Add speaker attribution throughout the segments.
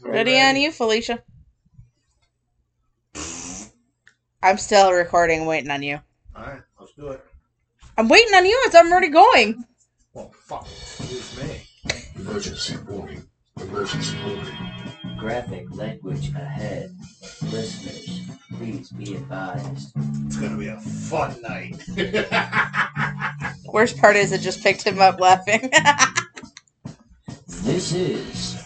Speaker 1: Ready on you, Felicia. I'm still recording, waiting on you.
Speaker 2: All right, let's do it.
Speaker 1: I'm waiting on you as I'm already going.
Speaker 2: Well, fuck, it's me.
Speaker 3: Emergency warning. Emergency warning.
Speaker 4: Graphic language ahead. Listeners, please be advised.
Speaker 2: It's gonna be a fun night.
Speaker 1: Worst part is it just picked him up laughing.
Speaker 4: This is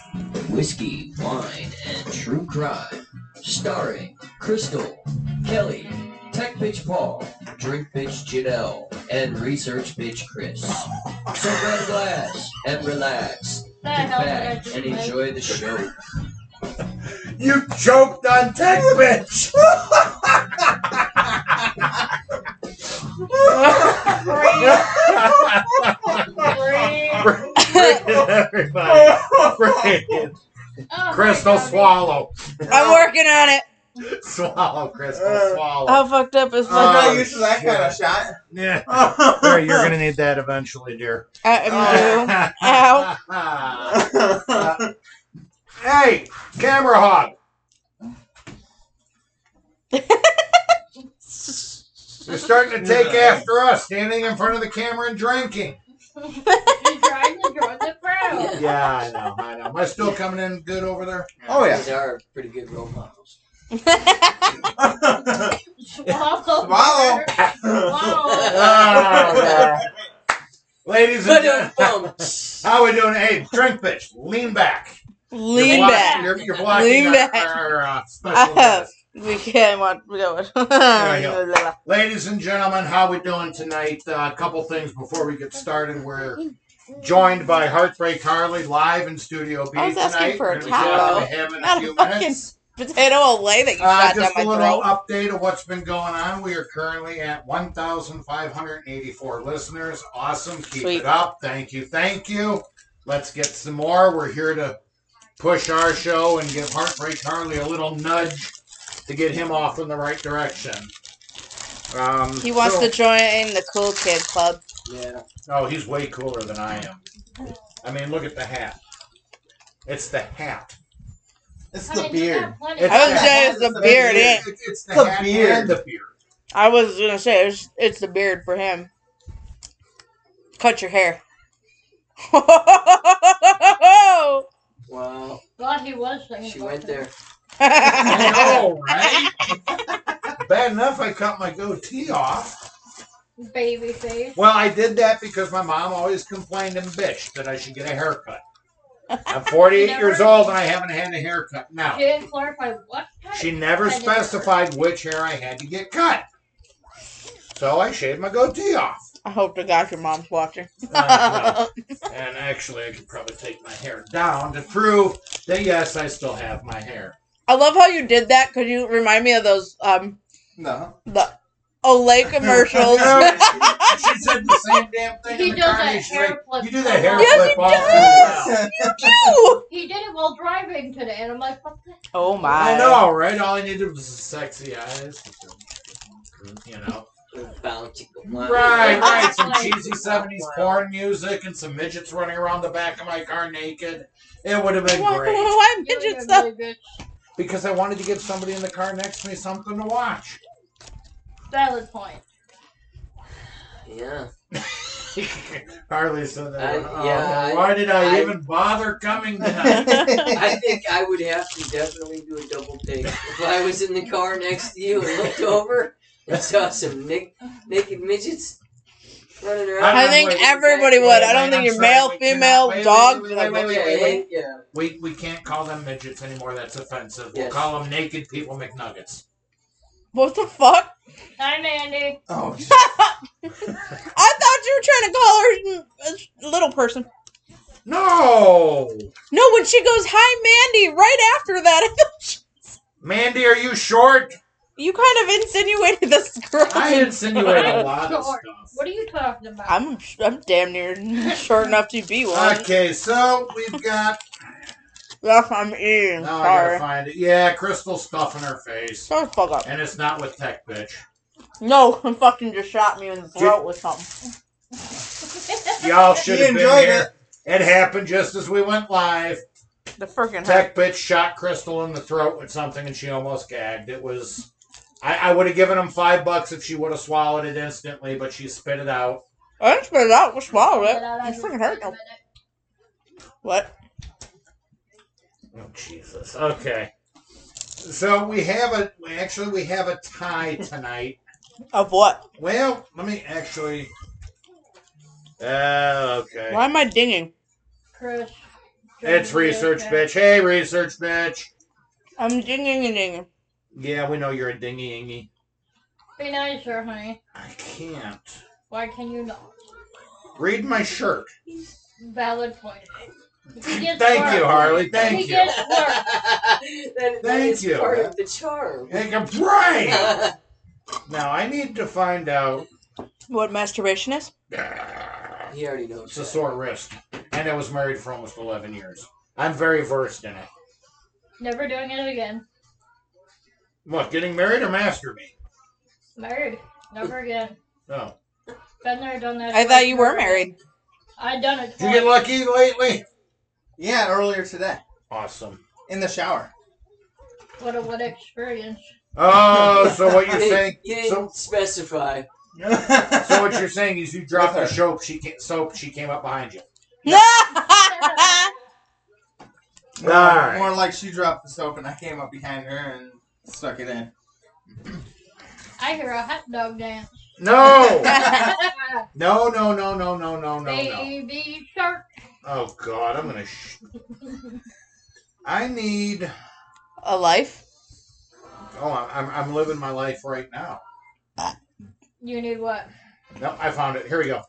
Speaker 4: Whiskey, Wine, and True Crime, starring Crystal, Kelly, Tech Bitch Paul, Drink Bitch Janelle, and Research Bitch Chris. So grab a glass and relax.
Speaker 5: The
Speaker 4: Kick
Speaker 5: hell did I
Speaker 4: back
Speaker 5: just
Speaker 4: and
Speaker 5: make?
Speaker 4: enjoy the show.
Speaker 2: You choked on tech, bitch.
Speaker 6: Everybody. Breathe.
Speaker 5: Oh,
Speaker 6: Crystal
Speaker 5: sorry.
Speaker 6: swallow.
Speaker 1: I'm working on it.
Speaker 6: Swallow, Crystal
Speaker 2: Uh,
Speaker 6: swallow.
Speaker 1: How fucked up is
Speaker 6: Oh,
Speaker 2: I'm
Speaker 1: my
Speaker 2: not used to that kind of shot.
Speaker 6: Yeah. Barry, you're going to need that eventually, dear.
Speaker 1: uh, no.
Speaker 6: Ow.
Speaker 2: gonna.
Speaker 6: hey, camera hog. You're starting to take after us, standing in front of the camera and drinking.
Speaker 5: You're trying to join the crowd.
Speaker 6: Yeah, I know, I know. Am I still coming in good over there?
Speaker 2: Oh, yeah.
Speaker 4: These are pretty good role models.
Speaker 5: Swallow.
Speaker 2: Swallow.
Speaker 5: Swallow.
Speaker 6: Ah, yeah. Ladies and gentlemen, how we doing? Hey, drink bitch, lean back. You're
Speaker 1: Lean
Speaker 6: blocking-
Speaker 1: back.
Speaker 6: You're, you're blocking
Speaker 1: Lean
Speaker 6: our,
Speaker 1: back.
Speaker 6: our, uh, special guest.
Speaker 1: We can't want. We don't
Speaker 6: go.
Speaker 1: want.
Speaker 6: Ladies and gentlemen, how we doing tonight? Uh, a couple things before we get started. We're joined by Heartbreak Harley live in Studio B
Speaker 1: I was
Speaker 6: tonight.
Speaker 1: asking for a
Speaker 6: We're gonna be having a
Speaker 1: Not
Speaker 6: few
Speaker 1: a fucking
Speaker 6: minutes.
Speaker 1: potato away that you
Speaker 6: Uh,
Speaker 1: shot down
Speaker 6: just
Speaker 1: my
Speaker 6: a little
Speaker 1: throat.
Speaker 6: update of what's been going on. We are currently at 1,584 listeners. Awesome. Keep
Speaker 1: Sweet.
Speaker 6: it up. Thank you. Thank you. Let's get some more. We're here to push our show and give Heartbreak Harley a little nudge to get him off in the right direction. Um,
Speaker 1: He wants
Speaker 6: so-
Speaker 1: to join the cool kid club.
Speaker 4: Yeah.
Speaker 6: Oh, he's way cooler than I am. I mean, look at the hat. It's the hat.
Speaker 2: It's
Speaker 5: I
Speaker 2: the
Speaker 5: mean, you
Speaker 2: beard.
Speaker 5: got plenty
Speaker 6: It's
Speaker 1: I
Speaker 5: of-
Speaker 1: was saying it's the beard. eh?
Speaker 6: It's, it's the,
Speaker 2: The
Speaker 6: hat
Speaker 2: beard.
Speaker 6: and the beard.
Speaker 1: I was gonna say it's, it's the beard for him. Cut your hair.
Speaker 4: Wow.
Speaker 5: God, he was singing.
Speaker 4: She went there.
Speaker 6: I
Speaker 1: I
Speaker 6: know, right? Bad enough I cut my goatee off.
Speaker 5: Baby face.
Speaker 6: Well, I did that because my mom always complained and bitched that I should get a haircut. I'm 48 years old and I haven't had a haircut. Now,
Speaker 5: She didn't clarify what type.
Speaker 6: she never specified which hair I had to get cut. So I shaved my goatee off.
Speaker 1: hope to God your mom's watching.
Speaker 6: Uh, no. and actually, I could probably take my hair down to prove that yes, I still have my hair.
Speaker 1: I love how you did that because you remind me of those um
Speaker 2: No.
Speaker 1: the Olay commercials.
Speaker 6: No, she- she said the same damn thing. in
Speaker 5: He
Speaker 6: the
Speaker 5: does
Speaker 6: car,
Speaker 5: that
Speaker 6: and she's
Speaker 5: hair
Speaker 6: like,
Speaker 5: flip.
Speaker 6: You do that hair
Speaker 1: Yes,
Speaker 6: flip
Speaker 1: he
Speaker 6: all
Speaker 1: does.
Speaker 6: through the mouth.
Speaker 5: He did it while driving today, and I'm like, what the
Speaker 1: oh my!
Speaker 6: I know, right? All I needed was sexy eyes. You know,
Speaker 4: About to go on.
Speaker 6: right, right. Some
Speaker 5: Like-
Speaker 6: cheesy '70s porn music and some midgets running around the back of my car naked. It would have been great
Speaker 1: Why
Speaker 5: You're
Speaker 1: midget
Speaker 5: a
Speaker 1: stuff?
Speaker 5: really good
Speaker 6: because I wanted to give somebody in the car next to me something to watch.
Speaker 5: Valid point.
Speaker 4: Yeah.
Speaker 6: Harley said
Speaker 4: I-
Speaker 6: that. oh,
Speaker 4: yeah, I-
Speaker 6: why did I,
Speaker 4: I-
Speaker 6: even bother coming tonight?
Speaker 4: I think I would have to definitely do a double take. If I was in the car next to you and looked over and saw some nick- naked midgets running around.
Speaker 1: I think
Speaker 6: Wait,
Speaker 1: everybody
Speaker 6: wait,
Speaker 1: would. I
Speaker 6: wait,
Speaker 1: don't think
Speaker 6: I'm
Speaker 1: your
Speaker 6: sorry,
Speaker 1: male,
Speaker 6: we cannot-
Speaker 1: female,
Speaker 6: wait, wait,
Speaker 1: dog.
Speaker 6: wait, wait, wait, wait,
Speaker 4: yeah,
Speaker 6: wait, wait.
Speaker 4: yeah.
Speaker 6: We we can't call them midgets anymore. That's offensive. We'll
Speaker 4: Yes.
Speaker 6: call them naked people McNuggets.
Speaker 1: What the fuck?
Speaker 5: Hi, Mandy.
Speaker 2: Oh,
Speaker 1: I thought you were trying to call her mm, a little person.
Speaker 6: No,
Speaker 1: No, when she goes, "Hi, Mandy," right after that, I thought she-
Speaker 6: Mandy, are you short?
Speaker 1: you kind of insinuated this girl.
Speaker 6: I insinuate a lot of
Speaker 5: Short.
Speaker 6: stuff.
Speaker 5: What are you talking about?
Speaker 1: I'm I'm damn near short enough to be one.
Speaker 6: Okay, so we've got.
Speaker 1: That's what I'm eating.
Speaker 6: Now I gotta
Speaker 1: Sorry.
Speaker 6: find it. Yeah, Crystal stuff in her face,
Speaker 1: Shut the fuck up.
Speaker 6: and it's not with tech bitch.
Speaker 1: No, he fucking just shot me in the throat with something.
Speaker 6: Y'all should
Speaker 2: You
Speaker 6: have been
Speaker 2: enjoyed
Speaker 6: here. It. happened just as we went live.
Speaker 1: the freaking hurt.
Speaker 6: Tech bitch shot Crystal in the throat with something and she almost gagged. It was. I, I would have given him five bucks if she would have swallowed it instantly, but she spit it out.
Speaker 1: I didn't spit it out. I swallowed
Speaker 5: But
Speaker 1: it.
Speaker 5: I
Speaker 1: It
Speaker 5: like
Speaker 1: freaking
Speaker 5: it.
Speaker 1: hurt. though. What?
Speaker 6: Oh, Jesus. Okay. So we have a. Actually, we have a tie tonight.
Speaker 1: Of what?
Speaker 6: Well, let me actually. Uh, okay.
Speaker 1: Why am I dinging?
Speaker 5: Chris.
Speaker 6: It's research, bitch. Hey, research, bitch.
Speaker 1: I'm dinging and dinging.
Speaker 6: Yeah, we know you're a dingy ingy.
Speaker 5: Be nicer, honey.
Speaker 6: I can't
Speaker 5: Why can you not?
Speaker 6: read my shirt.
Speaker 5: Valid point. He gets
Speaker 6: Thank you,
Speaker 5: work.
Speaker 6: Harley. Thank
Speaker 5: he
Speaker 6: you.
Speaker 5: gets work.
Speaker 7: that, that
Speaker 6: Thank
Speaker 7: is
Speaker 6: you.
Speaker 7: part of the charm.
Speaker 6: Take a break. Now I need to find out.
Speaker 1: What masturbation is?
Speaker 6: It's
Speaker 7: he already knows.
Speaker 6: a sore wrist, and I was married for almost eleven years. I'm very versed in it.
Speaker 5: Never doing it again.
Speaker 6: What, getting married or masturbating?
Speaker 5: Married. Never again.
Speaker 6: No.
Speaker 5: Been there, done that.
Speaker 1: I
Speaker 5: twice,
Speaker 1: thought you were
Speaker 5: never again.
Speaker 1: married.
Speaker 5: I done it.
Speaker 6: Did you get
Speaker 5: twice.
Speaker 6: lucky lately?
Speaker 2: Yeah, earlier today.
Speaker 6: Awesome.
Speaker 2: In the shower.
Speaker 5: What a what experience.
Speaker 6: Oh, so what you're
Speaker 7: Hey,
Speaker 6: saying?
Speaker 7: You didn't
Speaker 6: so-
Speaker 7: specify.
Speaker 6: So what you're saying is you dropped the
Speaker 2: With her.
Speaker 6: soap. She came, soap. She came up behind you.
Speaker 1: No!
Speaker 2: Well,
Speaker 6: Alright.
Speaker 2: More like she dropped the soap and I came up behind her and stuck it in.
Speaker 5: I hear a hot dog dance.
Speaker 6: No, no, no, no, no, no, no, no, no.
Speaker 5: Baby shark.
Speaker 6: Oh God, I'm gonna. Sh- I need.
Speaker 1: A life?
Speaker 6: Oh, I'm I'm living my life right now.
Speaker 5: You need what?
Speaker 6: No, I found it. Here we go.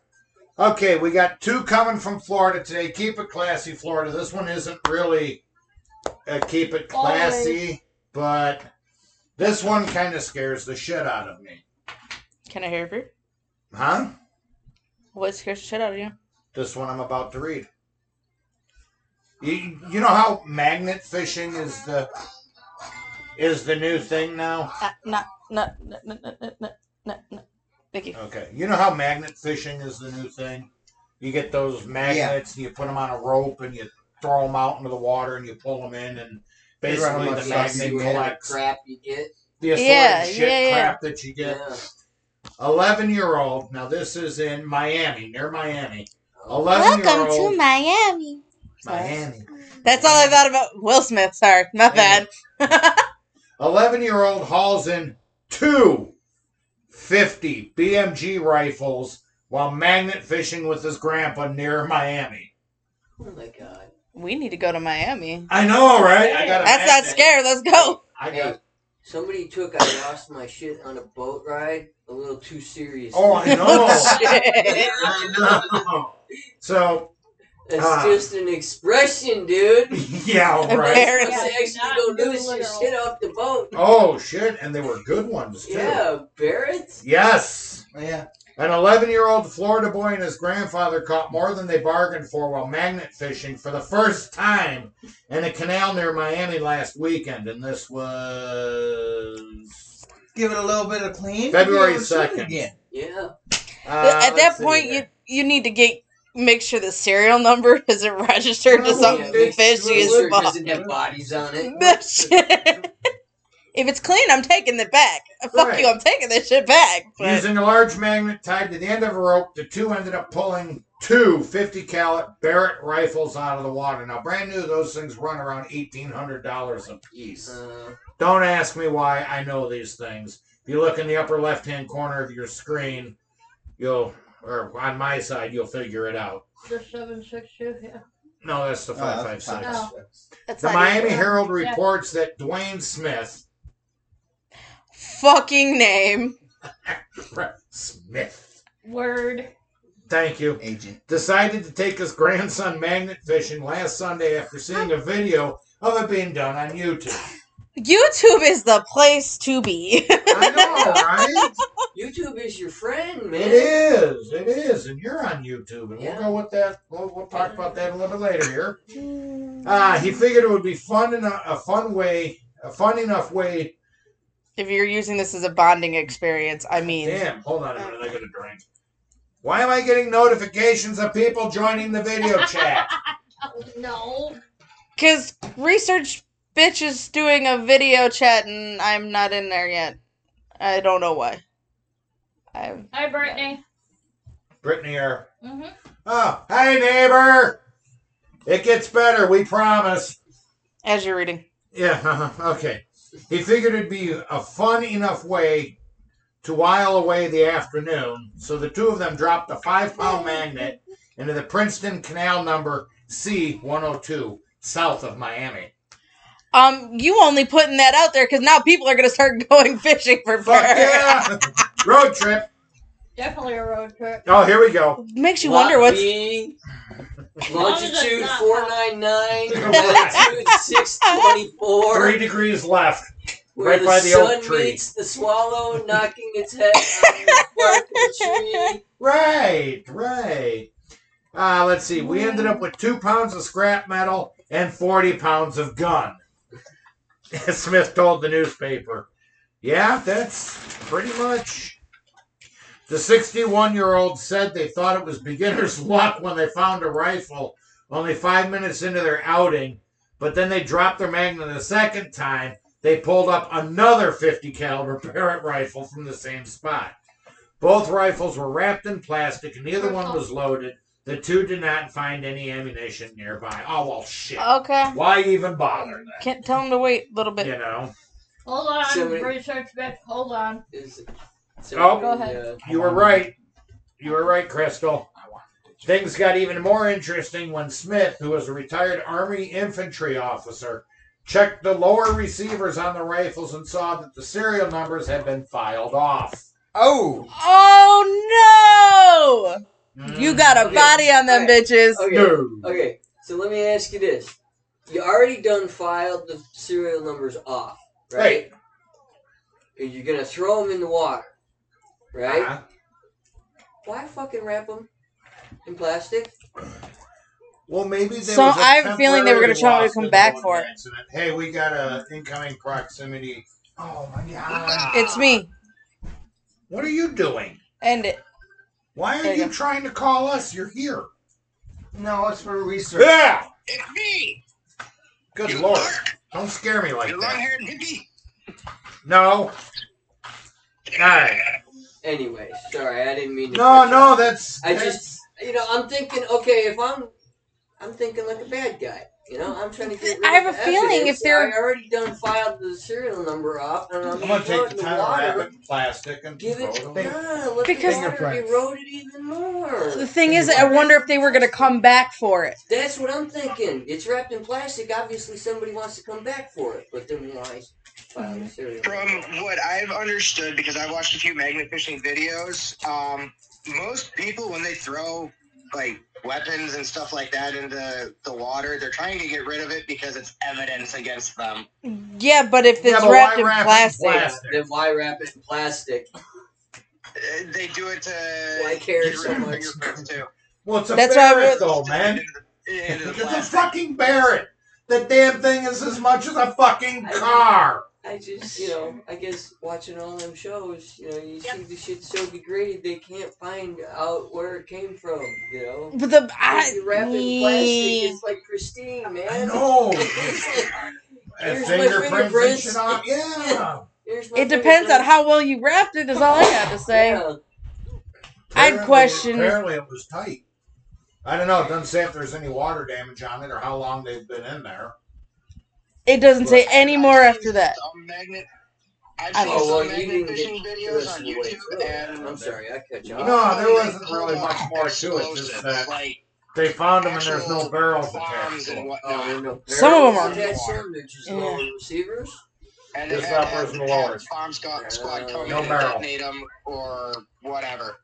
Speaker 6: Okay, we got two coming from Florida today. Keep it classy, Florida. This one isn't really a keep it classy, but this one kind of scares the shit out of me.
Speaker 1: Can I hear you?
Speaker 6: Huh?
Speaker 1: What scares the shit out of you?
Speaker 6: this one I'm about to read. You, you know how magnet fishing is the is the new thing now?
Speaker 1: Uh, no, no, no, no, no, no, no, no, no. Thank you.
Speaker 6: Okay. You know how magnet fishing is the new thing? You get those magnets and you put them on a rope and you throw them out into the water and you pull them in and
Speaker 2: Figure out how
Speaker 6: basically
Speaker 2: much
Speaker 6: the
Speaker 2: sucks
Speaker 6: magnet
Speaker 2: you
Speaker 7: You had a
Speaker 6: collects
Speaker 7: crap you get.
Speaker 6: the assorted
Speaker 1: Yeah,
Speaker 6: shit
Speaker 1: yeah, yeah.
Speaker 6: crap that you get.
Speaker 7: Yeah.
Speaker 6: 11 year old. Now this is in Miami, near Miami. 11 year old
Speaker 1: Miami.
Speaker 6: Miami.
Speaker 1: That's all I thought about. Will Smith, sorry. My
Speaker 6: Yeah.
Speaker 1: bad.
Speaker 6: 11 year old hauls in two 50 BMG rifles while magnet fishing with his grandpa near Miami.
Speaker 7: Oh my god.
Speaker 1: We need to go to Miami.
Speaker 6: I know, right? I got a
Speaker 1: That's not
Speaker 6: magnet.
Speaker 1: scary. Let's go.
Speaker 6: I
Speaker 7: Hey,
Speaker 6: got.
Speaker 7: somebody took I lost my shit on a boat ride a little too serious.
Speaker 6: Oh, I know.
Speaker 1: Shit.
Speaker 6: I know. So,
Speaker 7: That's
Speaker 6: Ah.
Speaker 7: just an expression, dude.
Speaker 6: yeah, right.
Speaker 1: Embarrassing.
Speaker 7: You actually
Speaker 5: Not
Speaker 7: go lose your
Speaker 5: literal.
Speaker 7: shit off the boat.
Speaker 6: Oh shit, and they were good ones too.
Speaker 7: Yeah, Barrett.
Speaker 6: Yes.
Speaker 2: Yeah.
Speaker 6: An 11 year old Florida boy and his grandfather caught more than they bargained for while magnet fishing for the first time in a canal near Miami last weekend. And this was.
Speaker 2: Give it a little bit of clean.
Speaker 6: February
Speaker 2: Give it a shoot
Speaker 6: 2nd.
Speaker 2: Again.
Speaker 7: Yeah.
Speaker 6: uh,
Speaker 1: At that
Speaker 6: let's see
Speaker 1: point, you
Speaker 6: here.
Speaker 1: you need to get make sure the serial number isn't registered to
Speaker 6: No,
Speaker 1: something fishy
Speaker 7: yeah, make
Speaker 1: fish
Speaker 7: sure
Speaker 1: is
Speaker 7: Lurk
Speaker 1: bought.
Speaker 7: doesn't have bodies on it.
Speaker 1: Shit. If it's clean, I'm taking it back. Fuck
Speaker 6: Right.
Speaker 1: you, I'm taking this shit back. But
Speaker 6: Using a large magnet tied to the end of a rope, the two ended up pulling two 50 caliber Barrett rifles out of the water. Now, brand new, those things run around $1,800 a piece.
Speaker 7: Uh,
Speaker 6: Don't ask me why I know these things. If you look in the upper left hand corner of your screen, you'll, or on my side, you'll figure it out.
Speaker 5: The 762, yeah.
Speaker 6: No, that's the
Speaker 2: Oh, that's
Speaker 6: 556.
Speaker 5: fine.
Speaker 1: that's
Speaker 6: The
Speaker 1: not
Speaker 6: Miami
Speaker 1: even-
Speaker 6: Herald
Speaker 5: Yeah.
Speaker 6: reports that Dwayne Smith,
Speaker 1: fucking name.
Speaker 6: Smith,
Speaker 5: Word.
Speaker 6: thank you,
Speaker 2: Oh. Agent.
Speaker 6: decided to take his grandson magnet fishing last Sunday after seeing a video of it being done on YouTube.
Speaker 1: YouTube is the place to be.
Speaker 6: I know, right?
Speaker 7: YouTube is your friend, man.
Speaker 6: It is. It is. And you're on YouTube. And
Speaker 7: Yeah.
Speaker 6: we'll go with that. We'll, we'll talk about that a little bit later here. Uh, he figured it would be fun in a, a fun way, a fun enough way.
Speaker 1: if you're using this as a bonding experience, I mean,
Speaker 6: Damn, hold on a minute. I got a drink. Why am I getting notifications of people joining the video chat?
Speaker 5: Oh, no.
Speaker 1: Because research bitch is doing a video chat and I'm not in there yet. I don't know why. I
Speaker 5: Hi, Brittany.
Speaker 6: Brittany here.
Speaker 5: hmm
Speaker 6: Oh, hey, neighbor. It gets better, we promise.
Speaker 1: as you're reading.
Speaker 6: Yeah, uh-huh, okay. He figured it'd be a fun enough way to while away the afternoon, so the two of them dropped a five pound magnet into the Princeton Canal number C 102 south of Miami.
Speaker 1: Um, you only putting that out there because now people are gonna start going fishing for
Speaker 6: Fuck
Speaker 1: fur.
Speaker 6: yeah! Road trip.
Speaker 5: Definitely a road trip.
Speaker 6: Oh, here we go.
Speaker 1: Makes you wonder what's
Speaker 7: Being
Speaker 5: long as it's
Speaker 7: longitude
Speaker 5: not
Speaker 7: four nine nine,
Speaker 6: Right.
Speaker 7: latitude six twenty four.
Speaker 6: Three degrees left.
Speaker 7: Where
Speaker 6: right
Speaker 7: the
Speaker 6: by the oak
Speaker 7: sun
Speaker 6: tree.
Speaker 7: meets the swallow, knocking its head on the bark of the tree.
Speaker 6: Right, right. Uh, let's see. We ended up with two pounds of scrap metal and 40 pounds of gun. Smith told the newspaper. Yeah, that's pretty much. The 61 year old said they thought it was beginner's luck when they found a rifle only five minutes into their outing, but then they dropped their magnum the second time. They pulled up another 50 caliber Parrott rifle from the same spot. Both rifles were wrapped in plastic, and neither one was loaded. The two did not find any ammunition nearby. Oh well, shit.
Speaker 1: okay.
Speaker 6: Why even bother?
Speaker 1: Can't tell them to wait a little bit.
Speaker 6: You know,
Speaker 5: Hold on,
Speaker 7: Somebody-
Speaker 5: research bitch. Hold on.
Speaker 7: Is uh, it-
Speaker 6: Oh.
Speaker 1: Go ahead.
Speaker 6: you were right. You were right, Crystal. Things got even more interesting when Smith, who was a retired Army infantry officer, checked the lower receivers on the rifles and saw that the serial numbers had been filed off.
Speaker 2: Oh,
Speaker 1: Oh no! You got a
Speaker 7: Okay.
Speaker 1: body on them
Speaker 7: Alright.
Speaker 1: bitches.
Speaker 7: Okay.
Speaker 6: Mm. no.
Speaker 7: Okay, so let me ask you this. You already done filed the serial numbers off, right? And You're gonna throw them in the water, right?
Speaker 6: Uh-huh.
Speaker 7: Why fucking wrap them in plastic?
Speaker 6: Well, maybe there
Speaker 1: So
Speaker 6: was a
Speaker 1: I have a feeling they were gonna
Speaker 6: temporary
Speaker 1: try to
Speaker 6: loss
Speaker 1: come
Speaker 6: in
Speaker 1: back
Speaker 6: one
Speaker 1: for it.
Speaker 6: accident. Hey, we got a incoming proximity.
Speaker 2: oh my god.
Speaker 6: Ah.
Speaker 1: It's me.
Speaker 6: What are you doing?
Speaker 1: End it.
Speaker 6: Why are
Speaker 1: There you
Speaker 6: you
Speaker 1: go.
Speaker 6: trying to call us? You're here.
Speaker 2: No, it's for research.
Speaker 6: Yeah.
Speaker 8: It's me,
Speaker 6: Good
Speaker 8: You
Speaker 6: lord.
Speaker 8: are.
Speaker 6: Don't scare me like
Speaker 8: you
Speaker 6: that.
Speaker 8: long-haired hippie.
Speaker 6: No. All right.
Speaker 7: Anyways, sorry, I didn't mean to.
Speaker 6: No,
Speaker 7: cut you
Speaker 6: no,
Speaker 7: off.
Speaker 6: that's.
Speaker 7: I
Speaker 6: that's-
Speaker 7: just, you know, I'm thinking, okay, if I'm, I'm thinking like a bad guy. You know, I'm trying to get. Rid
Speaker 1: I have
Speaker 7: of
Speaker 1: a
Speaker 7: the
Speaker 1: feeling
Speaker 7: evidence.
Speaker 1: if they're-
Speaker 7: I already done filed the serial number off, and I'm,
Speaker 6: I'm gonna
Speaker 7: throw
Speaker 6: take the
Speaker 7: it in the
Speaker 6: time
Speaker 7: water.
Speaker 6: wrap it in plastic and
Speaker 7: Give it,
Speaker 6: throw it away.
Speaker 7: nah, let
Speaker 1: Because-
Speaker 7: the water
Speaker 2: Fingerprints.
Speaker 7: erode it even more.
Speaker 1: The thing is, I wonder if they were gonna come back for it.
Speaker 7: That's what I'm thinking. It's wrapped in plastic. Obviously, somebody wants to come back for it, but then why file a serial
Speaker 8: From
Speaker 7: number?
Speaker 8: what I've understood, because I watched a few magnet fishing videos, um, most people when they throw like weapons and stuff like that into the water, they're trying to get rid of it because it's evidence against them.
Speaker 1: Yeah, but if
Speaker 6: Yeah,
Speaker 1: it's
Speaker 6: but why
Speaker 1: wrapped in
Speaker 6: wrap it in
Speaker 1: plastic,
Speaker 6: plastic?
Speaker 7: Then why wrap it in plastic?
Speaker 8: Uh, They do it to
Speaker 7: Why care
Speaker 8: get rid
Speaker 7: so
Speaker 8: of
Speaker 7: much?
Speaker 8: fingerprints, too.
Speaker 6: Well, it's a
Speaker 1: That's why I
Speaker 6: ferret,
Speaker 1: wrote-
Speaker 6: though, Oh, man.
Speaker 8: Into the- into the
Speaker 6: It's a
Speaker 8: plastic.
Speaker 6: fucking Barrett. That damn thing is as much as a fucking car.
Speaker 7: I just, you know, I guess watching all them shows, you know, you see the shit so degraded they can't find out where it came from, you know?
Speaker 1: but the
Speaker 7: If you wrap it in plastic,
Speaker 1: I,
Speaker 7: it's like pristine,
Speaker 6: I
Speaker 7: man. Oh,
Speaker 6: know. And
Speaker 7: Here's my
Speaker 6: fingerprints and shit
Speaker 7: fingerprints.
Speaker 6: on. Yeah.
Speaker 7: Here's my
Speaker 1: it depends on
Speaker 7: fingerprint.
Speaker 1: how well you wrapped it. Is all I got to say.
Speaker 7: Yeah.
Speaker 1: I'd question-
Speaker 6: Apparently, it was tight. I don't know. It doesn't say if there's any water damage on it or how long they've been in there.
Speaker 1: It doesn't say any
Speaker 8: I've
Speaker 1: more
Speaker 8: seen
Speaker 1: after that.
Speaker 8: some magnet- I've
Speaker 1: I
Speaker 8: seen
Speaker 1: mean-
Speaker 8: some
Speaker 7: Oh, well, you
Speaker 8: magnet
Speaker 7: didn't get
Speaker 8: fishing
Speaker 7: the
Speaker 8: videos
Speaker 7: rest
Speaker 8: on
Speaker 7: of the way
Speaker 8: YouTube,
Speaker 7: through it.
Speaker 8: and
Speaker 7: I'm sorry, I cut you off.
Speaker 6: No, Oh, there wasn't
Speaker 8: They
Speaker 6: really
Speaker 8: pull
Speaker 6: much
Speaker 8: off
Speaker 6: more to it. Just
Speaker 8: explosives,
Speaker 6: that
Speaker 8: like
Speaker 6: they found them and there's no
Speaker 8: actual
Speaker 6: barrels attached
Speaker 8: bombs
Speaker 6: to
Speaker 8: and
Speaker 6: them.
Speaker 7: Oh, there are
Speaker 8: whatnot.
Speaker 7: no
Speaker 1: Some of 'em
Speaker 7: barrels
Speaker 8: are-
Speaker 7: attached to them, they're just
Speaker 1: Yeah.
Speaker 7: long receivers.
Speaker 8: And
Speaker 6: Just
Speaker 8: they had
Speaker 6: uppers and
Speaker 8: the
Speaker 6: lowers.
Speaker 8: bomb squad, squad come
Speaker 6: Uh,
Speaker 8: in
Speaker 6: No
Speaker 8: and
Speaker 6: barrel.
Speaker 8: detonate them or whatever.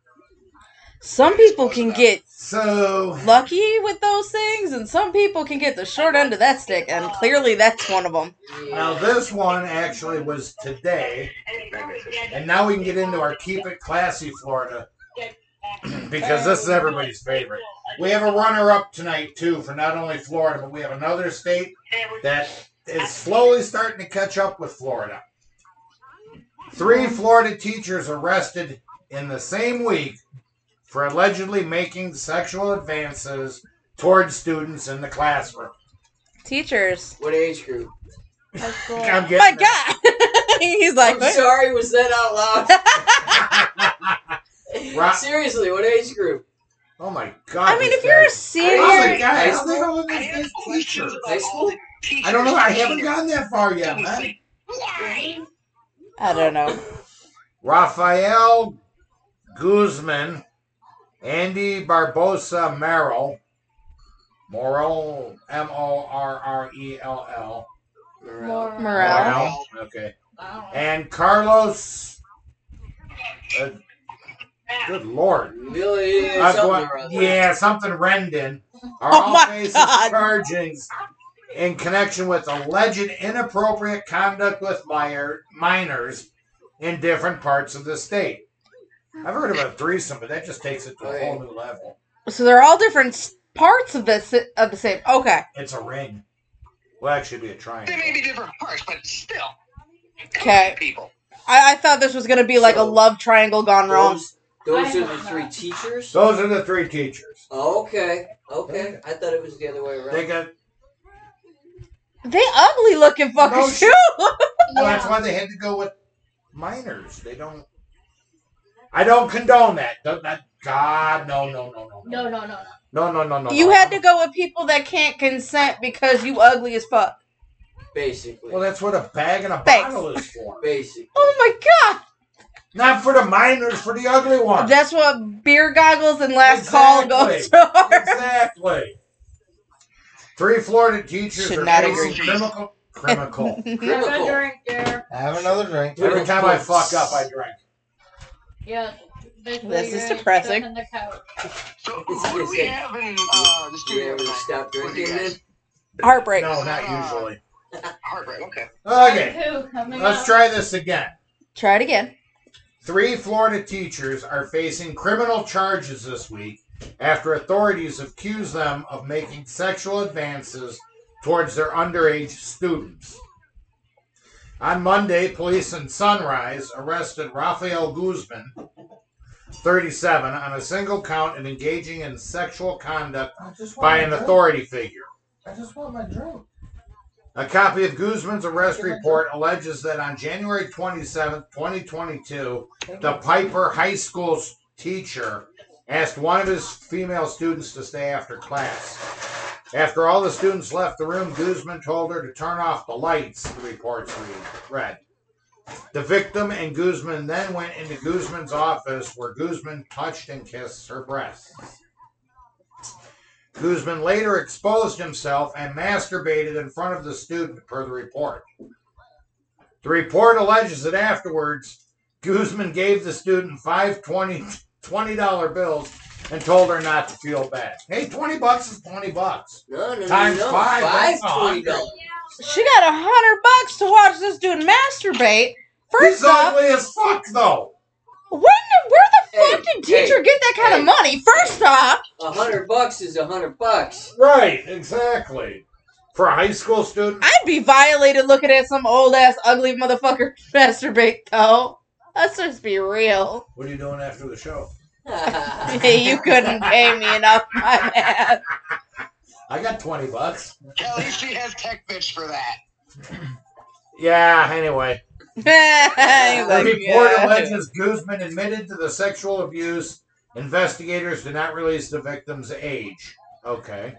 Speaker 1: Some people can get
Speaker 6: So
Speaker 1: lucky with those things, and some people can get the short end of that stick, and clearly that's one of them.
Speaker 6: now this one actually was today. And now we can get into our Keep It Classy Florida because this is everybody's favorite. We have a runner up tonight, too, for not only Florida, but we have another state that is slowly starting to catch up with Florida. Three Florida teachers arrested in the same week for allegedly making sexual advances towards students in the classroom.
Speaker 1: Teachers.
Speaker 7: What age group?
Speaker 5: That's cool.
Speaker 6: I'm getting
Speaker 1: Oh My
Speaker 6: there.
Speaker 1: God. He's like,
Speaker 7: I'm sorry, was that out loud?
Speaker 6: Right.
Speaker 7: Seriously, what age group?
Speaker 6: oh my god.
Speaker 1: I mean,
Speaker 6: this
Speaker 1: if you're a
Speaker 6: guy's-
Speaker 1: senior,
Speaker 6: Oh my
Speaker 8: you're-
Speaker 6: god,
Speaker 7: High
Speaker 6: how the hell is
Speaker 8: I
Speaker 6: this
Speaker 8: have
Speaker 6: guy's teacher?
Speaker 8: questions
Speaker 7: High
Speaker 8: about all
Speaker 7: school?
Speaker 8: the teachers.
Speaker 6: I don't know. I haven't
Speaker 8: here.
Speaker 6: gotten that far yet,
Speaker 8: It's
Speaker 6: man.
Speaker 8: like, why?
Speaker 1: I don't know.
Speaker 6: Rafael Guzman, Andy Barbosa Merrill, Morell, M O R R E L L.
Speaker 1: Morale.
Speaker 7: Morale.
Speaker 6: Morrell, Okay.
Speaker 5: I don't know.
Speaker 6: And Carlos. uh, good lord.
Speaker 7: Billy,
Speaker 6: Uh,
Speaker 7: something
Speaker 6: what-
Speaker 7: or other.
Speaker 6: yeah, something Rendon. Are
Speaker 1: Oh
Speaker 6: all
Speaker 1: my
Speaker 6: faces
Speaker 1: God.
Speaker 6: charges in connection with alleged inappropriate conduct with minor, minors in different parts of the state. I've heard of a threesome, but that just takes it to a whole new level.
Speaker 1: So they're all different s- parts of the si- of the same. Okay.
Speaker 6: It's a ring. Well, that should be a
Speaker 8: There may
Speaker 6: triangle.
Speaker 8: be different parts, but still. Come on,
Speaker 1: Okay.
Speaker 8: People.
Speaker 1: I, I thought this was gonna be like a
Speaker 7: So-
Speaker 1: love triangle gone wrong.
Speaker 7: Those, those
Speaker 5: I
Speaker 7: are
Speaker 5: don't
Speaker 7: the
Speaker 5: know.
Speaker 7: three teachers.
Speaker 6: Those are the three teachers.
Speaker 7: Okay, okay. I thought it was the other way around.
Speaker 6: They got.
Speaker 1: They ugly looking
Speaker 6: No
Speaker 1: fuckers
Speaker 6: shit.
Speaker 1: too.
Speaker 6: Well, oh, that's
Speaker 5: Yeah.
Speaker 6: why they had to go with minors. They don't. I don't condone that. Don't- that God, no, no, no, no,
Speaker 5: No, no, no, no.
Speaker 6: no, no, no, no.
Speaker 1: you
Speaker 6: no.
Speaker 1: had to go with people that can't consent because you ugly as fuck.
Speaker 7: Basically.
Speaker 6: Well, that's what a bag and a
Speaker 1: Thanks.
Speaker 6: bottle is for.
Speaker 7: Basically.
Speaker 1: Oh my
Speaker 6: Not for the minors, for the ugly
Speaker 1: god.
Speaker 6: ones.
Speaker 1: That's what beer goggles and last call goes
Speaker 6: Exactly.
Speaker 1: for.
Speaker 6: exactly. Three Florida teachers
Speaker 1: Should
Speaker 6: are
Speaker 1: not
Speaker 6: facing
Speaker 8: agree.
Speaker 6: criminal. Criminal.
Speaker 5: Have a
Speaker 7: Critical.
Speaker 5: drink there.
Speaker 2: Have another drink.
Speaker 6: Every time I fuck up, I drink.
Speaker 5: Yes. Basically,
Speaker 1: This is
Speaker 5: you're stuck
Speaker 1: depressing.
Speaker 5: in the couch.
Speaker 8: So,
Speaker 7: It's-
Speaker 8: who do
Speaker 7: it's
Speaker 8: we
Speaker 7: good.
Speaker 8: have in uh, the
Speaker 7: You
Speaker 8: studio
Speaker 7: ever
Speaker 8: tonight?
Speaker 7: stop drinking
Speaker 8: What do you
Speaker 7: then?
Speaker 8: guys-
Speaker 1: Heartbreak.
Speaker 6: No, not usually.
Speaker 8: Heartbreak, okay.
Speaker 6: Okay,
Speaker 5: Who? Coming
Speaker 6: let's
Speaker 5: up.
Speaker 6: try this again.
Speaker 1: Try it again.
Speaker 6: Three Florida teachers are facing criminal charges this week after authorities accuse them of making sexual advances towards their underage students. On Monday, police in Sunrise arrested Rafael Guzman, 37, on a single count of engaging in sexual conduct
Speaker 2: I just want
Speaker 6: by
Speaker 2: my
Speaker 6: an
Speaker 2: drink.
Speaker 6: authority figure.
Speaker 2: I just want my drink.
Speaker 6: A copy of Guzman's arrest report alleges that on January 27, 2022,
Speaker 2: Thank
Speaker 6: the
Speaker 2: you.
Speaker 6: Piper High School teacher asked one of his female students to stay after class. After all the students left the room, Guzman told her to turn off the lights, the reports read. read. The victim and Guzman then went into Guzman's office where Guzman touched and kissed her breasts. Guzman later exposed himself and masturbated in front of the student, per the report. The report alleges that afterwards, Guzman gave the student five twenty twenty dollar bills and told her not to feel bad. Hey, twenty bucks is twenty bucks.
Speaker 7: No, no, no,
Speaker 6: Times
Speaker 7: no.
Speaker 6: five,
Speaker 7: Five
Speaker 6: that's a
Speaker 7: twenty
Speaker 6: hundred.
Speaker 7: dollars.
Speaker 1: She got a hundred bucks to watch this dude masturbate. First
Speaker 6: He's
Speaker 1: off,
Speaker 6: ugly as fuck though.
Speaker 1: when did- where the
Speaker 7: Hey,
Speaker 1: fuck did teacher
Speaker 7: hey,
Speaker 1: get that kind
Speaker 7: hey.
Speaker 1: of money? First off,
Speaker 7: A hundred bucks is a hundred bucks.
Speaker 6: Right, exactly. For a high school student,
Speaker 1: I'd be violated looking at some old ass ugly motherfucker masturbate though. Let's just be real.
Speaker 6: what are you doing after the show?
Speaker 1: you couldn't pay me enough, my man.
Speaker 6: I got twenty bucks.
Speaker 8: Kelly, she has tech bitch for that.
Speaker 6: Yeah. Anyway,
Speaker 1: He's
Speaker 6: the
Speaker 1: like,
Speaker 6: report
Speaker 1: "Yeah."
Speaker 6: alleges Guzman admitted to the sexual abuse. Investigators did not release the victim's age. Okay.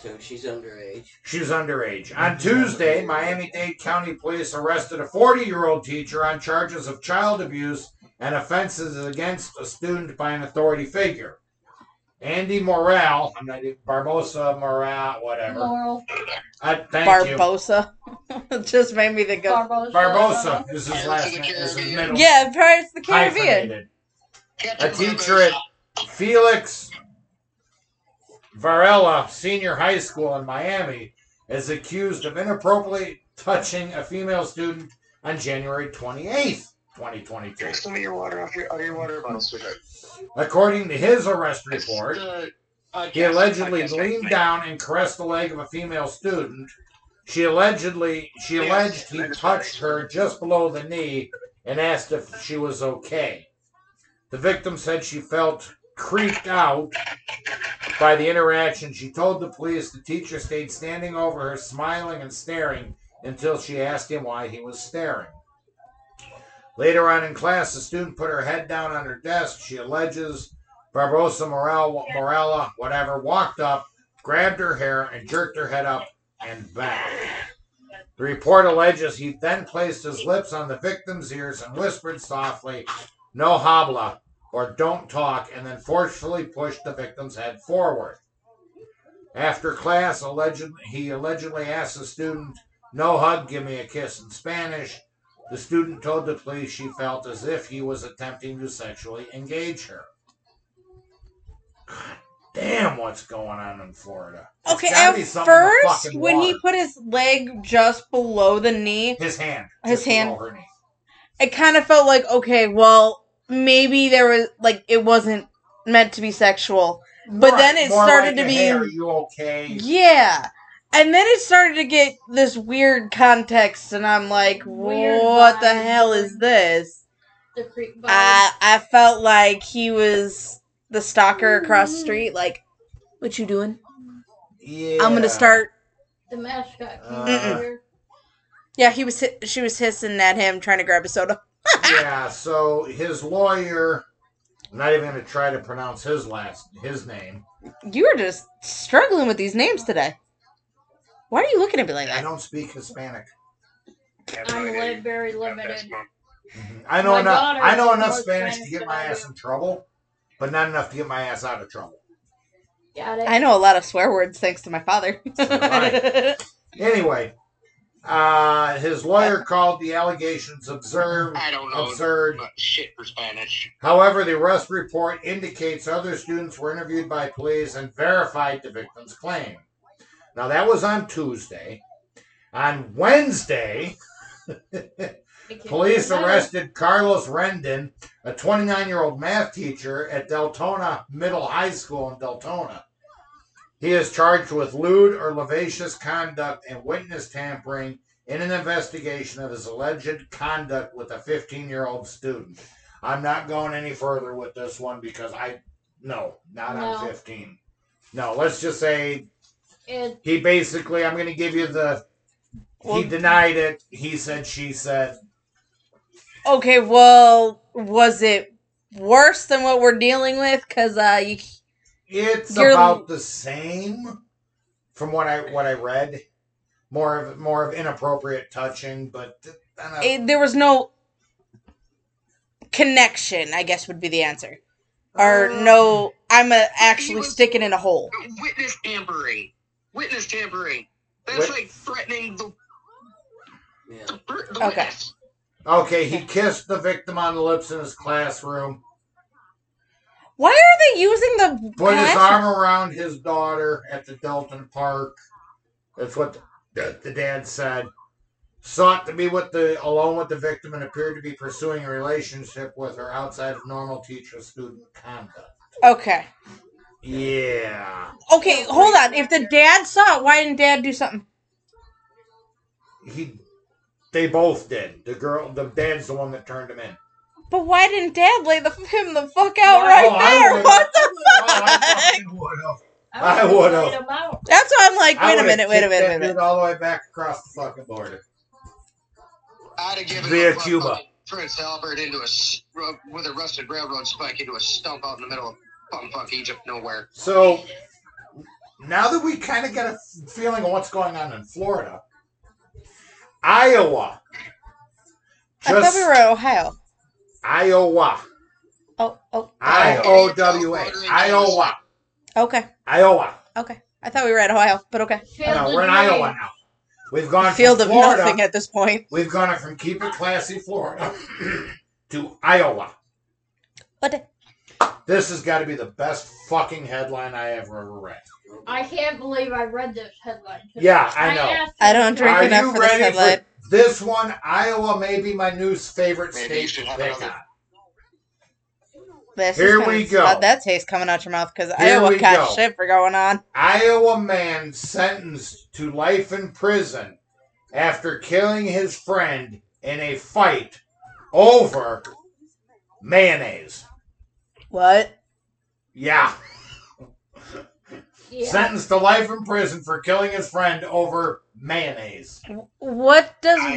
Speaker 7: so she's underage.
Speaker 6: She's underage. On Tuesday, Miami Dade County Police arrested a 40 year old teacher on charges of child abuse and offenses against a student by an authority figure. Andy Morrell, I'm not even, Barbosa Morrell, whatever.
Speaker 5: Laurel.
Speaker 6: I thank you.
Speaker 1: Barbosa. just made me think of.
Speaker 5: Barbosa.
Speaker 6: Barbosa is his last name. Is his middle
Speaker 1: Yeah, Pirates of the Caribbean.
Speaker 6: hyphenated.
Speaker 8: Captain
Speaker 6: A teacher at
Speaker 8: Barbosa.
Speaker 6: Felix Varela Senior High School in Miami is accused of inappropriately touching a female student on January 28th, 2022.
Speaker 8: Drink some of your water off your, out of your
Speaker 6: Oh,
Speaker 8: water bottle, sweetheart.
Speaker 6: According to his arrest
Speaker 8: It's
Speaker 6: report,
Speaker 8: the uh, podcast-
Speaker 6: he allegedly
Speaker 8: podcast
Speaker 6: leaned
Speaker 8: night.
Speaker 6: down and caressed the leg of a female student. She allegedly she alleged he touched her just below the knee and asked if she was okay. The victim said she felt creeped out by the interaction, she told the police the teacher stayed standing over her, smiling and staring until she asked him why he was staring. Later on in class, the student put her head down on her desk. She alleges Barbosa Morel, Morella, whatever, walked up, grabbed her hair, and jerked her head up and back. The report alleges he then placed his lips on the victim's ears and whispered softly, No habla, or don't talk, and then forcefully pushed the victim's head forward. After class, allegedly, he allegedly asked the student, No hug, give me a kiss in Spanish. The student told the police she felt as if he was attempting to sexually engage her. God damn, what's going on in Florida? There's
Speaker 1: Okay,
Speaker 6: gotta
Speaker 1: at
Speaker 6: be something in the
Speaker 1: first,
Speaker 6: fucking
Speaker 1: when he
Speaker 6: water.
Speaker 1: put his leg just below the knee,
Speaker 6: his hand,
Speaker 1: His
Speaker 6: just below
Speaker 1: hand.
Speaker 6: her knee.
Speaker 1: it kind of felt like, okay, well, maybe there was, like, it wasn't meant to be sexual. But
Speaker 6: More-
Speaker 1: then it
Speaker 6: more like
Speaker 1: started to
Speaker 6: a,
Speaker 1: be-
Speaker 6: "Hey, are you okay?
Speaker 1: Yeah. And then it started to get this weird context, and I'm like,
Speaker 5: Weird
Speaker 1: what the
Speaker 5: vibes.
Speaker 1: hell is this?
Speaker 5: The creep vibe.
Speaker 1: I I felt like he was the stalker across the street. Like, what you doing?
Speaker 6: Yeah.
Speaker 1: I'm gonna start.
Speaker 5: the mascot. came
Speaker 6: Uh.
Speaker 5: over.
Speaker 1: Yeah, he was. hi- She was hissing at him, trying to grab a soda.
Speaker 6: yeah, so his lawyer, I'm not even going to try to pronounce his last his name.
Speaker 1: You were just struggling with these names today. Why are you looking at me like
Speaker 6: I
Speaker 1: that?
Speaker 6: don't speak Hispanic.
Speaker 5: I'm li- very limited.
Speaker 6: Mm-hmm. I know
Speaker 5: My
Speaker 6: enough.
Speaker 5: daughter
Speaker 6: I know
Speaker 5: is
Speaker 6: enough
Speaker 5: more
Speaker 6: Spanish to
Speaker 5: Spanish
Speaker 6: get
Speaker 5: than
Speaker 6: my
Speaker 5: I
Speaker 6: ass
Speaker 5: do.
Speaker 6: in trouble, but not enough to get my ass out of trouble.
Speaker 5: Got it.
Speaker 1: I know a lot of swear words thanks to my father.
Speaker 6: Right. Anyway, uh, his lawyer called the allegations absurd.
Speaker 8: I don't know
Speaker 6: Absurd.
Speaker 8: but shit for Spanish.
Speaker 6: However, the arrest report indicates other students were interviewed by police and verified the victim's claim. Now, that was on Tuesday. On Wednesday,
Speaker 5: It can't
Speaker 6: police
Speaker 5: be better.
Speaker 6: arrested Carlos Rendon, a 29 year old math teacher at Deltona Middle High School in Deltona. He is charged with lewd or lascivious conduct and witness tampering in an investigation of his alleged conduct with a 15 year old student. I'm not going any further with this one because I, no, not on
Speaker 5: No.
Speaker 6: 15. No, let's just say
Speaker 5: It,
Speaker 6: he basically, I'm going to give you the,
Speaker 1: Well-
Speaker 6: he denied it. He said, she said.
Speaker 1: okay, well, was it worse than what we're dealing with? Cause uh, you
Speaker 6: It's
Speaker 1: You're-
Speaker 6: about the same from what I what I read. More of more of inappropriate touching, but I don't know.
Speaker 1: it, there was no connection, I guess would be the answer. Or no, I'm uh actually
Speaker 8: was-
Speaker 1: sticking in a hole.
Speaker 8: Witness tampering. Witness tampering. That's
Speaker 6: Wit-
Speaker 8: like threatening the,
Speaker 7: Yeah.
Speaker 8: the, per- the
Speaker 1: Okay.
Speaker 8: witness.
Speaker 6: Okay, he kissed the victim on the lips in his classroom,
Speaker 1: Why are they using the
Speaker 6: put his
Speaker 1: bathroom?
Speaker 6: arm around his daughter at the Delton Park. That's what the, the dad said. Sought to be with the alone with the victim and appeared to be pursuing a relationship with her outside of normal teacher student conduct.
Speaker 1: Okay.
Speaker 6: Yeah.
Speaker 1: Okay, hold on. If the dad saw it, why didn't dad do something?
Speaker 6: He they both did. The girl the dad's the one that turned him in.
Speaker 1: But why didn't dad lay the, him the fuck out
Speaker 6: Why-
Speaker 1: right
Speaker 6: Oh, I
Speaker 1: there?
Speaker 6: would've-
Speaker 1: What the
Speaker 6: Oh, I
Speaker 1: fuck?
Speaker 6: fucking would've. I
Speaker 5: I would
Speaker 6: would've.
Speaker 5: have. Him out.
Speaker 1: That's why I'm like,
Speaker 6: I
Speaker 1: wait a
Speaker 6: would've
Speaker 1: minute, wait a
Speaker 6: kicked
Speaker 1: minute,
Speaker 6: that
Speaker 1: wait a minute.
Speaker 6: dude all the way back across the fucking border.
Speaker 8: I'd have given
Speaker 6: Via
Speaker 8: the-
Speaker 6: Cuba.
Speaker 8: Prince Albert into a s- ru- with a rusted railroad spike into a stump out in the middle of bum fuck Egypt nowhere.
Speaker 6: So now that we kind of get a feeling of what's going on in Florida, Iowa,
Speaker 1: I thought
Speaker 6: just
Speaker 1: we were in Ohio.
Speaker 6: Iowa,
Speaker 1: Oh, oh,
Speaker 6: I O W A, Iowa,
Speaker 1: okay,
Speaker 6: Iowa.
Speaker 1: okay. I thought we were at Ohio, but okay.
Speaker 6: No, we're in Iowa now. We've gone
Speaker 1: Field
Speaker 6: from
Speaker 1: of
Speaker 6: Florida.
Speaker 1: nothing at this point.
Speaker 6: We've gone from keep it classy, Florida, to Iowa.
Speaker 1: But
Speaker 6: This has got to be the best fucking headline I ever ever read.
Speaker 5: I can't believe I read this headline. today.
Speaker 6: Yeah, I know.
Speaker 5: asked
Speaker 1: I don't
Speaker 5: myself,
Speaker 1: drink
Speaker 6: Are
Speaker 1: enough
Speaker 6: you
Speaker 1: for this
Speaker 6: ready for
Speaker 1: headline.
Speaker 6: this one? Iowa may be my new favorite
Speaker 8: Maybe
Speaker 6: state.
Speaker 8: you should
Speaker 6: to
Speaker 8: have
Speaker 6: pick
Speaker 8: another-
Speaker 6: on.
Speaker 1: This
Speaker 6: Here
Speaker 1: is kinda
Speaker 6: we go.
Speaker 1: about that taste coming out your mouth because
Speaker 6: Here
Speaker 1: Iowa
Speaker 6: we
Speaker 1: got
Speaker 6: go.
Speaker 1: shit for going on.
Speaker 6: Iowa man sentenced to life in prison after killing his friend in a fight over mayonnaise.
Speaker 1: What?
Speaker 6: Yeah.
Speaker 5: Yeah.
Speaker 6: Sentenced to life in prison for killing his friend over mayonnaise.
Speaker 1: What does
Speaker 6: I-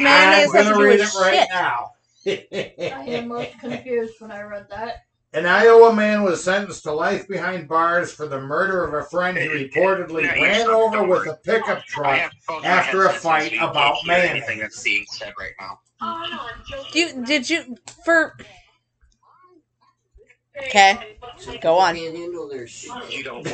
Speaker 6: I'm
Speaker 1: mayonnaise have to
Speaker 6: gonna
Speaker 1: do
Speaker 6: read
Speaker 1: with
Speaker 6: it right
Speaker 1: shit?
Speaker 5: I am most
Speaker 6: now.
Speaker 5: confused when I read that.
Speaker 6: An Iowa man was sentenced to life behind bars for the murder of a friend he reportedly
Speaker 8: No, you
Speaker 6: ran
Speaker 8: just-
Speaker 6: over
Speaker 8: don't
Speaker 6: with
Speaker 8: worry.
Speaker 6: a pickup
Speaker 8: I
Speaker 6: truck.
Speaker 8: have both my
Speaker 6: after a
Speaker 8: headsets on,
Speaker 6: fight
Speaker 8: so you can't
Speaker 6: about
Speaker 8: hear anything
Speaker 6: mayonnaise.
Speaker 8: that's being said right now.
Speaker 5: Oh no, I'm joking.
Speaker 1: You did you for? Okay, go
Speaker 7: They
Speaker 1: on.
Speaker 7: Can't handle their shit.
Speaker 8: You don't.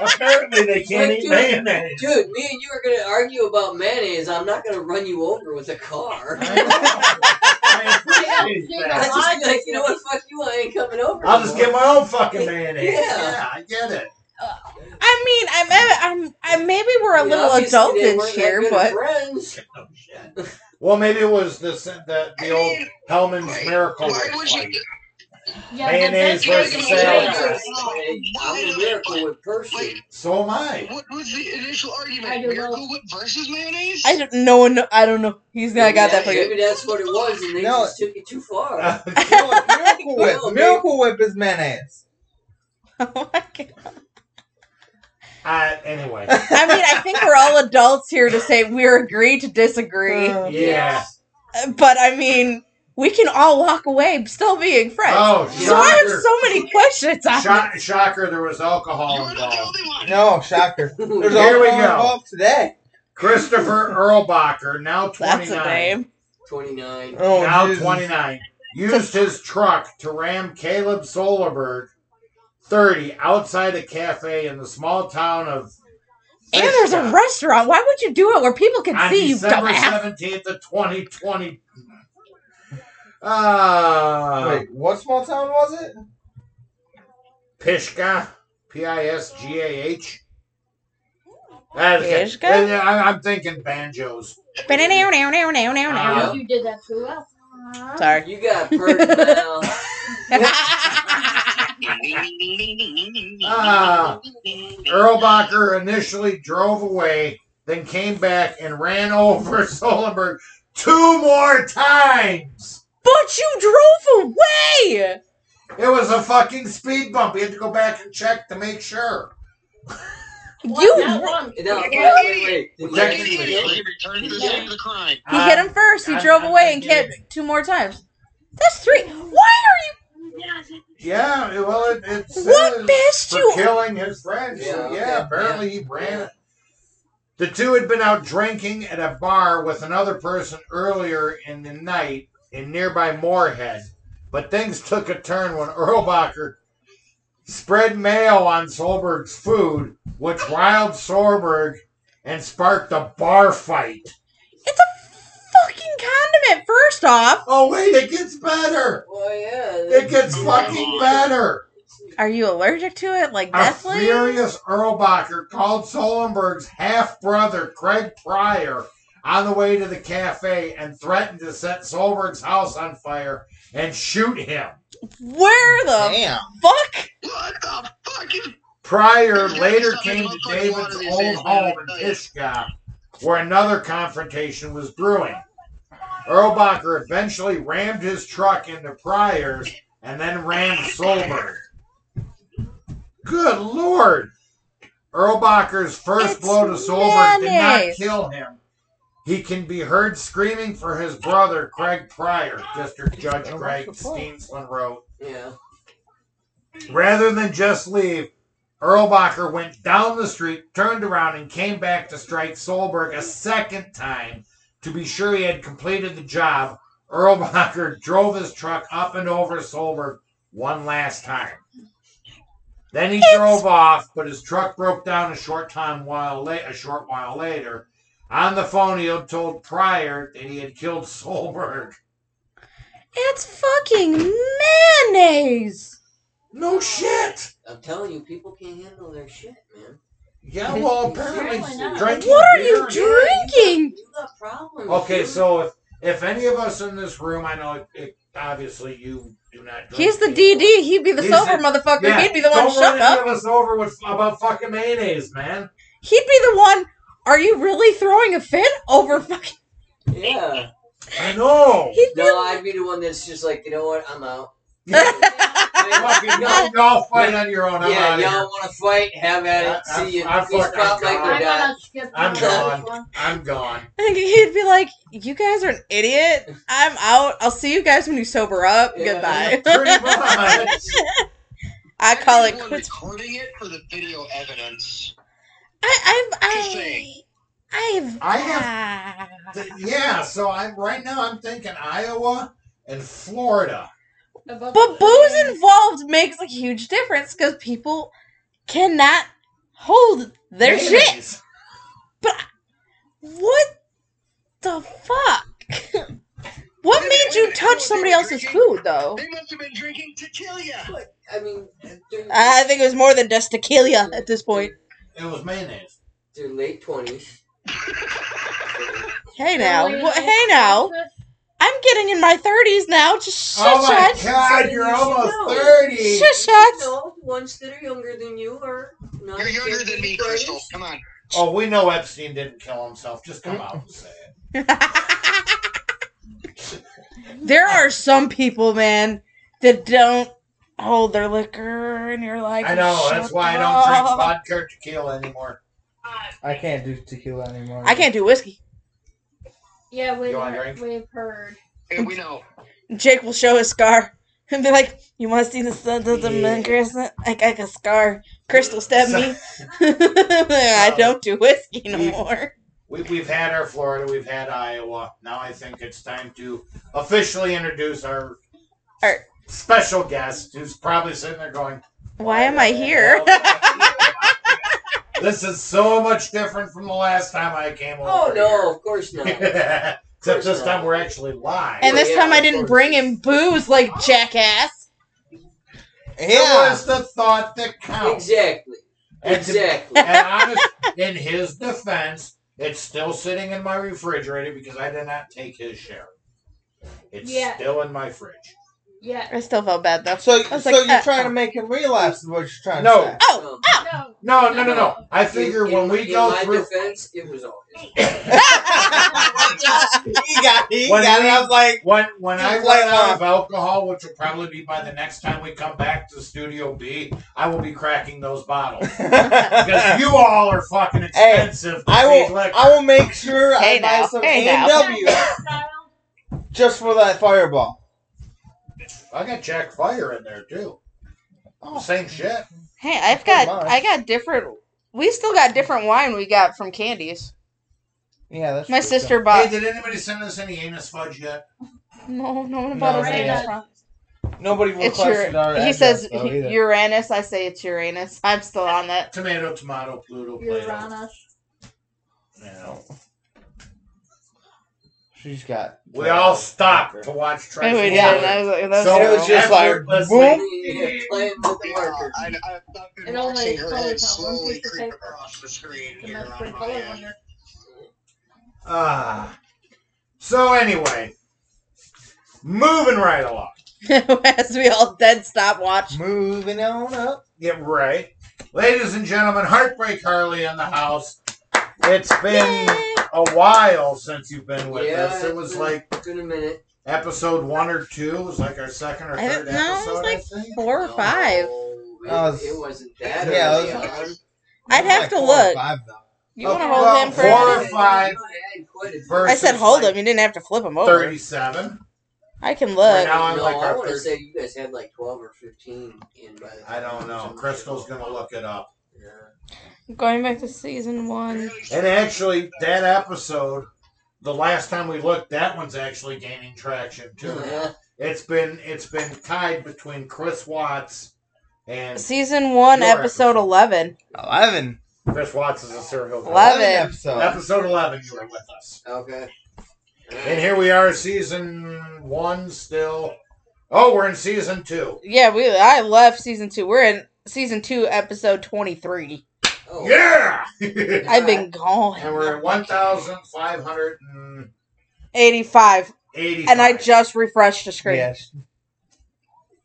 Speaker 6: Apparently, they can't eat mayonnaise.
Speaker 7: Dude, me and you are gonna argue about mayonnaise. I'm not gonna run you over with a car.
Speaker 6: I know. I appreciate
Speaker 7: I
Speaker 6: that.
Speaker 7: just be like, you know what? Fuck you. I ain't coming over.
Speaker 6: I'll just
Speaker 7: no
Speaker 6: get my own fucking mayonnaise.
Speaker 7: Yeah.
Speaker 6: Yeah, I get it.
Speaker 1: I mean, I'm, I'm, I'm maybe we're
Speaker 7: more.
Speaker 1: a
Speaker 7: I mean,
Speaker 1: little
Speaker 7: obviously they
Speaker 1: adultish
Speaker 7: weren't that
Speaker 1: here,
Speaker 7: good
Speaker 1: but
Speaker 7: friends.
Speaker 6: Oh, shit. Well, maybe it was the the, the old Hellman's
Speaker 8: Wait,
Speaker 6: Miracle.
Speaker 8: why would you-
Speaker 6: Whip.
Speaker 5: Yeah,
Speaker 6: Mayonnaise
Speaker 5: but that's-
Speaker 6: versus
Speaker 5: yeah,
Speaker 6: salad.
Speaker 7: I'm a miracle with Percy.
Speaker 6: so am I.
Speaker 8: What was the initial
Speaker 5: I
Speaker 8: argument?
Speaker 5: don't know.
Speaker 8: Miracle Whip versus mayonnaise?
Speaker 1: I don't. No one. kno- I don't know. He's not got that for
Speaker 7: Maybe
Speaker 1: you.
Speaker 7: that's what it was, and they
Speaker 2: No.
Speaker 7: just took it too far.
Speaker 6: Uh,
Speaker 2: Miracle Whip.
Speaker 7: Well,
Speaker 2: Miracle Whip is mayonnaise.
Speaker 1: Oh my God.
Speaker 6: I- anyway,
Speaker 1: I mean, I think we're all adults here to say we're agree to disagree.
Speaker 2: Uh,
Speaker 6: yeah.
Speaker 1: But I mean, we can all walk away still being friends.
Speaker 6: Oh,
Speaker 1: so I have
Speaker 6: shocker.
Speaker 1: so many questions. On
Speaker 6: Shock, shocker, there was alcohol
Speaker 8: You're not the
Speaker 6: involved.
Speaker 8: only one.
Speaker 2: No, shocker. There's
Speaker 6: Here we
Speaker 2: alcohol
Speaker 6: go.
Speaker 2: involved today.
Speaker 6: Christopher Erlbacher, now
Speaker 1: That's
Speaker 6: 29,
Speaker 1: a name.
Speaker 7: 29.
Speaker 2: Oh,
Speaker 6: now
Speaker 2: Jesus.
Speaker 6: 29, used his truck to ram Caleb Solerberg, 30, outside a cafe in the small town of.
Speaker 1: And there's a
Speaker 6: Fishtown.
Speaker 1: restaurant. Why would you do it where people can
Speaker 6: on
Speaker 1: see you,
Speaker 6: December
Speaker 1: dumbass?
Speaker 6: 17th of 2020. Ah,
Speaker 2: Wait, what small town was it?
Speaker 6: Pishka, P I S G A H. That's it.
Speaker 1: Pishka?
Speaker 6: And, uh, I- I'm thinking banjos.
Speaker 1: Ba-da-now-now-now-now-now.
Speaker 6: Uh,
Speaker 5: You did that too well.
Speaker 6: Uh-huh.
Speaker 1: Sorry.
Speaker 7: You got perked now.
Speaker 6: Ah,
Speaker 8: Uh,
Speaker 6: Erlbacher initially drove away, then came back and ran over Solenberg two more times.
Speaker 1: but you drove away.
Speaker 6: It was a fucking speed bump. He had to go back and check to make sure.
Speaker 5: What?
Speaker 1: You-
Speaker 5: Not one.
Speaker 7: No, wait, wait, wait.
Speaker 6: Well,
Speaker 7: Did you
Speaker 8: Like
Speaker 6: technically-
Speaker 7: actually
Speaker 8: an
Speaker 7: get
Speaker 8: idiot,
Speaker 7: it?
Speaker 8: he returned to the scene of the crime.
Speaker 1: He hit
Speaker 6: Um,
Speaker 1: him first. He
Speaker 6: I'm-
Speaker 1: drove
Speaker 6: I'm
Speaker 1: away and
Speaker 6: thinking-
Speaker 1: kept two more times. That's three. Why are
Speaker 6: Yeah, well, it, it
Speaker 1: you? What
Speaker 6: says-
Speaker 1: pissed
Speaker 6: for
Speaker 1: you?
Speaker 6: killing his friend. Yeah,
Speaker 7: Yeah,
Speaker 6: yeah
Speaker 7: okay.
Speaker 6: apparently he ran.
Speaker 7: Yeah.
Speaker 6: The two had been out drinking at a bar with another person earlier in the night in nearby Moorhead, but things took a turn when Erlbacher spread mayo on Solberg's food, which riled Solberg and sparked a bar fight.
Speaker 1: It's a fucking condiment. First off,
Speaker 6: Oh wait, it gets better.
Speaker 7: Well, yeah.
Speaker 6: It gets fucking better.
Speaker 1: are you allergic to it? Like
Speaker 6: A
Speaker 1: Deathly?
Speaker 6: furious Erlbacher called Solenberg's half brother, Craig Pryor, on the way to the cafe and threatened to set Solenberg's house on fire and shoot him.
Speaker 1: Where the
Speaker 2: Damn.
Speaker 1: fuck?
Speaker 8: What the fuck? is-
Speaker 6: Pryor later came to David's own home in Ishka, where another confrontation was brewing. Erlbacher eventually rammed his truck into Pryor's and then rammed Solberg. Good lord! Erlbacher's first
Speaker 1: It's
Speaker 6: blow to Solberg did not
Speaker 1: mayonnaise.
Speaker 6: kill him. He can be heard screaming for his brother, Craig Pryor, District Judge Craig Steensland wrote.
Speaker 7: Yeah.
Speaker 6: Rather than just leave, Erlbacher went down the street, turned around, and came back to strike Solberg a second time to be sure he had completed the job. Erlbacher drove his truck up and over Solberg one last time. Then he drove off, but his truck broke down a short time while la- a short while later. On the phone, he had told Pryor that he had killed Solberg.
Speaker 1: It's fucking mayonnaise.
Speaker 6: No shit.
Speaker 7: I'm telling you, people can't handle their shit, man.
Speaker 6: Yeah, well, apparently,
Speaker 5: Apparently not.
Speaker 6: drinking
Speaker 1: What are you
Speaker 6: beer-
Speaker 1: drinking?
Speaker 7: You got problems.
Speaker 6: Okay,
Speaker 7: dude.
Speaker 6: so if, if any of us in this room, I know it, it, obviously you do not. Drink
Speaker 1: He's the
Speaker 6: beer.
Speaker 1: DD. He'd be the
Speaker 6: He's
Speaker 1: sober
Speaker 6: the-
Speaker 1: motherfucker.
Speaker 6: Yeah,
Speaker 1: He'd be the one.
Speaker 6: Don't
Speaker 1: Shut
Speaker 6: run
Speaker 1: up.
Speaker 6: any of us over with about fucking mayonnaise, man.
Speaker 1: He'd be the one. Are you really throwing a fit over fucking?
Speaker 7: Yeah.
Speaker 6: I know.
Speaker 1: He'd be.
Speaker 7: No, I'd be the one that's just like, you know what? I'm out.
Speaker 6: Yeah. Fucking no golf fight on your own. I'm
Speaker 7: yeah,
Speaker 6: out
Speaker 7: y'all
Speaker 6: here.
Speaker 7: want to fight? Have at it.
Speaker 6: I- I-
Speaker 7: See you.
Speaker 6: I
Speaker 7: you
Speaker 6: fucking
Speaker 7: stop like
Speaker 5: I'm
Speaker 7: your dad.
Speaker 5: gonna skip
Speaker 6: I'm
Speaker 5: to the
Speaker 6: gone.
Speaker 5: next one.
Speaker 6: I'm gone.
Speaker 1: And he'd be like, "You guys are an idiot. I'm out. I'll see you guys when you sober up.
Speaker 7: Yeah.
Speaker 1: Goodbye."
Speaker 6: Pretty much.
Speaker 1: I call it
Speaker 8: Everyone
Speaker 1: quits.
Speaker 8: Recording it for the video evidence.
Speaker 1: I, I've,
Speaker 8: Just
Speaker 1: I,
Speaker 8: saying.
Speaker 1: I've,
Speaker 6: I Yeah, so I'm right now. I'm thinking Iowa and Florida.
Speaker 1: But booze involved makes a huge difference because people cannot hold their shit.
Speaker 6: Mayonnaise.
Speaker 1: What the fuck? what made
Speaker 8: Wait a minute, wait a
Speaker 1: you
Speaker 8: minute.
Speaker 1: touch somebody else's food,
Speaker 5: Oh.
Speaker 1: though?
Speaker 8: They must have been drinking tequila.
Speaker 7: But, I mean, they're,
Speaker 1: I think it was more than just tequila at this point.
Speaker 6: It was mayonnaise.
Speaker 7: they're late twenties.
Speaker 1: Hey now, wha- hey now. I'm getting in my 30s now. Just shut,
Speaker 6: oh my
Speaker 1: shut.
Speaker 6: god, you're almost
Speaker 7: No.
Speaker 6: thirty.
Speaker 1: Shut, shut.
Speaker 7: No, ones that are younger than you are not.
Speaker 8: You're younger than me,
Speaker 7: guilty
Speaker 8: Crystal. Come on.
Speaker 6: Oh, we know Epstein didn't kill himself. Just come out and say it.
Speaker 1: there are some people, man, that don't hold their liquor, and you're like,
Speaker 6: I know. That's
Speaker 1: shut
Speaker 6: why I don't drink
Speaker 1: up.
Speaker 6: vodka or tequila anymore.
Speaker 2: I can't do tequila anymore.
Speaker 1: I can't do whiskey.
Speaker 5: Yeah, we've,
Speaker 6: You wanna
Speaker 5: heard-
Speaker 6: drink?
Speaker 5: we've heard.
Speaker 8: Yeah, we know.
Speaker 1: Jake will show his scar and be like, "You want to see the sun of the moon crescent? I got a scar. Crystal stabbed me. I don't do whiskey no more."
Speaker 6: We, we've had our Florida. We've had Iowa. Now I think it's time to officially introduce our
Speaker 1: Our-
Speaker 6: special guest, who's probably sitting there going,
Speaker 1: Why am I
Speaker 6: Oh
Speaker 1: here?
Speaker 6: This is so much different from the last time I came over.
Speaker 7: Oh no, of course not.
Speaker 6: here. Except this time we're actually live.
Speaker 1: and this time I didn't bring him booze like jackass.
Speaker 6: It
Speaker 2: Yeah.
Speaker 6: was the thought that counts.
Speaker 7: exactly.
Speaker 6: And, to-
Speaker 7: Exactly.
Speaker 6: and honest, in his defense, it's still sitting in my refrigerator because I did not take his share. It's
Speaker 5: Yeah.
Speaker 6: still in my fridge.
Speaker 5: Yeah.
Speaker 1: I still felt bad though.
Speaker 2: So,
Speaker 1: I was
Speaker 2: so
Speaker 1: like,
Speaker 2: you're
Speaker 1: uh,
Speaker 2: trying to make him relapse is what you're trying
Speaker 6: No.
Speaker 2: to say.
Speaker 1: Oh,
Speaker 7: Um,
Speaker 5: No.
Speaker 6: No, no, no, no. I figure
Speaker 7: in-
Speaker 6: when we
Speaker 7: in
Speaker 6: go
Speaker 7: my
Speaker 6: through,
Speaker 7: defense, it was always.
Speaker 2: he got he
Speaker 6: When
Speaker 2: got it. I
Speaker 6: we-
Speaker 2: was like,
Speaker 6: when when I
Speaker 2: Just like
Speaker 6: run out of alcohol, which will probably be by the next time we come back to Studio B, I will be cracking those bottles. Because you all are fucking expensive. to
Speaker 2: I
Speaker 6: feed
Speaker 2: will
Speaker 6: liquor.
Speaker 2: I will make sure
Speaker 1: Hey
Speaker 2: I buy
Speaker 1: now,
Speaker 2: some
Speaker 1: hey now.
Speaker 2: A&W just for that fireball.
Speaker 6: I got Jack Fire in there too.
Speaker 2: Oh.
Speaker 6: Same shit.
Speaker 1: Hey, I've
Speaker 2: Pretty
Speaker 1: got
Speaker 2: much.
Speaker 1: I got different. We still got different wine we got from Candies.
Speaker 2: Yeah, that's
Speaker 1: My
Speaker 2: pretty
Speaker 1: sister
Speaker 6: Hey,
Speaker 1: bought.
Speaker 6: did anybody send us any anus fudge yet?
Speaker 1: No, no one
Speaker 2: No,
Speaker 1: bought us
Speaker 2: not
Speaker 1: any
Speaker 2: yet.
Speaker 1: from.
Speaker 2: cool. Nobody
Speaker 1: It's
Speaker 2: requested our.
Speaker 1: your. He
Speaker 2: address,
Speaker 1: says
Speaker 2: though, either.
Speaker 1: Uranus. I say it's Uranus. I'm still on that.
Speaker 6: Tomato, tomato, Pluto, Plato.
Speaker 5: Uranus.
Speaker 6: Yeah.
Speaker 2: she's got.
Speaker 6: We all stopped to watch
Speaker 1: And
Speaker 6: Treasure.
Speaker 1: we
Speaker 2: Oh,
Speaker 1: did.
Speaker 2: Yeah.
Speaker 1: and I was like, that's
Speaker 6: So
Speaker 2: it was
Speaker 1: terrible.
Speaker 2: just like
Speaker 6: Effortlessly.
Speaker 2: boom.
Speaker 7: playing with the
Speaker 8: Yeah,
Speaker 7: marker.
Speaker 8: I, I've I've been
Speaker 5: It only
Speaker 8: watching her
Speaker 5: colours
Speaker 8: head
Speaker 5: that one
Speaker 8: slowly
Speaker 5: piece of
Speaker 8: creep
Speaker 5: paper.
Speaker 8: across the screen
Speaker 5: The
Speaker 8: here
Speaker 5: most
Speaker 8: on my
Speaker 5: color one
Speaker 8: end.
Speaker 5: here.
Speaker 6: Ah. So anyway, moving right along.
Speaker 1: As we all dead stop watch.
Speaker 2: Moving on up.
Speaker 6: Yeah, right. Ladies and gentlemen, Heartbreak Harley in the house. It's been
Speaker 1: Yay.
Speaker 6: a while since you've been with
Speaker 7: Yeah,
Speaker 6: us. It was
Speaker 7: it's
Speaker 6: like
Speaker 7: been a minute.
Speaker 6: episode one or two. It was like our second or
Speaker 1: I
Speaker 6: third
Speaker 1: don't know. It
Speaker 6: episode.
Speaker 1: was
Speaker 6: I
Speaker 1: like
Speaker 6: think.
Speaker 1: four or five.
Speaker 7: No, it,
Speaker 2: Oh, it's-
Speaker 7: it wasn't that
Speaker 2: yeah,
Speaker 7: early
Speaker 2: it was-
Speaker 7: on.
Speaker 1: I'd have
Speaker 2: Like
Speaker 1: to
Speaker 2: four or
Speaker 1: look.
Speaker 2: five, though.
Speaker 1: You want to
Speaker 6: Oh,
Speaker 1: hold
Speaker 6: well,
Speaker 1: him for?
Speaker 6: four
Speaker 1: a
Speaker 6: or
Speaker 1: minute?
Speaker 6: five
Speaker 7: I had quite a bit.
Speaker 1: I
Speaker 6: versus
Speaker 1: said hold
Speaker 6: like
Speaker 1: him. You didn't have to flip him over.
Speaker 6: Thirty-seven.
Speaker 1: I can
Speaker 6: Right
Speaker 1: look.
Speaker 6: now I'm
Speaker 7: no,
Speaker 6: like
Speaker 7: I
Speaker 6: our
Speaker 7: want to
Speaker 6: third.
Speaker 7: say you guys had like 12 or 15 in by the
Speaker 6: I
Speaker 7: time
Speaker 6: don't
Speaker 7: it was
Speaker 6: know.
Speaker 7: on the
Speaker 6: Crystal's
Speaker 7: show.
Speaker 6: gonna look it up.
Speaker 7: Yeah.
Speaker 1: Going back to season one.
Speaker 6: And actually, that episode, the last time we looked, that one's actually gaining traction too.
Speaker 7: Yeah.
Speaker 6: It's been it's been tied between Chris Watts and
Speaker 1: Season one,
Speaker 6: Your
Speaker 1: episode
Speaker 6: episode.
Speaker 1: eleven.
Speaker 2: Eleven.
Speaker 6: Chris Watts is a serial killer.
Speaker 1: Eleven.
Speaker 2: episodes.
Speaker 6: Episode 11, you were with us.
Speaker 7: Okay.
Speaker 6: And here we are, season one still. Oh, we're in season two.
Speaker 1: Yeah, we. I left season two. We're in season two, episode twenty-three.
Speaker 7: Oh,
Speaker 6: Yeah!
Speaker 1: I've been
Speaker 6: and
Speaker 1: gone.
Speaker 6: we're at 1,585.
Speaker 1: Eighty-five, and I just refreshed the screen.
Speaker 2: Yes.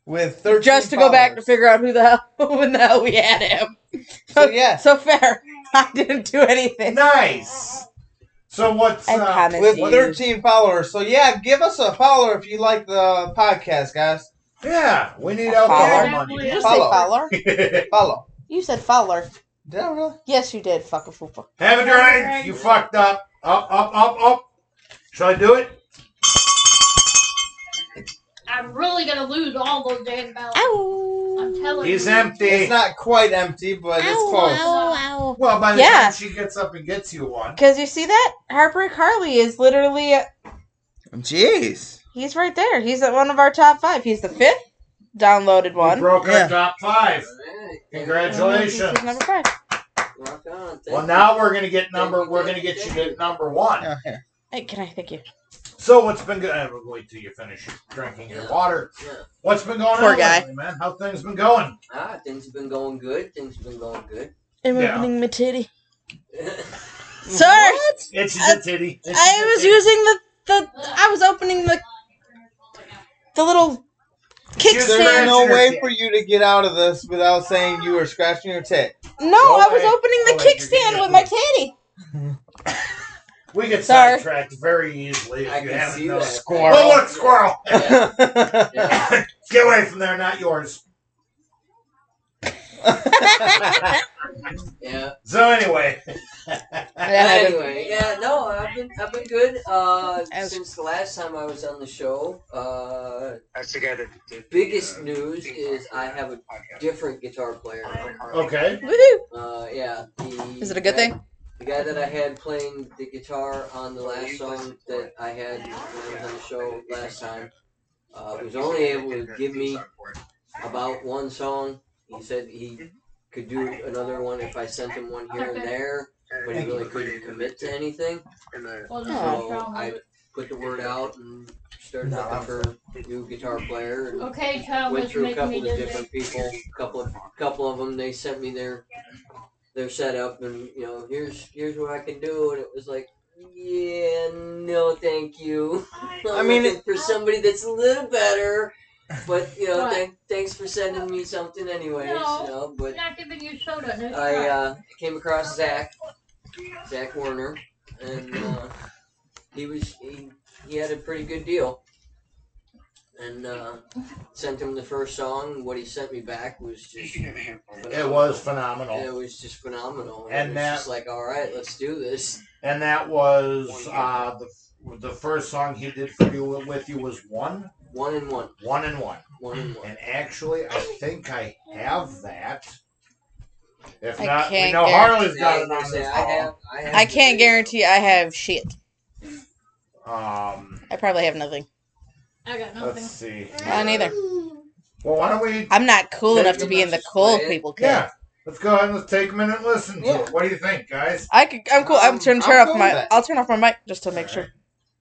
Speaker 2: With thirteen.
Speaker 1: just to go back to
Speaker 2: followers.
Speaker 1: figure out who the hell when the hell we had him.
Speaker 2: So yeah,
Speaker 1: So fair. I didn't do anything.
Speaker 6: Nice! So what's.
Speaker 1: I
Speaker 6: Uh,
Speaker 1: promise
Speaker 2: with
Speaker 1: you.
Speaker 2: thirteen followers. So yeah, give us a follower if you like the podcast, guys.
Speaker 6: Yeah, we need
Speaker 1: Follow.
Speaker 6: alcohol
Speaker 5: Follow.
Speaker 6: money.
Speaker 1: Did you say
Speaker 9: Follow.
Speaker 1: Fowler?
Speaker 9: Follow.
Speaker 1: You said Fowler.
Speaker 9: Did I really?
Speaker 1: Yes, you did. Fuck a fupa.
Speaker 6: Have a drink. You fucked up. Up, up, up, up. Shall I do it?
Speaker 5: I'm really gonna lose all those damn ballots.
Speaker 1: Ow.
Speaker 5: I'm telling
Speaker 6: He's
Speaker 5: you.
Speaker 9: It's
Speaker 6: empty.
Speaker 9: not quite empty, but it's close.
Speaker 1: ow, ow.
Speaker 6: Well, by the
Speaker 1: Yeah.
Speaker 6: time she gets up and gets you one,
Speaker 1: Because you see that? Heartbreak Harley is literally,
Speaker 9: Jeez.
Speaker 1: he's right there. He's at one of our top five. He's the fifth downloaded
Speaker 6: you
Speaker 1: one.
Speaker 6: broke
Speaker 9: Yeah.
Speaker 6: our top five.
Speaker 7: Alright.
Speaker 1: This
Speaker 6: Congratulations.
Speaker 1: is number five.
Speaker 7: Rock on. Thank
Speaker 6: Well,
Speaker 7: you.
Speaker 6: now we're gonna get number.
Speaker 7: Thank you,
Speaker 6: We're gonna
Speaker 7: thank you,
Speaker 6: get you
Speaker 7: thank you.
Speaker 6: to number one.
Speaker 9: Oh, here.
Speaker 1: Hey, can I thank you?
Speaker 6: So what's been going? Uh, wait till you finish drinking your water.
Speaker 7: Yeah.
Speaker 6: What's been going
Speaker 1: Poor
Speaker 6: on,
Speaker 1: guy.
Speaker 6: lately, man? How things been going?
Speaker 7: Ah, things have been going good. Things have been going good.
Speaker 1: I'm
Speaker 6: Yeah.
Speaker 1: opening my titty. Sorry,
Speaker 6: It's
Speaker 1: I-
Speaker 6: a titty. It's
Speaker 1: I
Speaker 6: a
Speaker 1: was
Speaker 6: titty.
Speaker 1: using the, the, I was opening the,
Speaker 5: Oh
Speaker 1: the little
Speaker 9: There's
Speaker 1: kickstand.
Speaker 9: no
Speaker 6: Scratch your
Speaker 9: way
Speaker 6: tit.
Speaker 9: for you to get out of this without saying you were scratching your tit.
Speaker 1: No, I was
Speaker 6: away.
Speaker 1: opening
Speaker 6: Go away,
Speaker 1: the
Speaker 6: you're getting
Speaker 1: kickstand with my titty.
Speaker 6: We get
Speaker 1: Sorry.
Speaker 6: sidetracked very easily if
Speaker 7: I
Speaker 6: you
Speaker 7: can
Speaker 6: haven't
Speaker 7: see
Speaker 6: noticed.
Speaker 7: that.
Speaker 9: Squirrel.
Speaker 6: Oh, look, squirrel!
Speaker 7: Yeah.
Speaker 6: Get away from there, not yours.
Speaker 7: yeah.
Speaker 6: So anyway,
Speaker 7: Anyway, yeah, no, I've been I've been good. Uh,
Speaker 1: As-
Speaker 7: since the last time I was on the show, uh,
Speaker 8: That's the guy that did
Speaker 7: biggest
Speaker 8: uh,
Speaker 7: news
Speaker 8: Pink
Speaker 7: is I
Speaker 8: Floyd
Speaker 7: have a
Speaker 8: podcast.
Speaker 7: different guitar player. now.
Speaker 6: okay.
Speaker 1: Woohoo.
Speaker 7: Uh, yeah. The
Speaker 1: Is it a good
Speaker 7: guy-
Speaker 1: thing?
Speaker 7: The guy that I had playing the guitar on the last song that I had when I was on the show last time uh, was only able to give me about one song. He said he could do another one if I sent him one here and there, but he really couldn't commit to anything.
Speaker 5: Well,
Speaker 1: Oh.
Speaker 5: there's nothing
Speaker 7: So
Speaker 5: wrong
Speaker 7: I
Speaker 5: with it.
Speaker 7: put the word out and started looking for a new guitar player and
Speaker 5: Okay, Tom
Speaker 7: went
Speaker 5: was
Speaker 7: through a
Speaker 5: making me
Speaker 7: couple
Speaker 5: do
Speaker 7: of
Speaker 5: this.
Speaker 7: different people, couple of couple of them. They sent me their their setup, and you know, here's here's what I can do, and it was like, yeah, no, thank you. i
Speaker 9: I mean,
Speaker 7: mean, for somebody that's a little better, but you know,
Speaker 5: What?
Speaker 7: thank, thanks for sending me something, anyways.
Speaker 5: No.
Speaker 7: You know, but
Speaker 5: I'm not giving you soda. No,
Speaker 7: I
Speaker 5: crap.
Speaker 7: uh, came across Zach, Zach Warner, and uh, he was he, he had a pretty good deal. And uh, sent him the first song. What he sent me back was just
Speaker 6: It was
Speaker 7: it
Speaker 6: phenomenal,
Speaker 7: was just phenomenal.
Speaker 6: And
Speaker 7: And it was
Speaker 6: that-
Speaker 7: just like, all right, let's do this.
Speaker 6: and that was uh, the the first song he did for you with you was one,
Speaker 7: One and one,
Speaker 6: one and one.
Speaker 7: one and one.
Speaker 6: And actually, I think I have that. If
Speaker 1: I
Speaker 6: not, we
Speaker 1: can't
Speaker 6: know Harley's
Speaker 1: guarantee-
Speaker 7: Yeah, I
Speaker 6: got it
Speaker 7: was gonna
Speaker 6: on
Speaker 7: say,
Speaker 6: this
Speaker 7: I have,
Speaker 6: call.
Speaker 7: I, have
Speaker 1: I
Speaker 7: the
Speaker 1: can't
Speaker 7: video.
Speaker 1: guarantee I have shit.
Speaker 6: Um,
Speaker 1: I probably have nothing.
Speaker 5: I got
Speaker 6: let's
Speaker 5: nothing.
Speaker 6: see.
Speaker 1: I don't either.
Speaker 6: Well, why don't we?
Speaker 1: I'm not cool
Speaker 7: Then
Speaker 1: enough
Speaker 7: you
Speaker 1: to be
Speaker 7: must
Speaker 1: in the
Speaker 7: just
Speaker 1: cool
Speaker 7: play it.
Speaker 1: people club.
Speaker 6: Yeah, let's go ahead and let's take a minute and listen to
Speaker 9: Yeah.
Speaker 6: it. What do you think, guys?
Speaker 1: I could. I'm cool. I'm
Speaker 9: Um,
Speaker 1: turn
Speaker 9: I'm
Speaker 1: turn off
Speaker 9: cool with
Speaker 1: my.
Speaker 9: that.
Speaker 1: I'll turn off my mic just to make sure.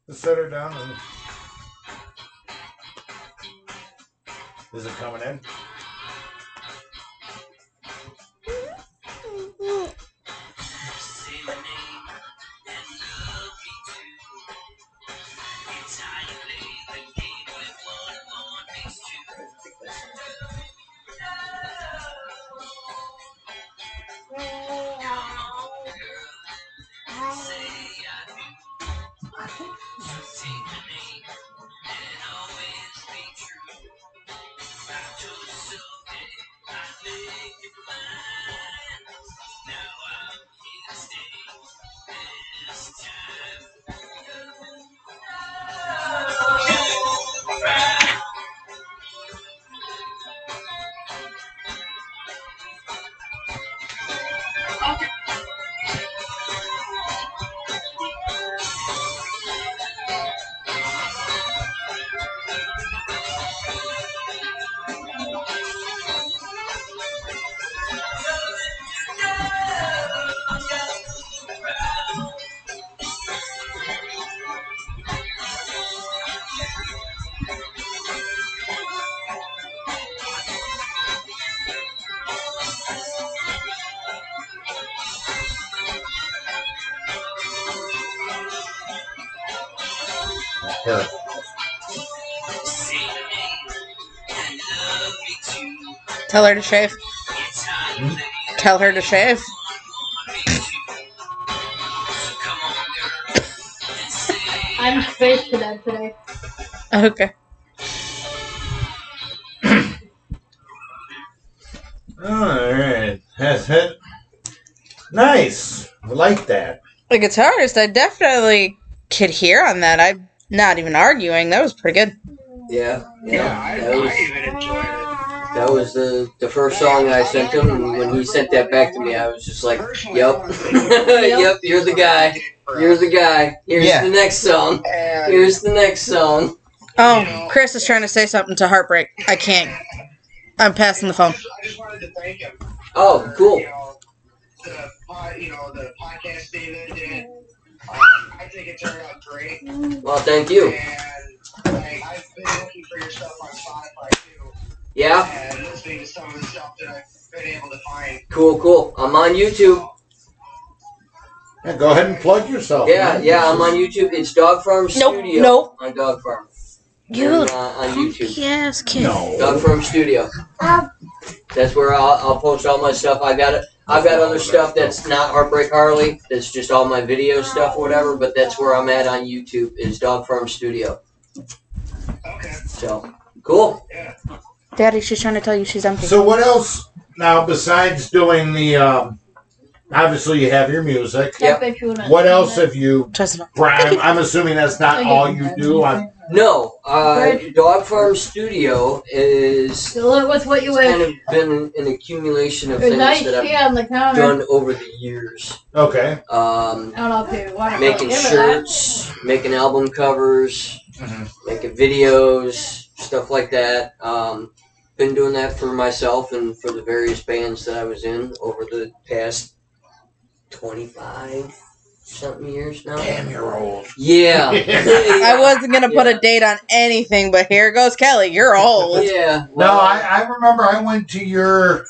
Speaker 6: Let's set her down. And... Is it coming in? Here.
Speaker 1: Tell her to shave. Tell her to shave.
Speaker 5: I'm space cadet today.
Speaker 1: Okay.
Speaker 6: Alright. That's it. Nice. I like that.
Speaker 1: The guitarist, I definitely could hear on that. I'm not even arguing. That was pretty good.
Speaker 7: Yeah, yeah.
Speaker 8: Yeah, I,
Speaker 7: that was
Speaker 8: I even enjoyed it.
Speaker 7: that was the the first song I sent him. And when he sent that back to me, I was just like,
Speaker 8: Personally, I
Speaker 7: "Yep,
Speaker 8: wanna say-
Speaker 7: yep, you're the guy. You're the guy. Here's
Speaker 9: Yeah.
Speaker 7: the next song.
Speaker 8: And-
Speaker 7: Here's the next song."
Speaker 1: Oh, Chris is trying to say something to Heartbreak. I can't. I'm passing the phone.
Speaker 8: I just wanted to thank him.
Speaker 7: Oh, cool.
Speaker 8: You know, the, po- you know, the podcast David did. Um, I think it turned out great.
Speaker 7: Well, thank you.
Speaker 8: And like, I've been looking for your stuff on Spotify too,
Speaker 7: Yeah,
Speaker 8: and listening to some of the stuff that I've been able to find.
Speaker 7: cool, cool. I'm on YouTube.
Speaker 6: Yeah, go ahead and plug yourself.
Speaker 7: Yeah,
Speaker 6: man.
Speaker 7: yeah, I'm on YouTube. It's Dog Farm
Speaker 1: Nope,
Speaker 7: Studio
Speaker 1: nope.
Speaker 7: on Dog Farm.
Speaker 1: You
Speaker 7: And, uh, on YouTube.
Speaker 1: punky ass kid.
Speaker 7: Dog
Speaker 6: No.
Speaker 7: Farm Studio. That's where I'll, I'll post all my stuff. I got it. I've got other stuff that's not Heartbreak Harley. That's just all my video stuff, or whatever. But that's where I'm at on YouTube. Is Dog Farm Studio.
Speaker 8: Okay.
Speaker 7: So cool.
Speaker 1: Daddy, she's trying to tell you she's empty.
Speaker 6: So what else now besides doing the um obviously you have your music.
Speaker 7: Yep.
Speaker 5: That bitch wouldn't-
Speaker 6: What else have you
Speaker 1: Toss it up.
Speaker 6: I'm, I'm assuming that's not all you do. I'm,
Speaker 7: No, uh,
Speaker 5: Right.
Speaker 7: Dog Farm Studio is
Speaker 5: Fill it with what you
Speaker 7: kind
Speaker 5: wish.
Speaker 7: of been an accumulation of
Speaker 5: There's
Speaker 7: things
Speaker 5: nice
Speaker 7: that I've
Speaker 5: tea on the counter.
Speaker 7: done over the years.
Speaker 6: okay.
Speaker 7: Um,
Speaker 5: I don't know if you want to
Speaker 7: making
Speaker 5: give it
Speaker 7: shirts, making album covers,
Speaker 6: Mhm.
Speaker 7: making videos, stuff like that. Um, been doing that for myself and for the various bands that I was in over the past 25 something years now.
Speaker 6: Damn, you're old.
Speaker 7: Yeah.
Speaker 1: I wasn't gonna put a date on anything, but here goes Kelly. You're old.
Speaker 7: Yeah.
Speaker 6: No,
Speaker 7: well,
Speaker 6: I, I remember I went to your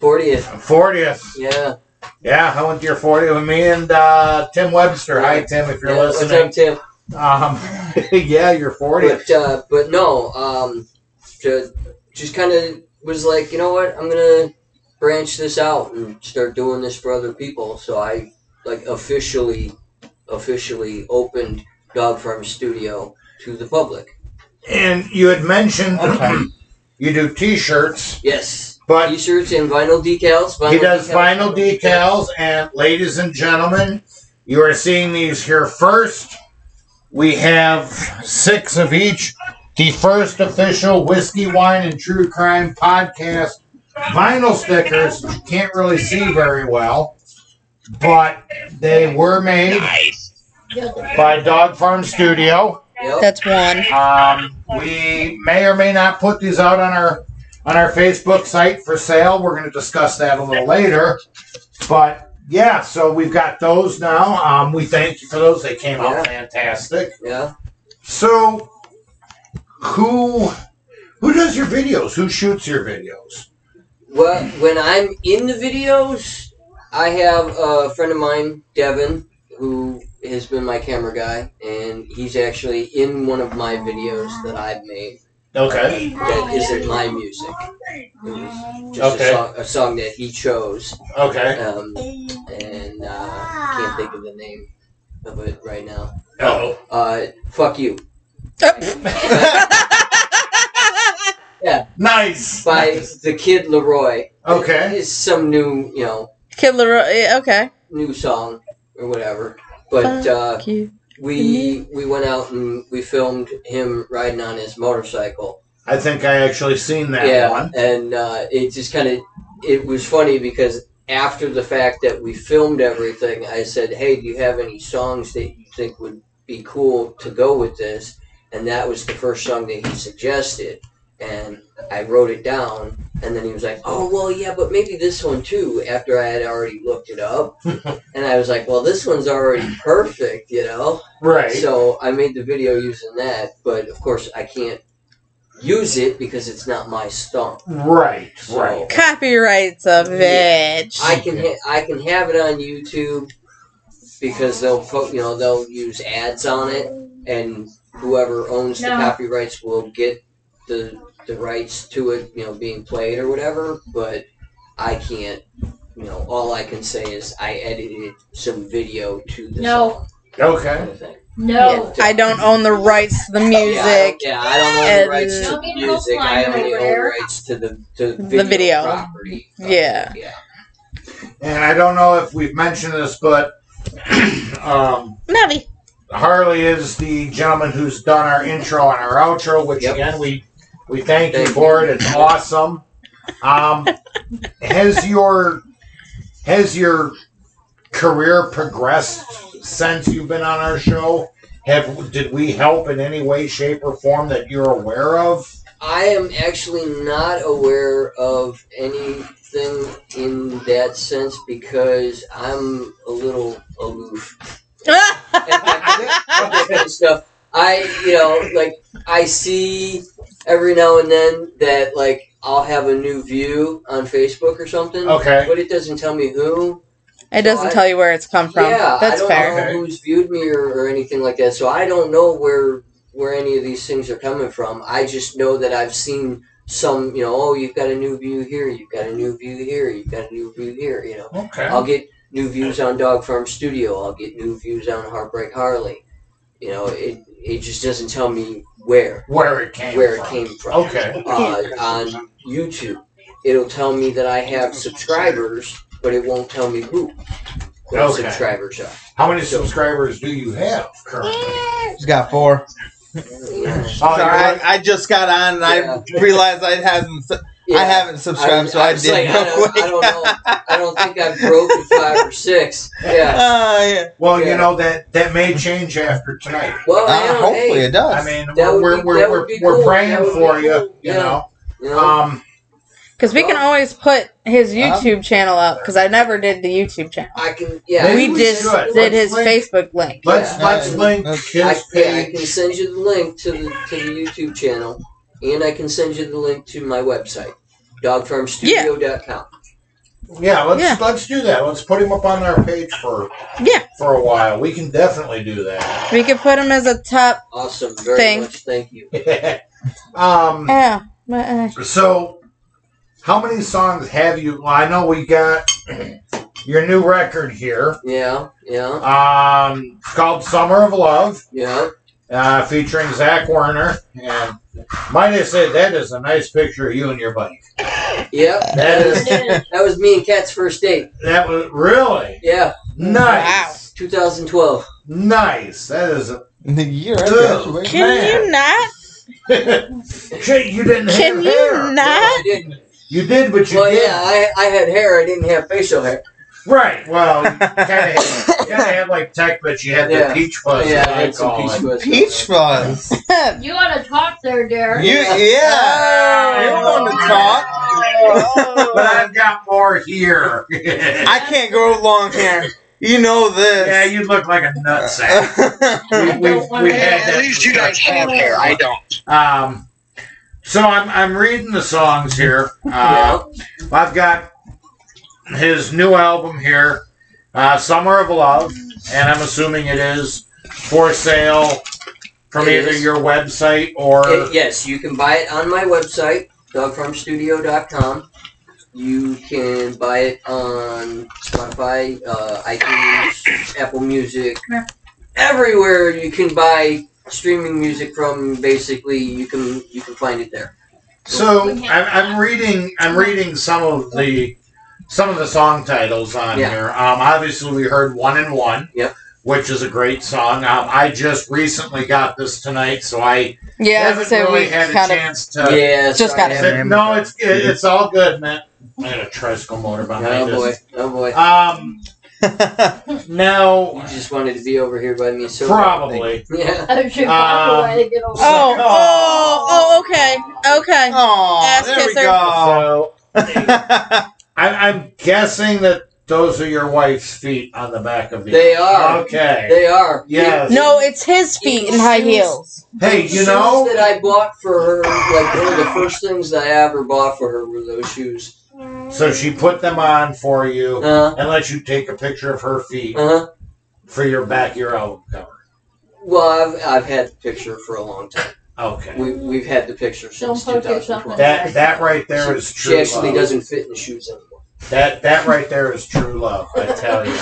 Speaker 7: 40th.
Speaker 6: 40th.
Speaker 7: Yeah.
Speaker 6: Yeah, I went to your 40th with me and uh, Tim Webster. Hi, Tim, if you're
Speaker 7: yeah what's up,
Speaker 6: listening.
Speaker 7: Tim?
Speaker 6: Um, yeah, your 40th.
Speaker 7: But uh, but no, um, ju- just kind of was like, you know what? I'm gonna branch this out and start doing this for other people. So I like officially, officially opened Dog Farm Studio to the public.
Speaker 6: And you had mentioned
Speaker 9: Okay.
Speaker 6: you do T-shirts,
Speaker 7: Yes,
Speaker 6: but
Speaker 7: T-shirts and vinyl decals. Vinyl
Speaker 6: he does
Speaker 7: decals.
Speaker 6: vinyl decals. And ladies and gentlemen, you are seeing these here first. We have six of each. The first official whiskey, wine, and true crime podcast vinyl stickers. that you Can't really see very well, but they were made
Speaker 5: Yep.
Speaker 6: by Dog Farm Studio.
Speaker 7: Yep.
Speaker 1: That's one.
Speaker 6: Um, we may or may not put these out on our on our Facebook site for sale. We're going to discuss that a little later. But yeah, so we've got those now. Um, we thank you for those. They came out fantastic.
Speaker 7: Yeah.
Speaker 6: So who who does your videos? Who shoots your videos?
Speaker 7: Well, when I'm in the videos, I have a friend of mine, Devin, who has been my camera guy, and he's actually in one of my videos that I've made.
Speaker 6: Okay.
Speaker 7: That isn't my music. It was just
Speaker 6: Okay.
Speaker 7: a, song, a song that he chose,
Speaker 6: Okay.
Speaker 7: um, and uh, can't think of the name of it right now.
Speaker 6: Oh.
Speaker 7: Uh, fuck you.
Speaker 1: Oh,
Speaker 6: Nice.
Speaker 7: By the kid Leroy.
Speaker 6: Okay.
Speaker 7: It's some new, you know,
Speaker 1: Kid Leroy. yeah, Okay.
Speaker 7: new song or whatever. But uh,
Speaker 1: Fuck you.
Speaker 7: we we went out and we filmed him riding on his motorcycle.
Speaker 6: I think I actually seen that
Speaker 7: yeah,
Speaker 6: one.
Speaker 7: and uh, it just kind of it was funny because after the fact that we filmed everything, I said, "Hey, do you have any songs that you think would be cool to go with this?" And that was the first song that he suggested, and I wrote it down. And then he was like, "Oh, well, yeah, but maybe this one too." After I had already looked it up, and I was like, "Well, this one's already perfect," you know.
Speaker 6: Right.
Speaker 7: So I made the video using that, but of course I can't use it because it's not my stump.
Speaker 6: right.
Speaker 7: So
Speaker 6: Right.
Speaker 1: Copyrights a bitch.
Speaker 7: I can ha- I can have it on YouTube because they'll put you know they'll use ads on it, and whoever owns the
Speaker 5: No.
Speaker 7: copyrights will get the the rights to it, you know, being played or whatever. But I can't. You know, all I can say is I edited some video to the
Speaker 5: No.
Speaker 7: song.
Speaker 6: Okay.
Speaker 7: kind of thing.
Speaker 5: No.
Speaker 1: I don't own the rights to the
Speaker 7: Yeah, I
Speaker 1: music.
Speaker 7: don't, yeah, I don't own the rights
Speaker 1: and-
Speaker 7: to the music. I only own rights to the to
Speaker 1: The
Speaker 7: video,
Speaker 1: video.
Speaker 7: property.
Speaker 1: Yeah.
Speaker 7: Yeah.
Speaker 6: And I don't know if we've mentioned this, but um,
Speaker 1: Navi.
Speaker 6: Harley is the gentleman who's done our intro and our outro, which
Speaker 7: Yep.
Speaker 6: again we we thank,
Speaker 7: Thank
Speaker 6: you for it. It's awesome. Um, has your has your career progressed since you've been on our show? Have did we help in any way, shape, or form that you're aware of?
Speaker 7: I am actually not aware of anything in that sense because I'm a little aloof. All that kind of stuff. I, you know, like I see every now and then that like I'll have a new view on Facebook or something,
Speaker 6: Okay.
Speaker 7: but it doesn't tell me who.
Speaker 1: It doesn't tell you where it's come from.
Speaker 7: Yeah, I
Speaker 1: That's
Speaker 7: don't
Speaker 1: fair.
Speaker 7: know who's viewed me or, or anything like that, so I don't know where where any of these things are coming from. I just know that I've seen some, you know, oh, you've got a new view here, you've got a new view here, you've got a new view here. You know,
Speaker 6: Okay.
Speaker 7: I'll get new views on Dog Farm Studio. I'll get new views on Heartbreak Harley. You know, it it just doesn't tell me where
Speaker 6: Where it came
Speaker 7: where
Speaker 6: from.
Speaker 7: it came from.
Speaker 6: Okay.
Speaker 7: Uh, on YouTube, it'll tell me that I have subscribers, but it won't tell me who those
Speaker 6: Okay.
Speaker 7: subscribers are.
Speaker 6: How many subscribers do you have currently?
Speaker 9: She's got four.
Speaker 7: Yeah.
Speaker 6: Oh,
Speaker 9: Sorry,
Speaker 6: you're right.
Speaker 9: I, I just got on and I realized I haven't su- I haven't subscribed, so I,
Speaker 7: was
Speaker 9: did
Speaker 7: like, I
Speaker 9: real
Speaker 7: don't,
Speaker 9: quick.
Speaker 7: I don't know. I don't think I've broken five or six. Yeah.
Speaker 9: Oh, yeah.
Speaker 6: Well,
Speaker 7: Yeah.
Speaker 6: you know that that may change after tonight.
Speaker 7: Well, I
Speaker 9: Uh,
Speaker 7: don't-
Speaker 9: hopefully
Speaker 7: hey,
Speaker 9: it does.
Speaker 6: I mean,
Speaker 7: That
Speaker 6: we're
Speaker 7: would
Speaker 6: we're,
Speaker 7: be- that
Speaker 6: we're,
Speaker 7: would
Speaker 6: we're,
Speaker 7: be
Speaker 6: we're
Speaker 7: cool.
Speaker 6: praying
Speaker 7: That would
Speaker 6: for
Speaker 7: be
Speaker 6: you.
Speaker 7: cool.
Speaker 6: You
Speaker 7: Yeah.
Speaker 6: know,
Speaker 7: you know,
Speaker 6: um,
Speaker 1: Because we can
Speaker 7: Well-
Speaker 1: always put his
Speaker 9: Yeah.
Speaker 1: YouTube channel up. Because I never did the YouTube channel.
Speaker 7: I can. Yeah.
Speaker 1: we
Speaker 6: we
Speaker 1: just
Speaker 6: should.
Speaker 1: did his
Speaker 6: Let's link-
Speaker 1: Facebook link.
Speaker 6: let's
Speaker 7: Yeah.
Speaker 6: let's link
Speaker 9: Uh,
Speaker 7: I,
Speaker 6: his
Speaker 7: yeah, I
Speaker 6: page.
Speaker 7: can send you the link to the to the YouTube channel, and I can send you the link to my website, dogfarmstudio.com.
Speaker 6: Yeah, let's
Speaker 1: Yeah.
Speaker 6: let's do that. Let's put him up on our page for
Speaker 1: Yeah.
Speaker 6: for a while. We can definitely do that.
Speaker 1: We could put him as a top.
Speaker 7: Awesome. Very
Speaker 1: Thing.
Speaker 7: much. Thank you.
Speaker 6: um,
Speaker 1: Yeah. but, uh,
Speaker 6: so how many songs have you? Well, I know we got your new record here.
Speaker 7: Yeah. Yeah.
Speaker 6: Um, it's called Summer of Love.
Speaker 7: Yeah.
Speaker 6: uh, featuring Zach Werner. And might I say that is a nice picture of you and your buddy.
Speaker 7: Yeah.
Speaker 6: That is
Speaker 7: That was me and Kat's first date.
Speaker 6: that was really
Speaker 7: Yeah.
Speaker 6: nice,
Speaker 7: 2012.
Speaker 6: nice. That is a,
Speaker 9: The year I
Speaker 6: Ugh.
Speaker 9: graduated.
Speaker 1: Can
Speaker 6: Man.
Speaker 1: you not?
Speaker 6: shit. You didn't
Speaker 1: Can
Speaker 6: have
Speaker 1: you
Speaker 6: hair.
Speaker 1: not?
Speaker 7: No, I didn't.
Speaker 6: You did, but you
Speaker 7: Well,
Speaker 6: did
Speaker 7: yeah, I, I had hair. I didn't have facial hair.
Speaker 6: right. Well, kind of had like tech, but you had
Speaker 7: Yeah.
Speaker 6: the peach fuzz.
Speaker 7: Oh, yeah,
Speaker 6: as
Speaker 7: I
Speaker 6: I
Speaker 7: had some
Speaker 6: call
Speaker 7: peach
Speaker 6: it.
Speaker 7: fuzz.
Speaker 9: Peach fuzz.
Speaker 5: You ought to talk there, Derek.
Speaker 9: You, yeah. You're one to talk.
Speaker 6: But I've got more here.
Speaker 9: I can't grow long hair. You know
Speaker 6: yeah,
Speaker 9: this.
Speaker 6: you look like a nutsack.
Speaker 5: I
Speaker 6: we,
Speaker 5: don't
Speaker 6: we,
Speaker 5: wanna
Speaker 6: we
Speaker 5: hear
Speaker 6: had
Speaker 5: that.
Speaker 6: that
Speaker 8: At least you guys have hair. I don't.
Speaker 6: Um, so I'm, I'm reading the songs here.
Speaker 7: Yeah.
Speaker 6: Uh, I've got his new album here, uh, Summer of Love, and I'm assuming it is for sale from
Speaker 7: It
Speaker 6: either
Speaker 7: is.
Speaker 6: your website or.
Speaker 7: It- yes, you can buy it on my website, dogfarmstudio.com. You can buy it on Spotify, uh, iTunes, Apple Music, everywhere you can buy streaming music from. Basically, you can you can find it there.
Speaker 6: so I'm, I'm reading I'm reading some of the some of the song titles on
Speaker 7: Yeah.
Speaker 6: here. Um, obviously we heard one and one.
Speaker 7: Yep.
Speaker 6: Which is a great song. Um, I just recently got this tonight, so I
Speaker 1: Yeah,
Speaker 6: haven't
Speaker 1: so
Speaker 6: really
Speaker 1: we
Speaker 6: had a
Speaker 1: kind of.
Speaker 6: chance to
Speaker 7: yeah,
Speaker 1: just
Speaker 7: sorry,
Speaker 1: got
Speaker 6: Is
Speaker 7: I-
Speaker 9: it.
Speaker 6: it- no, it's it, it's all good, man. I got a tricycle motor
Speaker 7: Oh
Speaker 6: behind
Speaker 7: boy,
Speaker 6: us.
Speaker 7: oh boy.
Speaker 6: Um,
Speaker 7: You
Speaker 6: now
Speaker 7: just wanted to be over here by me, so
Speaker 6: probably.
Speaker 7: yeah.
Speaker 5: I should walk
Speaker 9: Uh,
Speaker 6: Um,
Speaker 5: away to get over.
Speaker 1: Oh, oh, oh, okay. Okay.
Speaker 9: oh,
Speaker 1: Ass
Speaker 9: there we
Speaker 1: kisser.
Speaker 9: go.
Speaker 6: So I, I'm guessing that those are your wife's feet on the back of the.
Speaker 7: They are.
Speaker 6: Okay.
Speaker 7: They are.
Speaker 6: Yes.
Speaker 1: No, it's his feet in high heels.
Speaker 6: Hey,
Speaker 7: The
Speaker 6: you know.
Speaker 7: shoes that I bought for her, like one of the first things that I ever bought for her were those shoes.
Speaker 6: So she put them on for you
Speaker 7: Uh
Speaker 6: and let you take a picture of her feet
Speaker 7: huh.
Speaker 6: for your back your album cover.
Speaker 7: Well, I've, I've had the picture for a long time.
Speaker 6: Okay.
Speaker 7: We, we've had the picture since
Speaker 5: Don't poke
Speaker 7: 2012.
Speaker 5: yourself in the
Speaker 6: That that right there is true.
Speaker 7: she actually
Speaker 6: love.
Speaker 7: doesn't fit in the shoes anymore.
Speaker 6: That that right there is true love. I tell you.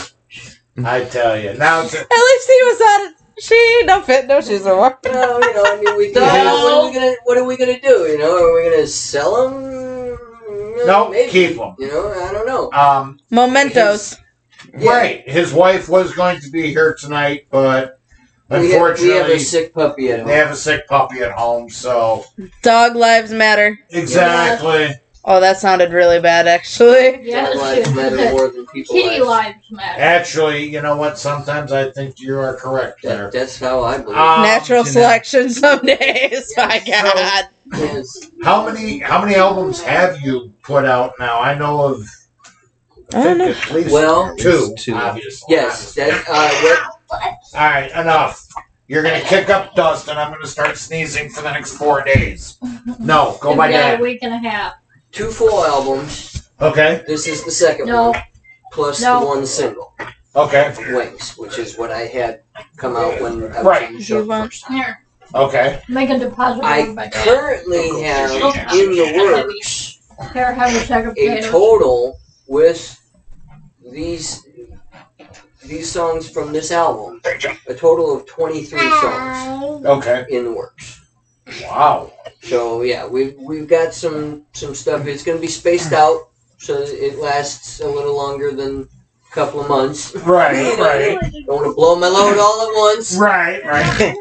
Speaker 6: I tell you. Now, it's a-
Speaker 1: At least he was out of. She don't fit no shoes no more.
Speaker 7: No, you know, I mean, we can, what are we gonna what are we gonna do? You know, are we gonna sell them?
Speaker 6: no, keep them.
Speaker 7: You know, I don't know.
Speaker 6: Um,
Speaker 1: Mementos.
Speaker 7: Yeah.
Speaker 6: Right. His wife was going to be here tonight, but
Speaker 7: We have,
Speaker 6: unfortunately,
Speaker 7: we have a sick puppy at
Speaker 6: they
Speaker 7: home.
Speaker 6: have a sick puppy at home. So
Speaker 1: Dog lives matter.
Speaker 6: exactly.
Speaker 1: Oh, that sounded really bad, actually.
Speaker 7: Dog lives matter
Speaker 5: Yes.
Speaker 7: more than people
Speaker 5: Kitty
Speaker 7: lives.
Speaker 5: lives matter.
Speaker 6: Actually, you know what? Sometimes I think you are correct
Speaker 7: That,
Speaker 6: there.
Speaker 7: that's how I believe.
Speaker 6: Um,
Speaker 1: Natural
Speaker 9: Jeanette.
Speaker 1: selection some days. My
Speaker 6: so-
Speaker 1: God.
Speaker 7: yes.
Speaker 6: How many how many albums have you put out now? I know of.
Speaker 1: I don't know.
Speaker 6: think At least
Speaker 7: Well,
Speaker 6: two,
Speaker 9: Two.
Speaker 6: obviously.
Speaker 7: yes. That, uh, what,
Speaker 6: All right, enough. You're gonna kick up dust, and I'm gonna start sneezing for the next four days. No, go
Speaker 5: We've
Speaker 6: by
Speaker 5: got
Speaker 6: dad.
Speaker 5: a week and a half.
Speaker 7: two full albums.
Speaker 6: Okay,
Speaker 7: This is the second
Speaker 5: No.
Speaker 7: one, plus
Speaker 5: No.
Speaker 7: the one single,
Speaker 6: okay,
Speaker 7: Wings, which is what I had come out when I was
Speaker 6: Right.
Speaker 7: on the show
Speaker 1: You won't-
Speaker 7: first.
Speaker 5: Here,
Speaker 6: okay.
Speaker 5: make a deposit. on my
Speaker 7: I
Speaker 5: dad.
Speaker 7: currently have in the works
Speaker 5: Here, have a second
Speaker 7: a
Speaker 5: potato.
Speaker 7: total with these these songs from this album, a total of 23 songs
Speaker 6: Okay.
Speaker 7: in the works.
Speaker 6: Wow.
Speaker 7: So yeah, we've we've got some some stuff. It's going to be spaced out so that it lasts a little longer than a couple of months.
Speaker 6: Right. Right.
Speaker 7: Don't want to blow my load all at once.
Speaker 6: Right. Right.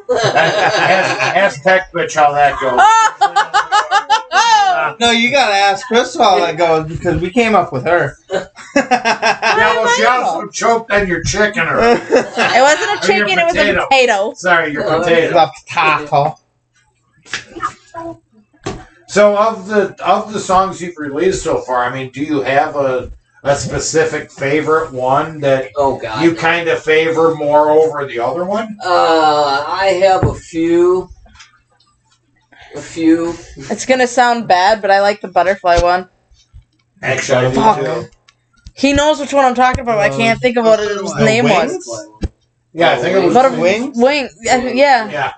Speaker 6: ask, ask Tech Bitch how that goes. Uh,
Speaker 1: Oh!
Speaker 9: No, you gotta ask Crystal how that goes because we came up with her.
Speaker 6: Now, well, she
Speaker 1: Right.
Speaker 6: also choked on your chicken or
Speaker 1: It wasn't a
Speaker 6: Or your
Speaker 1: chicken, it was a
Speaker 6: potato.
Speaker 1: potato.
Speaker 6: sorry, your
Speaker 7: No,
Speaker 6: potato.
Speaker 9: Left taco.
Speaker 6: So, of the of the songs you've released so far, I mean, do you have a a specific favorite one that
Speaker 7: Oh God.
Speaker 6: you kind of favor more over the other one?
Speaker 7: Uh, I have a few. A few.
Speaker 1: It's gonna sound bad, but I like the butterfly one.
Speaker 6: Actually, I do
Speaker 1: Fuck.
Speaker 6: too.
Speaker 1: He knows which one I'm talking about.
Speaker 6: Uh,
Speaker 1: I can't think of what his
Speaker 9: Uh,
Speaker 1: name
Speaker 9: wings?
Speaker 1: was.
Speaker 6: Yeah, I think it was.
Speaker 1: Butter-
Speaker 9: Wings?
Speaker 1: Wing, uh, yeah.
Speaker 6: Yeah.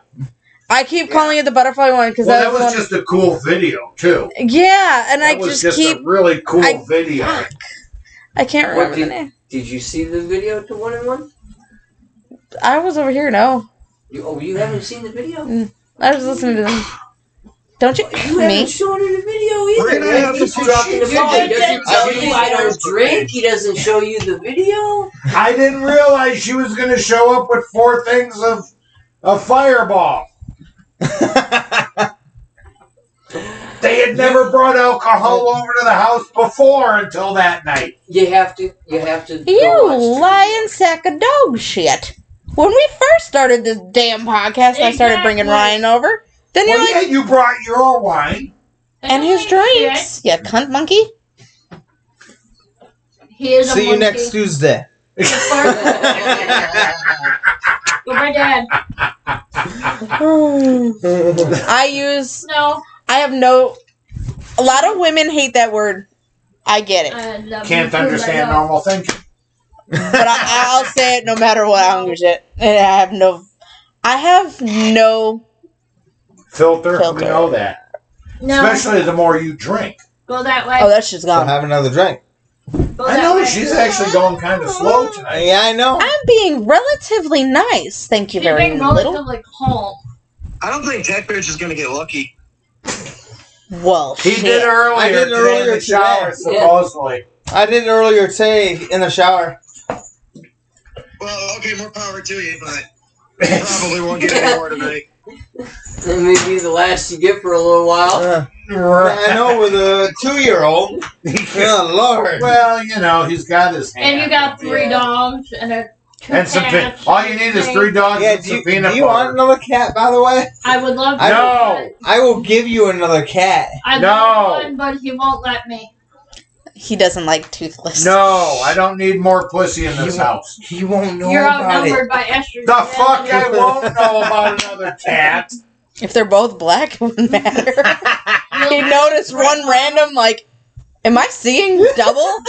Speaker 1: I keep calling it the butterfly one because
Speaker 6: Well, that
Speaker 1: that's the
Speaker 6: was
Speaker 1: one.
Speaker 6: just a cool video too.
Speaker 1: yeah, and
Speaker 6: That
Speaker 1: I
Speaker 6: was
Speaker 1: just,
Speaker 6: just
Speaker 1: keep.
Speaker 6: a really cool
Speaker 1: I-
Speaker 6: video.
Speaker 1: I can't
Speaker 7: What
Speaker 1: remember
Speaker 7: did-
Speaker 1: the name.
Speaker 7: Did you see the video to one and one?
Speaker 1: I was over here. No,
Speaker 7: You, oh, you haven't seen the video.
Speaker 1: Mm, I was listening to them. Don't you
Speaker 7: You
Speaker 1: me?
Speaker 7: haven't shown her the video either.
Speaker 9: We're gonna
Speaker 7: Like,
Speaker 9: have to
Speaker 7: he's
Speaker 9: put-
Speaker 7: dropping the
Speaker 1: You
Speaker 7: ball. He
Speaker 1: did
Speaker 7: doesn't
Speaker 1: that
Speaker 7: tell
Speaker 1: to
Speaker 7: you
Speaker 1: me.
Speaker 7: I don't drink. He doesn't show you the video.
Speaker 6: I didn't realize she was going to show up with four things of a fireball. They had never brought alcohol over to the house before until that night.
Speaker 7: You have to. You have to. go watch the
Speaker 1: You
Speaker 7: video.
Speaker 1: lying sack of dog shit. When we first started this damn podcast, I started bringing
Speaker 5: Exactly.
Speaker 1: Ryan over. Then you're
Speaker 6: Well,
Speaker 1: like,
Speaker 6: yeah, you brought your wine.
Speaker 1: and his drinks, you cunt monkey.
Speaker 5: He is a
Speaker 9: See you
Speaker 5: monkey.
Speaker 9: next Tuesday.
Speaker 5: But my dad.
Speaker 1: I use.
Speaker 5: No.
Speaker 1: I have no. A lot of women hate that word. I get it,
Speaker 5: I love
Speaker 6: Can't
Speaker 5: you too,
Speaker 6: understand
Speaker 5: but no.
Speaker 6: normal thinking.
Speaker 1: but I, I'll say it no matter what. I don't give a shit. And I have no. I have no.
Speaker 6: Filter, we
Speaker 1: Filter.
Speaker 6: know that.
Speaker 5: No.
Speaker 6: Especially the more you drink.
Speaker 5: Go that way.
Speaker 1: Oh, that shit's
Speaker 9: So
Speaker 1: gone.
Speaker 9: have another drink.
Speaker 5: Go
Speaker 6: I
Speaker 5: that
Speaker 6: know
Speaker 5: way.
Speaker 6: she's actually going kind of slow tonight.
Speaker 9: Yeah, I know.
Speaker 1: I'm being relatively nice. Thank you
Speaker 5: She's
Speaker 1: very
Speaker 5: being
Speaker 1: little.
Speaker 5: relatively calm.
Speaker 8: I don't think Tech Bitch is gonna get lucky.
Speaker 1: Well,
Speaker 6: He did
Speaker 1: shit.
Speaker 6: earlier.
Speaker 9: I did
Speaker 6: today
Speaker 9: earlier
Speaker 6: in the shower,
Speaker 9: today.
Speaker 6: supposedly.
Speaker 9: I did it earlier today in the shower.
Speaker 8: Well, okay, more power to you, but probably won't get any more tonight.
Speaker 7: That may be the last you get for a little while.
Speaker 9: Uh, I know with a two-year-old. Good lord.
Speaker 6: Well, you know, he's got his hand.
Speaker 5: And you got three
Speaker 7: Yeah.
Speaker 5: dogs and a two
Speaker 6: And some pe-
Speaker 5: cats.
Speaker 6: all you need is three dogs
Speaker 9: Yeah,
Speaker 6: and
Speaker 9: do
Speaker 6: some
Speaker 9: you,
Speaker 6: peanut
Speaker 9: do you
Speaker 6: butter.
Speaker 9: want another cat, by the way?
Speaker 5: I would love to.
Speaker 9: I-
Speaker 6: No.
Speaker 9: I will give you another cat.
Speaker 5: I
Speaker 6: No.
Speaker 5: love one, but he won't let me.
Speaker 1: He doesn't like toothless.
Speaker 6: No, I don't need more pussy in this
Speaker 9: You-
Speaker 6: house.
Speaker 9: You won't know
Speaker 5: You're
Speaker 9: about it.
Speaker 5: outnumbered by estrogen.
Speaker 6: The fuck I won't know about another cat.
Speaker 1: If they're both black, it wouldn't matter. he noticed one random like. Am I seeing double?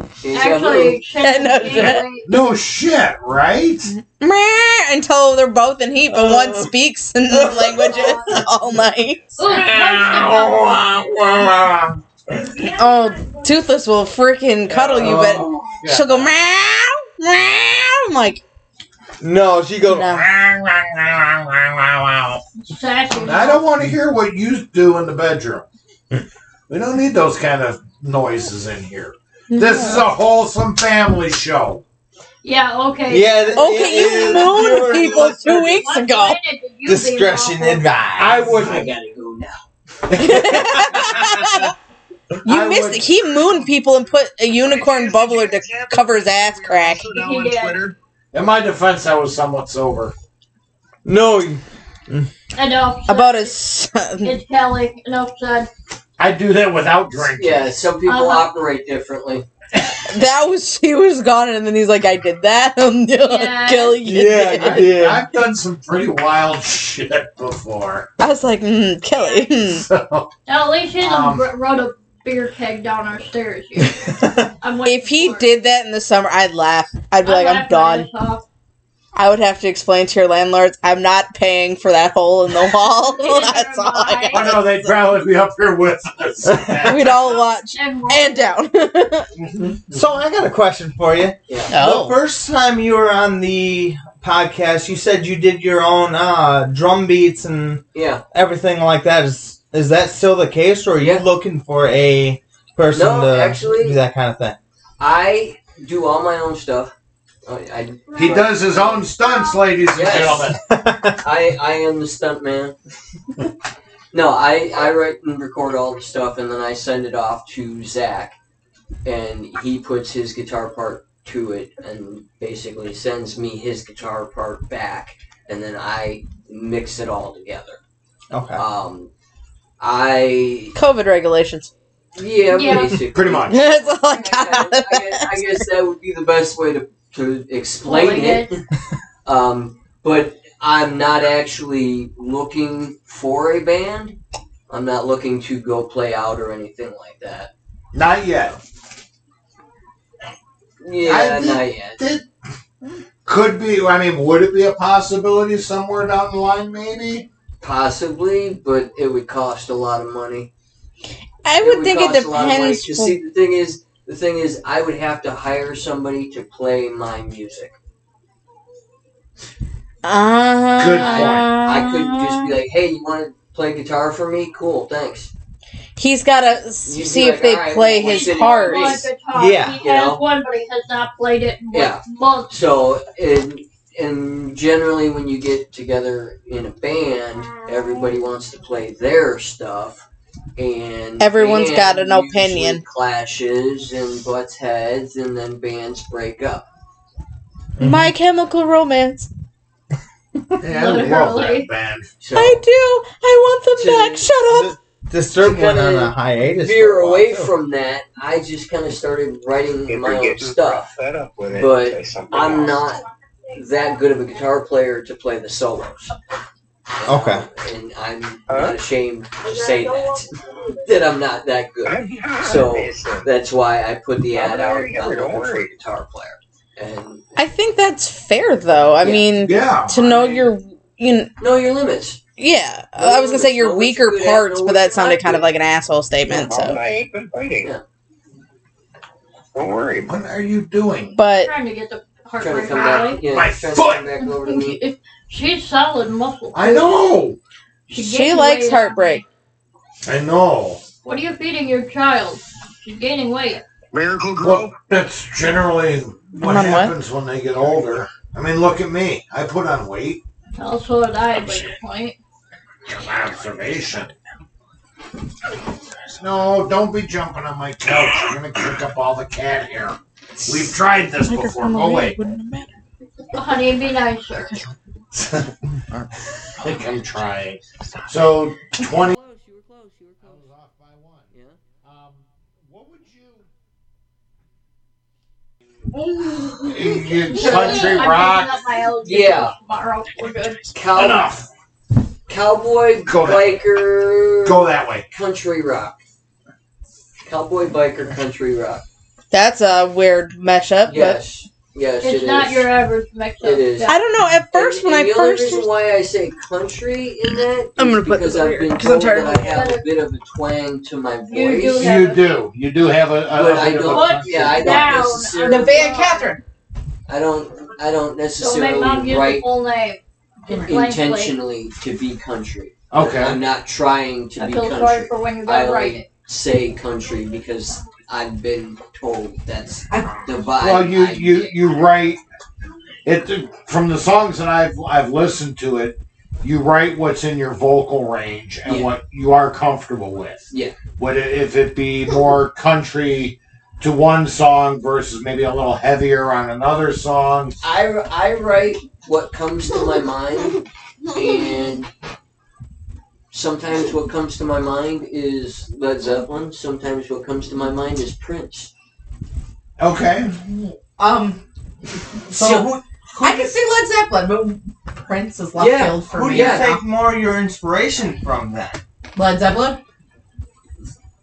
Speaker 7: He's got
Speaker 5: Actually,
Speaker 1: Yeah, no shit.
Speaker 6: No shit, right?
Speaker 1: Meh, Until they're both in heat,
Speaker 6: Oh.
Speaker 1: but one
Speaker 9: Uh.
Speaker 1: speaks in the languages all night.
Speaker 6: Yeah. Oh,
Speaker 9: Oh.
Speaker 1: Oh, Toothless will freaking cuddle you, but she'll go meow I'm like,
Speaker 9: No, she go.
Speaker 1: no.
Speaker 5: Sassy.
Speaker 6: I don't want to hear what you do in the bedroom. we don't need those kind of noises in here. This is a wholesome family show.
Speaker 5: Yeah, okay.
Speaker 9: Yeah. th-
Speaker 1: Okay,
Speaker 9: it
Speaker 1: you
Speaker 9: is
Speaker 1: mooned
Speaker 9: pure
Speaker 1: people two
Speaker 9: listener
Speaker 1: weeks
Speaker 5: What
Speaker 1: ago.
Speaker 5: planet did you
Speaker 9: Discretion
Speaker 5: belong to?
Speaker 9: advised.
Speaker 6: I
Speaker 7: I
Speaker 6: wouldn't.
Speaker 7: gotta go now.
Speaker 1: you
Speaker 6: I
Speaker 1: missed
Speaker 6: would-
Speaker 1: it. He mooned people and put a unicorn bubbler to cover his ass crack.
Speaker 8: Also now on
Speaker 5: Yeah.
Speaker 8: Twitter.
Speaker 6: In my defense, I was somewhat sober.
Speaker 9: No,
Speaker 5: Enough. said.
Speaker 1: About his son.
Speaker 5: It's Kelly. Enough said.
Speaker 6: I do that without drinking.
Speaker 7: Yeah, some people
Speaker 5: Uh-huh.
Speaker 7: operate differently.
Speaker 1: That was he was gone, and then he's like, "I did that." I'm
Speaker 5: Yeah.
Speaker 1: like, Kelly, you
Speaker 9: Yeah,
Speaker 1: did.
Speaker 9: I
Speaker 6: I,
Speaker 9: did.
Speaker 6: I've done some pretty wild shit before.
Speaker 1: I was like, mm, Kelly. hmm.
Speaker 6: So,
Speaker 5: Now, at least he
Speaker 6: Um.
Speaker 5: done rode a beer keg down our stairs. Here. I'm waiting
Speaker 1: If he
Speaker 5: for it.
Speaker 1: did that in the summer, I'd laugh. I'd be
Speaker 5: I
Speaker 1: like, I'm
Speaker 5: laughed my
Speaker 1: done.
Speaker 5: ass off.
Speaker 1: I would have to explain to your landlords, I'm not paying for that hole in the wall.
Speaker 5: Neither
Speaker 1: That's
Speaker 5: am
Speaker 1: all I
Speaker 5: I.
Speaker 6: oh no, they'd probably be up here with us.
Speaker 1: got. We'd all watch
Speaker 5: And,
Speaker 1: and down.
Speaker 6: Oh.
Speaker 9: So I got a question for you.
Speaker 7: Yeah.
Speaker 9: The first time you were on the podcast, you said you did your own uh, drum beats and
Speaker 7: Yeah.
Speaker 9: everything like that. Is is that still the case, or are you
Speaker 7: Yeah.
Speaker 9: looking for a person
Speaker 7: No,
Speaker 9: to
Speaker 7: actually-
Speaker 9: do that kind of thing?
Speaker 7: I do all my own stuff. Oh, I, I,
Speaker 6: he does his own stunts, ladies and
Speaker 7: Yes.
Speaker 6: gentlemen.
Speaker 7: I, I am the stunt man. no, I, I write and record all the stuff and then I send it off to Zach and he puts his guitar part to it and basically sends me his guitar part back and then I mix it all together.
Speaker 9: Okay.
Speaker 7: Um, I
Speaker 1: COVID regulations.
Speaker 7: yeah,
Speaker 5: Yeah.
Speaker 7: basically
Speaker 6: Pretty much.
Speaker 1: That's all I
Speaker 7: I
Speaker 1: got out
Speaker 7: guess,
Speaker 1: of
Speaker 7: I
Speaker 1: that.
Speaker 7: guess- I guess that would be the best way to, to explain
Speaker 5: Explain
Speaker 7: it. Um, but I'm not actually looking for a band. I'm not looking to go play out or anything like that.
Speaker 6: Not yet.
Speaker 7: Yeah,
Speaker 6: I did-
Speaker 7: not yet.
Speaker 6: Could be. I mean, would it be a possibility somewhere down the line? Maybe.
Speaker 7: Possibly, but it would cost a lot of money.
Speaker 1: I would
Speaker 7: would
Speaker 1: think it
Speaker 7: cost a lot of money.
Speaker 1: depends.
Speaker 7: 'Cause
Speaker 1: for-
Speaker 7: see, the thing is, the thing is, I would have to hire somebody to play my music.
Speaker 1: Uh,
Speaker 6: Good
Speaker 7: I, I couldn't just be like, "Hey, you want to play guitar for me? Cool, thanks."
Speaker 1: He's got to
Speaker 7: You'd be
Speaker 1: see if
Speaker 7: like,
Speaker 1: they
Speaker 7: all right,
Speaker 1: play
Speaker 7: well,
Speaker 1: his
Speaker 7: sitting on
Speaker 5: One
Speaker 1: cards.
Speaker 5: guitar.
Speaker 9: Yeah.
Speaker 5: He
Speaker 7: You
Speaker 5: has
Speaker 7: know?
Speaker 5: one, but he has not played it in like
Speaker 7: Yeah.
Speaker 5: months.
Speaker 7: So, and, and generally, when you get together in a band, everybody wants to play their stuff, and
Speaker 1: Everyone's got
Speaker 7: band
Speaker 1: an
Speaker 7: usually
Speaker 1: opinion.
Speaker 7: Clashes and butts heads, and then bands break up.
Speaker 1: My Chemical Romance.
Speaker 6: Yeah, I love
Speaker 5: Literally.
Speaker 6: that band.
Speaker 7: So,
Speaker 1: I do. I want them
Speaker 7: To-
Speaker 1: back. Shut up.
Speaker 9: Disturbed
Speaker 7: to
Speaker 9: went on
Speaker 7: kinda
Speaker 9: a hiatus. for
Speaker 7: veer
Speaker 9: a while,
Speaker 7: away
Speaker 9: too.
Speaker 7: from that. I just kind of started writing
Speaker 8: If
Speaker 7: my
Speaker 8: you're
Speaker 7: own
Speaker 8: getting
Speaker 7: stuff.
Speaker 8: fed up with it,
Speaker 7: but
Speaker 8: say something
Speaker 7: I'm
Speaker 8: else.
Speaker 7: not that good of a guitar player to play the solos.
Speaker 9: Okay.
Speaker 7: And I'm
Speaker 8: Huh?
Speaker 7: not ashamed to say that. that I'm not that good.
Speaker 8: I'm not.
Speaker 7: So,
Speaker 8: It's a-
Speaker 7: That's why I put the ad out.
Speaker 8: Alright,
Speaker 7: I'm
Speaker 8: don't
Speaker 7: looking for a
Speaker 8: worry.
Speaker 7: guitar player. And
Speaker 1: I think that's fair, though. I
Speaker 7: Yeah.
Speaker 1: mean,
Speaker 6: Yeah.
Speaker 1: to know your. You know,
Speaker 7: know your limits.
Speaker 1: yeah,
Speaker 7: Know
Speaker 1: I was
Speaker 7: your
Speaker 1: gonna
Speaker 7: limits.
Speaker 1: say your
Speaker 7: Know what
Speaker 1: weaker
Speaker 7: you're good at,
Speaker 1: parts,
Speaker 7: know
Speaker 1: but
Speaker 7: what
Speaker 1: that
Speaker 7: you're
Speaker 1: sounded
Speaker 7: not
Speaker 1: kind of
Speaker 7: good
Speaker 1: like an asshole statement.
Speaker 8: All
Speaker 1: So,
Speaker 8: night, been fighting.
Speaker 7: Yeah.
Speaker 8: Don't worry.
Speaker 6: What are you doing?
Speaker 1: but
Speaker 5: trying to get the heart
Speaker 7: Trying to
Speaker 5: rate
Speaker 7: come back,
Speaker 5: going.
Speaker 7: yeah,
Speaker 6: My
Speaker 7: trying
Speaker 6: foot!
Speaker 7: to come back over to me.
Speaker 5: She's solid muscle.
Speaker 6: I know.
Speaker 5: She's
Speaker 1: she
Speaker 5: gaining
Speaker 1: likes
Speaker 5: weight on
Speaker 1: heartbreak.
Speaker 5: me.
Speaker 6: I know.
Speaker 5: What are you feeding your child? She's gaining weight.
Speaker 8: Miracle Grow.
Speaker 6: Well, that's generally what
Speaker 1: On what?
Speaker 6: happens when they get older. I mean, look at me. I put on weight.
Speaker 5: Also, it I by your point.
Speaker 6: From observation. No, don't be jumping on my couch. You're gonna kick up all the cat hair. We've tried this before. Oh, Go away.
Speaker 5: Well, Oh, honey, be nicer.
Speaker 6: I think I'm trying. So twenty. off by one.
Speaker 7: Yeah.
Speaker 6: Um, what would you? Country
Speaker 5: I'm picking
Speaker 6: rock.
Speaker 5: up my LG
Speaker 7: Yeah.
Speaker 5: Tomorrow. We're good.
Speaker 7: Cow-
Speaker 6: Enough.
Speaker 7: Cowboy,
Speaker 6: Go to-
Speaker 7: biker,
Speaker 6: Go that way.
Speaker 7: country rock. Cowboy, biker, country rock.
Speaker 1: That's a weird mashup, but
Speaker 7: Yes. Yes,
Speaker 5: It's
Speaker 7: it
Speaker 5: not
Speaker 7: is.
Speaker 5: your average mix up.
Speaker 7: It is.
Speaker 1: I don't know. At first,
Speaker 7: And-
Speaker 1: when
Speaker 7: and
Speaker 1: I
Speaker 7: the only
Speaker 1: first
Speaker 7: reason why I say country in that
Speaker 1: I'm
Speaker 7: is
Speaker 1: gonna put
Speaker 7: because
Speaker 1: this over here,
Speaker 7: I've been
Speaker 1: 'cause I'm
Speaker 7: told
Speaker 1: tired of
Speaker 7: that I have a bit of a twang to my voice.
Speaker 5: You do have-
Speaker 6: You do. You do have a. a,
Speaker 7: But I
Speaker 6: bit of a
Speaker 7: don't-
Speaker 6: country
Speaker 7: yeah, I don't
Speaker 5: Down
Speaker 7: necessarily.
Speaker 5: on the- Van Catherine.
Speaker 7: I don't I don't
Speaker 5: Don't make
Speaker 7: necessarily
Speaker 5: mom use the
Speaker 7: write
Speaker 5: full name. Just blankly.
Speaker 7: intentionally to be country.
Speaker 6: Okay.
Speaker 7: I'm not trying to
Speaker 5: I
Speaker 7: be
Speaker 5: feel sorry
Speaker 7: country.
Speaker 5: for when you
Speaker 7: I
Speaker 5: go
Speaker 7: only-
Speaker 5: write it.
Speaker 7: Say country because I've been told that's the vibe.
Speaker 6: Well, you
Speaker 7: I
Speaker 6: you
Speaker 7: get.
Speaker 6: you write it from the songs that I've I've listened to it. You write what's in your vocal range and
Speaker 7: Yeah.
Speaker 6: what you are comfortable with.
Speaker 7: Yeah.
Speaker 6: What i- if it be more country to one song versus maybe a little heavier on another song?
Speaker 7: I, I write what comes to my mind, and sometimes what comes to my mind is Led Zeppelin. Sometimes what comes to my mind is Prince.
Speaker 6: Okay.
Speaker 10: Um,
Speaker 9: So,
Speaker 10: So-
Speaker 9: who, who,
Speaker 10: I can see Led Zeppelin, but Prince is left
Speaker 7: Yeah,
Speaker 10: field for
Speaker 9: who do
Speaker 10: me.
Speaker 9: you
Speaker 7: Yeah.
Speaker 9: take more of your inspiration from then?
Speaker 10: Led Zeppelin.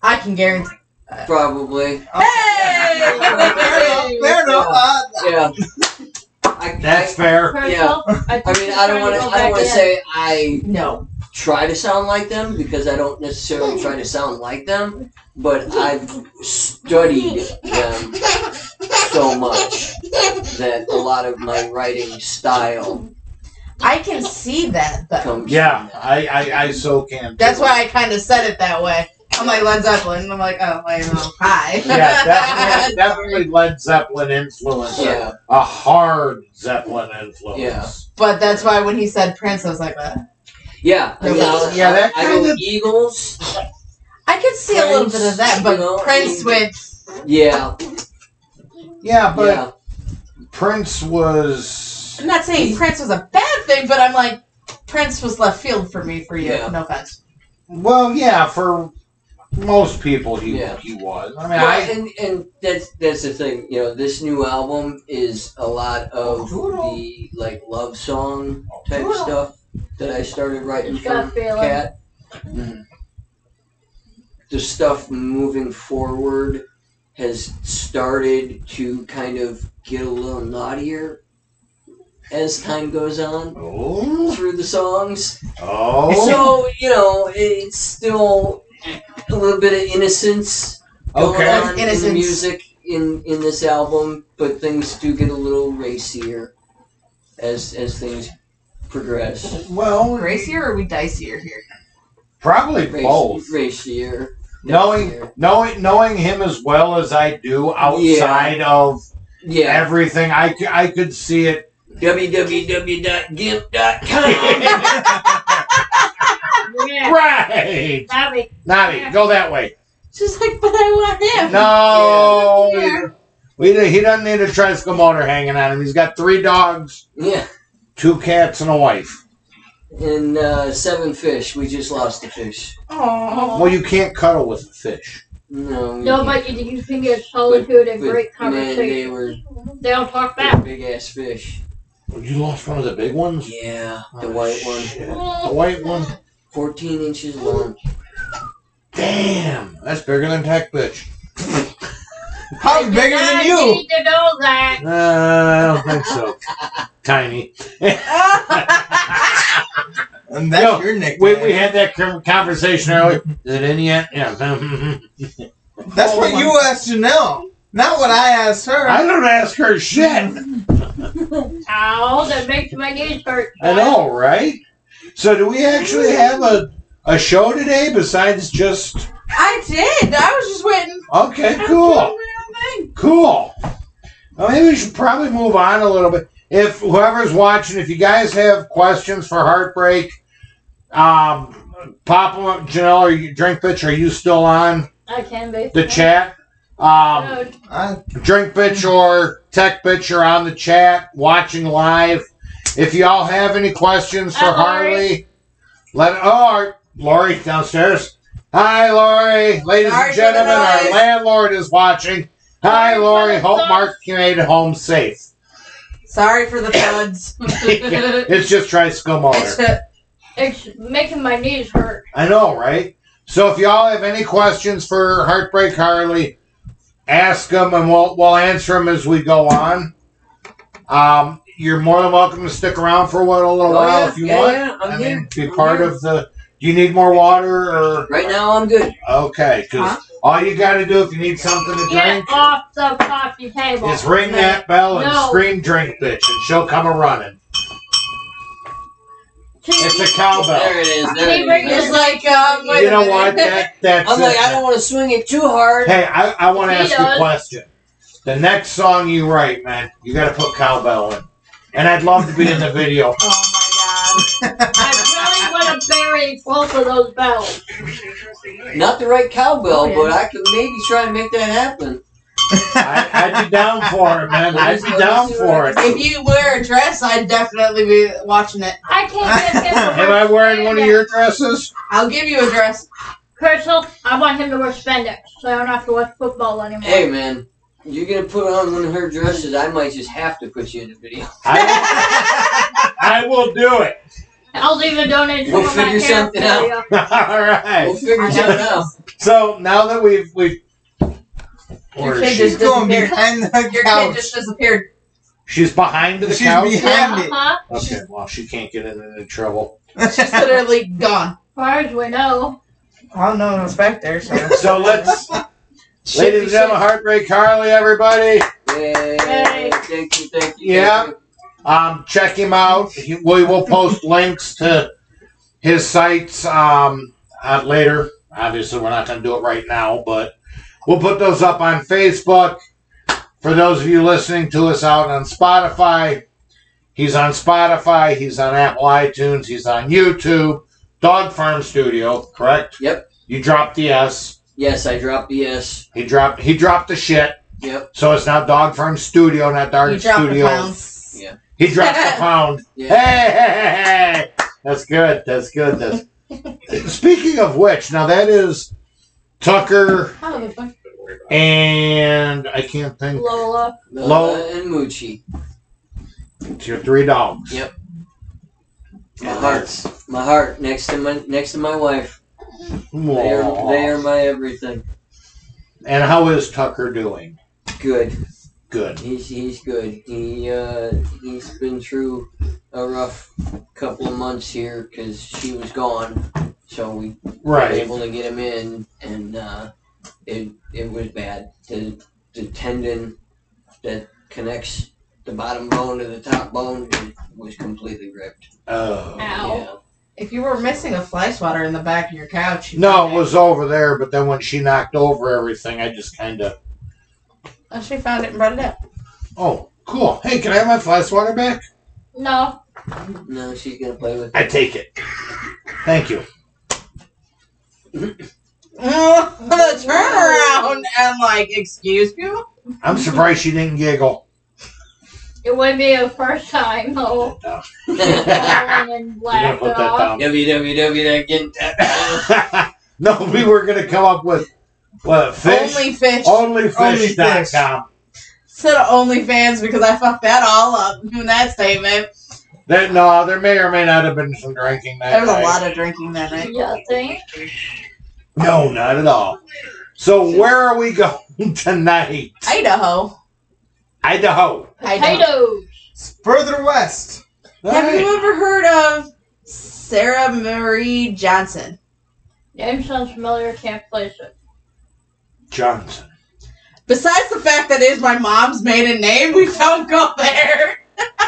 Speaker 10: I can guarantee.
Speaker 7: Probably.
Speaker 9: Fair enough. Fair enough. Uh,
Speaker 7: Yeah. I,
Speaker 6: That's fair.
Speaker 5: For
Speaker 7: Yeah.
Speaker 5: herself, I,
Speaker 7: I, I
Speaker 5: think
Speaker 7: mean,
Speaker 5: she's
Speaker 7: I don't
Speaker 5: trying
Speaker 7: want to. I
Speaker 5: go
Speaker 7: don't
Speaker 5: back
Speaker 7: want to
Speaker 5: in.
Speaker 7: say I
Speaker 10: No.
Speaker 7: try to sound like them because I don't necessarily try to sound like them, but I've studied them so much that a lot of my writing style
Speaker 10: I can see that though.
Speaker 7: comes.
Speaker 6: Yeah,
Speaker 7: From that.
Speaker 6: I I, I so can.
Speaker 10: That's why I kind of said it that way. I'm like Led Zeppelin. and I'm like, oh, I don't know. Hi.
Speaker 6: Yeah, definitely, definitely Led Zeppelin influence.
Speaker 7: Yeah.
Speaker 6: A hard Zeppelin influence.
Speaker 7: Yeah.
Speaker 10: But that's why when he said Prince, I was like, uh,
Speaker 7: Yeah, I mean, I'll-
Speaker 6: Yeah, that
Speaker 7: I go
Speaker 6: kinda-
Speaker 7: Eagles.
Speaker 10: I could see a little bit of that,
Speaker 7: You know,
Speaker 10: but
Speaker 7: I mean-
Speaker 10: Prince with
Speaker 7: Yeah,
Speaker 6: Yeah, but
Speaker 7: yeah.
Speaker 6: Prince was
Speaker 10: I'm not saying Prince was a bad thing, but I'm like, Prince was left field for me for you.
Speaker 7: Yeah.
Speaker 10: No offense.
Speaker 6: well, yeah, for most people he
Speaker 7: Yeah.
Speaker 6: he was. I mean,
Speaker 7: Well,
Speaker 6: I
Speaker 7: and and that's that's the thing. You know, this new album is a lot of the like love song type stuff that I started writing
Speaker 5: Just got
Speaker 7: for
Speaker 5: a feeling.
Speaker 7: Cat. The stuff moving forward has started to kind of get a little naughtier as time goes on
Speaker 6: oh
Speaker 7: through the songs.
Speaker 6: oh
Speaker 7: So, you know, it's still a little bit of innocence going
Speaker 6: Okay.
Speaker 7: on in
Speaker 10: Innocence.
Speaker 7: the music in, in this album, but things do get a little racier as as things progress.
Speaker 6: well
Speaker 10: Racier or are we dicier here?
Speaker 6: probably
Speaker 7: Race,
Speaker 6: both
Speaker 7: Racier.
Speaker 6: knowing knowing knowing him as well as I do outside of
Speaker 7: Yeah.
Speaker 6: everything I c- I could see it.
Speaker 7: www.gimp.com.
Speaker 5: Yeah,
Speaker 6: Right,
Speaker 5: Bobby.
Speaker 6: Nobby, go that way.
Speaker 10: She's like, but I want him.
Speaker 6: No, we, we- he doesn't need a tricycle motor hanging on him. He's got three dogs,
Speaker 7: Yeah.
Speaker 6: two cats, and a wife.
Speaker 7: And uh, seven fish. We just lost the fish.
Speaker 10: Aww.
Speaker 6: Well, you can't cuddle with a fish.
Speaker 7: No. we
Speaker 5: No,
Speaker 7: can't.
Speaker 5: but you, you can get solitude and
Speaker 7: But,
Speaker 5: great
Speaker 7: Man, they
Speaker 5: conversation.
Speaker 7: were
Speaker 5: They don't talk back.
Speaker 7: big ass fish.
Speaker 6: You lost one of the big ones?
Speaker 7: Yeah,
Speaker 6: Oh,
Speaker 7: the white one.
Speaker 6: The white one?
Speaker 7: 14 inches long.
Speaker 6: Damn! That's bigger than Tech Bitch.
Speaker 9: How
Speaker 5: They do
Speaker 9: bigger
Speaker 5: not
Speaker 9: than you?
Speaker 5: Need to know that.
Speaker 6: Uh, I don't think so. Tiny.
Speaker 9: And that's
Speaker 6: Yo,
Speaker 9: your nickname.
Speaker 6: We, we had that com- conversation earlier. Is it in yet? Yeah.
Speaker 9: that's what you asked Janelle, not what I asked her.
Speaker 6: I don't ask her shit.
Speaker 5: Ow, that makes my knees hurt.
Speaker 6: I know, right? So, do we actually have a, a show today besides just.
Speaker 10: I did. I was just waiting.
Speaker 6: Okay,
Speaker 10: I was
Speaker 6: cool.
Speaker 10: doing my own thing.
Speaker 6: Cool. Well, maybe we should probably move on a little bit. If whoever's watching, if you guys have questions for Heartbreak, um, pop them up. Janelle, are you, Drink Bitch, are you still on
Speaker 5: I can be.
Speaker 6: the chat? Um,
Speaker 5: No,
Speaker 9: I-
Speaker 6: Drink Bitch or Tech Bitch are on the chat, watching live. If y'all have any questions for
Speaker 5: Hi, Lori.
Speaker 6: Harley, let oh Lori downstairs. Hi, Lori. Ladies
Speaker 10: Sorry
Speaker 6: and
Speaker 10: for the
Speaker 6: gentlemen, our
Speaker 10: noise.
Speaker 6: landlord is watching. Hi,
Speaker 5: Sorry for
Speaker 6: Lori.
Speaker 5: the
Speaker 6: Hope
Speaker 5: noise.
Speaker 6: Mark made it home safe.
Speaker 10: Sorry for the thuds.
Speaker 6: it's just tricycle motor.
Speaker 5: It's making my knees hurt.
Speaker 6: I know, right? So if y'all have any questions for Heartbreak Harley, ask them and we'll we'll answer them as we go on. Um, you're more than welcome to stick around for one a little
Speaker 7: Oh,
Speaker 6: while
Speaker 7: yeah,
Speaker 6: if you
Speaker 7: yeah,
Speaker 6: want.
Speaker 7: yeah, I'm
Speaker 6: I
Speaker 7: here.
Speaker 6: mean, be
Speaker 7: I'm
Speaker 6: part
Speaker 7: here.
Speaker 6: of the Do you need more water or
Speaker 7: Right now, I'm good.
Speaker 6: okay? Because
Speaker 10: Huh?
Speaker 6: all you got to do if you need something to
Speaker 5: Get
Speaker 6: drink
Speaker 10: oh,
Speaker 5: off the coffee table.
Speaker 6: is ring that bell and
Speaker 5: No.
Speaker 6: scream "drink, bitch," and she'll come a running. It's a cowbell.
Speaker 7: There it is. There
Speaker 5: Hey,
Speaker 7: it
Speaker 5: Rick,
Speaker 7: is.
Speaker 10: It's like, um, wait
Speaker 6: You
Speaker 10: a
Speaker 6: know
Speaker 10: minute.
Speaker 6: what? That that's
Speaker 7: I'm like,
Speaker 6: it.
Speaker 7: I don't want to swing it too hard.
Speaker 6: Hey, I, I want to
Speaker 5: He
Speaker 6: ask you a
Speaker 5: does.
Speaker 6: question. The next song you write, man, you got to put cowbell in. And I'd love to be in the video.
Speaker 10: Oh
Speaker 5: I really want to bury both of those bells.
Speaker 7: Not the right cowbell,
Speaker 5: Oh, yeah.
Speaker 7: but I could maybe try and make that happen.
Speaker 6: I, I'd be down for it, man. I'd be down for it.
Speaker 10: my god. If you wear a dress, I'd definitely be watching it.
Speaker 5: I can't get him to
Speaker 6: Am I wearing one of your dresses?
Speaker 10: I'll give you a dress.
Speaker 5: Crystal, I want him to wear spandex so I don't have to watch football anymore.
Speaker 7: Hey, man, you're gonna put on one of her dresses. I might just have to put you in the video.
Speaker 6: I, I will do it.
Speaker 5: I'll even donate some
Speaker 7: We'll
Speaker 5: of my
Speaker 7: figure
Speaker 5: hair
Speaker 7: something
Speaker 5: for
Speaker 7: out.
Speaker 5: you.
Speaker 6: All
Speaker 7: We'll
Speaker 6: right.
Speaker 7: figure something out.
Speaker 6: So now that we've we've
Speaker 10: Your
Speaker 6: or
Speaker 10: kid
Speaker 6: she,
Speaker 10: just
Speaker 9: She's going
Speaker 10: disappeared.
Speaker 9: behind the
Speaker 10: Your kid
Speaker 9: couch.
Speaker 10: just disappeared.
Speaker 6: she's behind the
Speaker 9: She's
Speaker 6: couch.
Speaker 9: behind-
Speaker 5: Yeah,
Speaker 9: Hand it.
Speaker 5: huh?
Speaker 6: Okay, well she can't get into any trouble.
Speaker 10: She's literally gone.
Speaker 5: Far as we know.
Speaker 10: Oh no, no, it's back there. So.
Speaker 6: So let's, ladies and gentlemen, heartbreak Harley, everybody.
Speaker 7: Yay!
Speaker 5: Hey.
Speaker 7: Thank you, thank you.
Speaker 6: Yeah.
Speaker 7: Thank you.
Speaker 6: Um, check him out. He, we will post links to his sites um, uh, later. Obviously, we're not going to do it right now, but we'll put those up on Facebook. For those of you listening to us out on Spotify, he's on Spotify, he's on Apple iTunes, he's on YouTube, Dog Farm Studio, correct?
Speaker 7: Yep.
Speaker 6: You dropped the S.
Speaker 7: Yes, I dropped the S.
Speaker 6: He dropped he dropped the shit.
Speaker 7: Yep.
Speaker 6: So it's now Dog Farm Studio, not
Speaker 10: You
Speaker 6: Dog
Speaker 10: dropped the
Speaker 6: Studio.
Speaker 10: pounds.
Speaker 6: He dropped the pound.
Speaker 7: Yeah.
Speaker 6: Hey, hey, hey, hey. That's good. That's good. That's... Speaking of which, now that is Tucker
Speaker 10: Oh, the fuck?
Speaker 6: and I can't think.
Speaker 5: Lola.
Speaker 7: Lola
Speaker 6: Low.
Speaker 7: and Moochie.
Speaker 6: It's your three dogs.
Speaker 7: Yep. My
Speaker 6: And
Speaker 7: heart.
Speaker 6: that's-
Speaker 7: My heart next to my next to my wife. They are,
Speaker 6: Aw.
Speaker 7: they are my everything.
Speaker 6: And how is Tucker doing?
Speaker 7: Good.
Speaker 6: Good.
Speaker 7: He's he's good. He uh he's been through a rough couple of months here because she was gone, so we were
Speaker 6: Right.
Speaker 7: able to get him in, and uh, it it was bad. The the tendon that connects the bottom bone to the top bone it was completely ripped.
Speaker 6: Oh.
Speaker 5: Ow.
Speaker 10: If you were missing a fly swatter in the back of your couch, you
Speaker 6: No, it was over there, but then when she knocked over everything, I just kind of.
Speaker 10: Oh, she found it and brought it up.
Speaker 6: Oh, cool. Hey, can I have my fly swatter back?
Speaker 5: No.
Speaker 7: Yeah. No, she's gonna play with.
Speaker 6: I take it. Thank you.
Speaker 10: Oh, the turnaround and like, excuse you?
Speaker 6: I'm surprised she didn't giggle.
Speaker 5: It wouldn't be the first time though. Ellen and
Speaker 6: You're gonna
Speaker 5: laughed
Speaker 6: put
Speaker 5: it
Speaker 6: that down.
Speaker 5: off.
Speaker 7: www.
Speaker 6: no, we were gonna come up with what fish
Speaker 10: Only fish.
Speaker 6: onlyfish.com.
Speaker 10: Instead of OnlyFans because I fucked that all up in that statement.
Speaker 6: There, no, there may or may not have been some drinking that
Speaker 10: There was a
Speaker 6: night.
Speaker 10: lot of drinking that night.
Speaker 5: You think?
Speaker 6: No, not at all. So where are we going tonight?
Speaker 10: Idaho.
Speaker 6: Idaho.
Speaker 10: Idaho.
Speaker 5: Potatoes.
Speaker 9: It's further west.
Speaker 10: Have
Speaker 6: Alright.
Speaker 10: you ever heard of Sarah Marie Johnson?
Speaker 5: Name sounds familiar, can't place it.
Speaker 6: Johnson.
Speaker 10: Besides the fact that it is my mom's maiden name, we don't go there.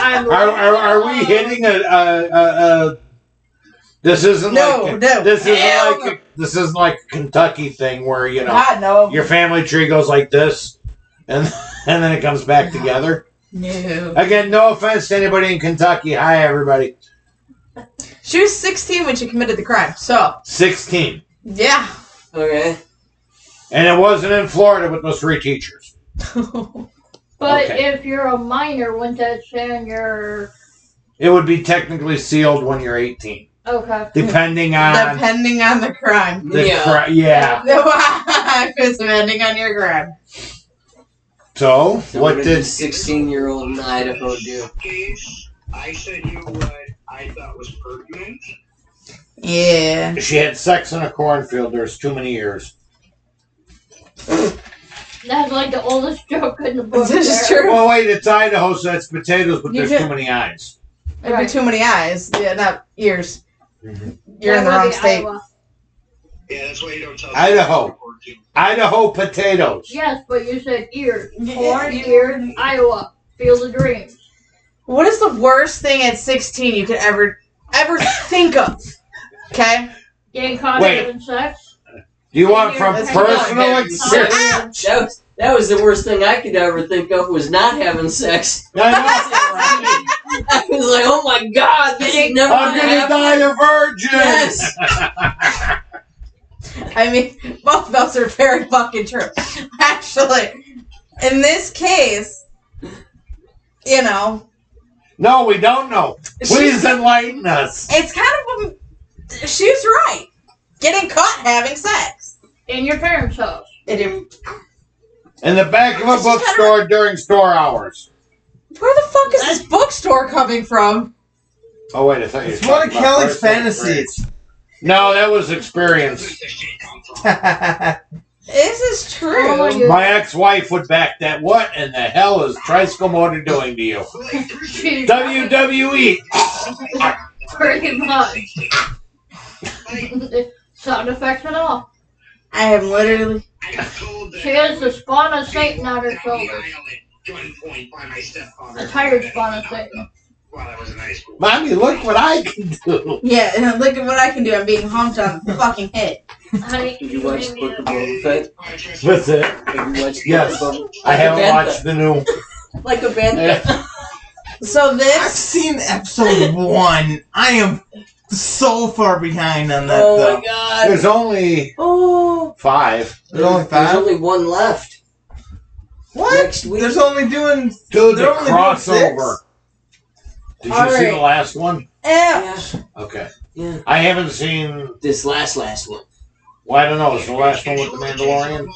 Speaker 5: I'm
Speaker 6: Are, are, are we hitting a, a, a, a this isn't
Speaker 10: No,
Speaker 6: like
Speaker 10: no.
Speaker 6: this isn't
Speaker 10: Hell
Speaker 6: like a, this isn't like a Kentucky thing where you know
Speaker 10: God, no.
Speaker 6: your family tree goes like this and and then it comes back together.
Speaker 10: No.
Speaker 6: Again, no offense to anybody in Kentucky. Hi, everybody.
Speaker 10: She was 16 when she committed the crime, so,
Speaker 6: 16.
Speaker 10: yeah.
Speaker 7: okay.
Speaker 6: And it wasn't in Florida with those three teachers.
Speaker 5: But
Speaker 6: Okay.
Speaker 5: if you're a minor, wouldn't that say on your
Speaker 6: It would be technically sealed when you're 18,
Speaker 5: okay?
Speaker 6: depending on
Speaker 10: Depending on the crime.
Speaker 6: the
Speaker 7: Yeah.
Speaker 6: yeah. yeah.
Speaker 10: if it's depending on your crime.
Speaker 6: So,
Speaker 7: So
Speaker 6: what did?
Speaker 7: sixteen-year-old in Idaho do?
Speaker 8: case, I sent you what I thought was pertinent.
Speaker 10: Yeah.
Speaker 6: She had sex in a cornfield. There's too many years.
Speaker 5: That's like the oldest joke in the book.
Speaker 10: This is
Speaker 5: there.
Speaker 10: true.
Speaker 6: Well, wait, it's Idaho, so that's potatoes, but
Speaker 10: You
Speaker 6: there's
Speaker 10: did-
Speaker 6: too many eyes.
Speaker 10: It'd be
Speaker 5: Right.
Speaker 10: too many eyes. Yeah, not ears. You're in the
Speaker 5: That
Speaker 10: wrong
Speaker 5: would be
Speaker 10: state.
Speaker 5: Iowa.
Speaker 6: Idaho. Idaho potatoes.
Speaker 5: Yes, but you said ear.
Speaker 10: Yeah,
Speaker 5: Corn,
Speaker 10: you-
Speaker 5: ear, Iowa. Field of Dreams.
Speaker 10: What is the worst thing at 16 you could ever ever think of? Okay.
Speaker 5: Getting caught
Speaker 6: Wait.
Speaker 5: having sex.
Speaker 6: Do you want from
Speaker 10: That's
Speaker 6: personal
Speaker 7: not good.
Speaker 6: experience?
Speaker 7: That was, that was the worst thing I could ever think of was not having sex.
Speaker 6: No, no,
Speaker 7: I was like, oh my god, this is never
Speaker 6: I'm
Speaker 7: gonna
Speaker 6: gonna
Speaker 7: happen.
Speaker 6: die a virgin.
Speaker 7: Yes.
Speaker 10: I mean, both of us are very fucking true. Actually, in this case, you know,
Speaker 6: No, we don't know. Please enlighten us.
Speaker 10: it's kind of a, she's right. Getting caught having sex.
Speaker 5: In your parents' house.
Speaker 10: It, where
Speaker 6: In the back of a bookstore during store hours.
Speaker 10: the fuck is this bookstore coming from?
Speaker 6: Oh wait, I thought you. were
Speaker 9: It's one of
Speaker 6: talking about
Speaker 9: Kelly's
Speaker 6: personal
Speaker 9: fantasies.
Speaker 6: experience. No, that was experience.
Speaker 10: This is true.
Speaker 5: Oh, you-
Speaker 6: My ex-wife would back that. What in the hell is tricycle motor doing to you? E.
Speaker 5: She's
Speaker 6: WWE.
Speaker 5: Pretty much. Sound effects and all.
Speaker 10: I have literally.
Speaker 5: She has the spawn of Satan on her shoulders. A tired spawn of Satan.
Speaker 6: Mommy, look what I can do.
Speaker 10: Yeah, and look at what I can do. I'm being humped on the fucking head.
Speaker 5: Honey,
Speaker 7: Did you watch
Speaker 5: made me
Speaker 7: Book of
Speaker 5: a-
Speaker 7: Boba Fett?
Speaker 6: That's it.
Speaker 7: Have you watched
Speaker 6: Yes.
Speaker 7: Book of Boba
Speaker 6: I
Speaker 7: Like a
Speaker 6: haven't
Speaker 7: bantha.
Speaker 6: watched the new.
Speaker 7: Like a band.
Speaker 10: So
Speaker 9: I've
Speaker 10: this.
Speaker 9: seen episode one. I am so far behind on that
Speaker 7: Oh
Speaker 9: though.
Speaker 7: my god.
Speaker 6: There's only
Speaker 7: Oh.
Speaker 6: five.
Speaker 9: There's only
Speaker 7: There's
Speaker 9: five.
Speaker 7: only one left.
Speaker 9: what?
Speaker 7: Next week.
Speaker 9: There's only doing.
Speaker 6: Dude,
Speaker 9: They're
Speaker 6: the
Speaker 9: only doing six?
Speaker 6: crossover. Did you
Speaker 10: All
Speaker 6: see
Speaker 10: right.
Speaker 6: the last one?
Speaker 10: Yeah.
Speaker 7: yeah.
Speaker 6: Okay.
Speaker 7: Yeah.
Speaker 6: I haven't seen.
Speaker 7: This last last one.
Speaker 6: Well, I don't know. Is the last one with the Mandalorian?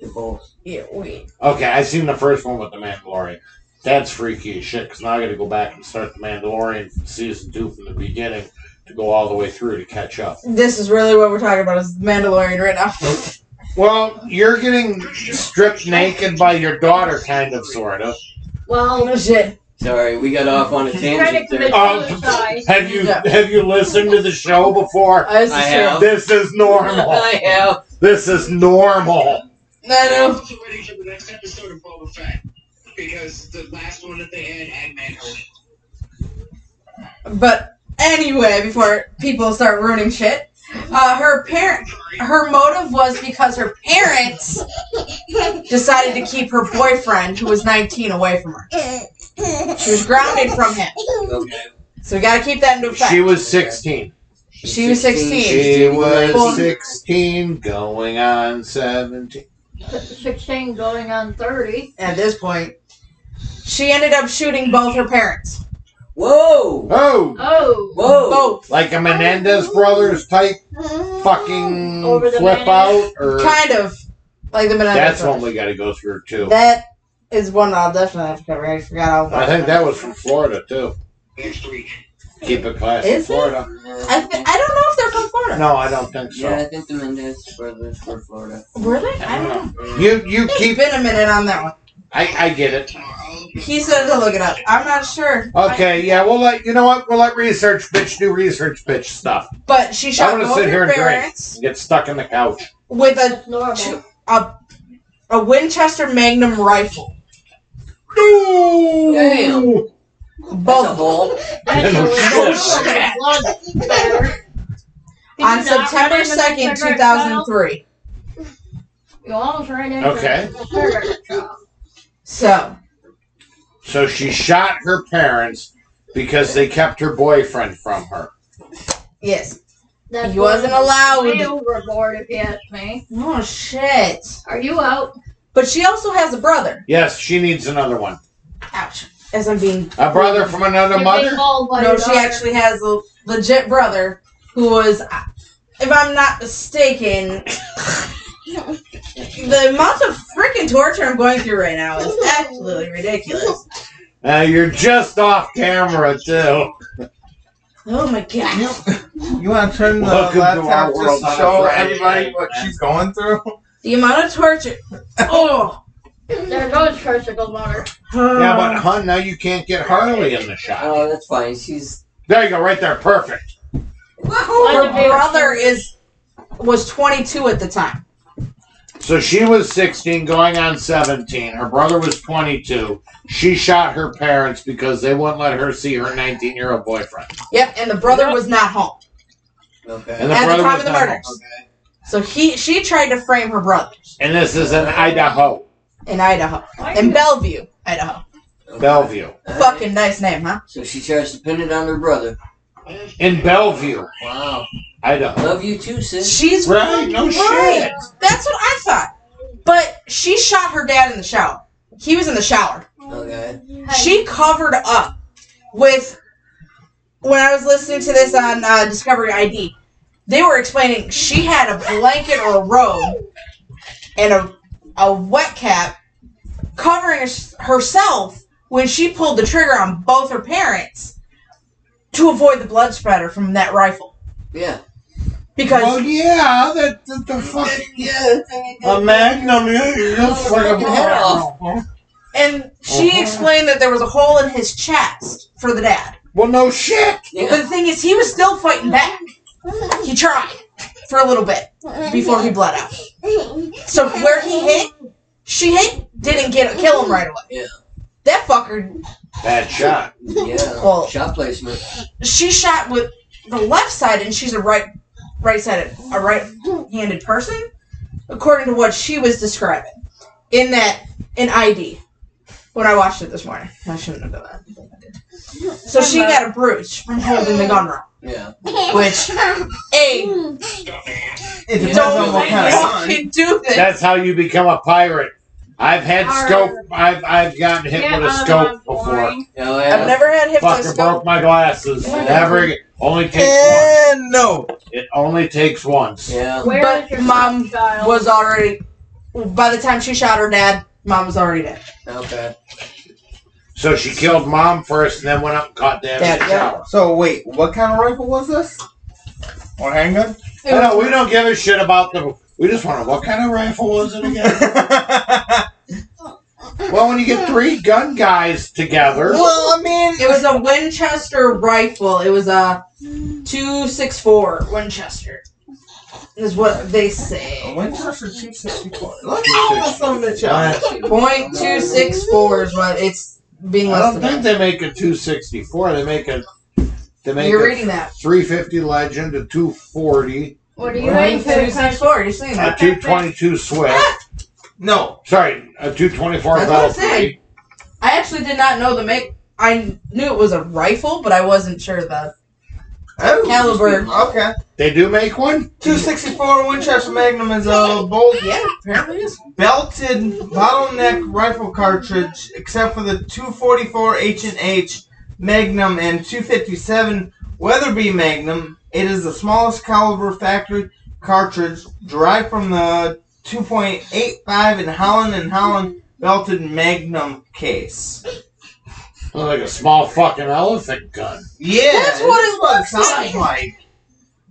Speaker 7: The bowl.
Speaker 10: yeah we,
Speaker 6: Okay, I seen the first one with the Mandalorian. That's freaky as shit. Because now I got to go back and start the Mandalorian from season two from the beginning to go all the way through to catch up.
Speaker 10: this is really what we're talking about is Mandalorian right now.
Speaker 6: Well, you're getting stripped naked by your daughter, kind of, sort of.
Speaker 5: Well,
Speaker 10: Oh shit.
Speaker 7: Sorry, we got off on a
Speaker 5: trying to
Speaker 7: tangent
Speaker 5: commit
Speaker 7: there.
Speaker 6: Um,
Speaker 5: suicide.
Speaker 6: have you have you listened to the show before?
Speaker 10: Oh, this is
Speaker 7: I
Speaker 10: true.
Speaker 7: have.
Speaker 6: This is normal.
Speaker 7: I have.
Speaker 6: This is normal.
Speaker 10: I know.
Speaker 8: also waiting for the next episode of Boba Fett because the last one that they had had Manhole.
Speaker 10: um, But anyway, before people start ruining shit, uh, her parent, her motive was because her parents decided to keep her boyfriend, who was 19, away from her. She was grounded from him,
Speaker 7: Okay.
Speaker 10: so we gotta keep that into effect.
Speaker 6: She was 16.
Speaker 10: She was 16.
Speaker 6: She was
Speaker 10: Well-
Speaker 6: 16 going on 17.
Speaker 5: 16 going on 30.
Speaker 10: At this point, she ended up shooting both her parents.
Speaker 7: Whoa.
Speaker 6: Oh!
Speaker 5: Oh.
Speaker 7: Whoa.
Speaker 10: Both,
Speaker 6: Like a Menendez Brothers type fucking
Speaker 5: Over the
Speaker 6: flip
Speaker 5: Menendez.
Speaker 6: out? Or
Speaker 10: kind of, like the banana.
Speaker 6: That's
Speaker 10: brothers.
Speaker 6: one we gotta go through too.
Speaker 10: That is one I'll definitely have to cover. I forgot all about
Speaker 6: I think that was from Florida too.
Speaker 8: Next week.
Speaker 6: Keep it classy.
Speaker 10: Is it?
Speaker 6: Florida.
Speaker 10: I, th- I don't know if they're from Florida.
Speaker 6: No, I don't think so.
Speaker 7: Yeah, I think the Mendez brothers were Florida.
Speaker 10: Were they? I don't know.
Speaker 6: You you
Speaker 10: It's
Speaker 6: keep
Speaker 10: been a minute on that one.
Speaker 6: I, I get it.
Speaker 10: He said to look it up. I'm not sure.
Speaker 6: Okay, yeah, we'll let you know what we'll let research bitch do research bitch stuff.
Speaker 10: But she shot
Speaker 6: I'm gonna
Speaker 10: both
Speaker 6: sit here
Speaker 10: her
Speaker 6: and drink.
Speaker 10: parents
Speaker 6: Get stuck in the couch.
Speaker 10: with a
Speaker 5: That's normal.
Speaker 10: Two. a Winchester Magnum rifle.
Speaker 6: No.
Speaker 7: Damn. That's a
Speaker 10: Both
Speaker 7: bowl.
Speaker 5: Actually,
Speaker 6: Oh,
Speaker 5: that's what it was. Did
Speaker 10: on
Speaker 5: you not
Speaker 10: September
Speaker 5: remember the
Speaker 10: second, two
Speaker 5: cigarette
Speaker 10: thousand
Speaker 5: bottle?
Speaker 10: three.
Speaker 5: You almost ran into
Speaker 6: Okay.
Speaker 5: the cigarette shop.
Speaker 10: So
Speaker 6: So she shot her parents because they kept her boyfriend from her.
Speaker 10: yes.
Speaker 5: That's
Speaker 10: He wasn't
Speaker 5: going
Speaker 10: allowed.
Speaker 5: Way overboard, if you ask me.
Speaker 10: Oh shit.
Speaker 5: Are you out?
Speaker 10: But she also has a brother.
Speaker 6: Yes, she needs another one.
Speaker 10: Ouch. As I'm being
Speaker 6: A brother from another
Speaker 5: You're
Speaker 6: mother?
Speaker 5: being mauled by
Speaker 10: No,
Speaker 5: your
Speaker 10: she
Speaker 5: daughter.
Speaker 10: actually has a legit brother who was, if I'm not mistaken, the amount of freaking torture I'm going through right now is absolutely ridiculous.
Speaker 6: Uh, you're just off camera, too.
Speaker 10: Oh my god.
Speaker 9: You, you want to turn the
Speaker 6: Welcome to our
Speaker 9: laptop
Speaker 6: world
Speaker 9: just to
Speaker 6: on a
Speaker 9: show
Speaker 6: Friday
Speaker 9: everybody
Speaker 6: night,
Speaker 9: what
Speaker 6: man.
Speaker 9: she's going through?
Speaker 10: The amount of torture. Oh.
Speaker 5: There goes tricycle motor.
Speaker 6: Yeah, but, hun, now you can't get Harley in the shot.
Speaker 7: Oh, Uh, that's fine. She's
Speaker 6: There you go, right there. Perfect.
Speaker 10: Whoa,
Speaker 5: wanted
Speaker 10: her
Speaker 5: to be a
Speaker 10: brother is was 22 at the time.
Speaker 6: So she was 16, going on 17. Her brother was 22. She shot her parents because they wouldn't let her see her 19 year old boyfriend.
Speaker 10: Yep, and the brother was not home
Speaker 7: Okay.
Speaker 6: And the
Speaker 10: at
Speaker 6: brother
Speaker 10: the time
Speaker 6: was
Speaker 10: of the
Speaker 6: not home.
Speaker 10: murders. So he she tried to frame her brother
Speaker 6: And this is in Idaho,
Speaker 10: in Idaho, in Bellevue, Idaho.
Speaker 6: Bellevue.
Speaker 10: Fucking nice name, huh?
Speaker 7: So she tries to pin it on her brother.
Speaker 6: In Bellevue,
Speaker 7: Wow.
Speaker 6: Idaho.
Speaker 7: Love you too, sis.
Speaker 10: She's
Speaker 6: Right, no shit.
Speaker 10: That's what I thought. But she shot her dad in the shower. He was in the shower.
Speaker 7: Okay.
Speaker 10: She covered up with. When I was listening to this on uh, Discovery ID, they were explaining she had a blanket or a robe and a, a wet cap covering hers- herself when she pulled the trigger on both her parents to avoid the blood spatter from that rifle.
Speaker 7: Yeah.
Speaker 10: Because
Speaker 6: Well, yeah, that, that the fuck.
Speaker 7: Yeah.
Speaker 6: A magnum, you, you just fucking
Speaker 7: Fucking head off.
Speaker 10: And she
Speaker 6: Uh-huh.
Speaker 10: explained that there was a hole in his chest for the dad.
Speaker 6: Well, no shit.
Speaker 10: But
Speaker 7: Yeah.
Speaker 10: the thing is, he was still fighting back. He tried for a little bit before he bled out. So where he hit, she hit, didn't get kill him right away.
Speaker 7: Yeah.
Speaker 10: That fucker,
Speaker 6: Bad shot.
Speaker 7: Yeah.
Speaker 10: Well-
Speaker 7: Shot placement.
Speaker 10: she shot with the left side, and she's a right, right-sided, a right-handed person, according to what she was describing in that in ID when I watched it this morning. I shouldn't have done that. I think I did. So she got a bruise from holding the gun wrong.
Speaker 7: Yeah.
Speaker 10: Which, A,
Speaker 9: It
Speaker 7: You
Speaker 9: depends
Speaker 7: know,
Speaker 9: on what kind of gun.
Speaker 10: fucking do this.
Speaker 6: That's how you become a pirate. I've had
Speaker 5: Our-
Speaker 6: scope. I've I've gotten hit
Speaker 5: Get
Speaker 6: with a
Speaker 5: out of my
Speaker 6: scope before.
Speaker 5: boring.
Speaker 7: Oh,
Speaker 10: I've
Speaker 7: yeah.
Speaker 10: never had hip
Speaker 6: Fucker broke
Speaker 10: scope.
Speaker 6: my glasses.
Speaker 5: Yeah.
Speaker 6: Never. ag- Only
Speaker 10: Eh.
Speaker 6: takes
Speaker 9: And no.
Speaker 6: once. It only takes once.
Speaker 7: Yeah.
Speaker 5: Where
Speaker 10: But
Speaker 5: is your
Speaker 10: mom
Speaker 5: child?
Speaker 10: Was already, by the time she shot her dad, mom was already dead.
Speaker 7: Okay.
Speaker 6: So she killed mom first, and then went up and caught dad in the
Speaker 10: Dad, yeah.
Speaker 6: shower.
Speaker 9: So wait, what kind of rifle was this? Or handgun?
Speaker 6: I know, we don't give a shit about the. We just want to. What kind of rifle was it again?
Speaker 9: well,
Speaker 6: well, when you get three gun guys together,
Speaker 9: I mean,
Speaker 10: It was a Winchester rifle. It was a 264 Winchester. Is what they say.
Speaker 9: Winchester 264. Let me almost on the chat.
Speaker 10: Point two six four is what it's being
Speaker 6: I don't think
Speaker 10: listed.
Speaker 6: they make a 264. They make a. They
Speaker 10: as.
Speaker 6: make
Speaker 10: You're
Speaker 6: a
Speaker 10: reading that.
Speaker 6: 350 Legend, a 240,
Speaker 5: What are you
Speaker 9: Why
Speaker 10: Point
Speaker 5: waiting
Speaker 10: two
Speaker 5: for?
Speaker 10: six four. You're seeing
Speaker 6: a
Speaker 10: that. Ah!
Speaker 6: 222 Swift.
Speaker 9: No.
Speaker 6: Sorry, a 224
Speaker 10: That's what I'm
Speaker 6: Bell
Speaker 10: saying.
Speaker 6: 3.
Speaker 10: I actually did not know the make. I knew it was a rifle, but I wasn't sure the
Speaker 9: Oh,
Speaker 10: caliber.
Speaker 9: okay.
Speaker 6: They do make one?
Speaker 9: 264 Winchester Magnum is uh, a bolt
Speaker 10: Yeah, apparently it is.
Speaker 9: belted bottleneck rifle cartridge, except for the 244 H and H Magnum and 257 Weatherby Magnum. It is the smallest caliber factory cartridge derived from the 2.85 in Holland and Holland belted Magnum case.
Speaker 6: Look like a small fucking elephant gun.
Speaker 9: Yeah,
Speaker 10: That's what it looks
Speaker 9: sounds like.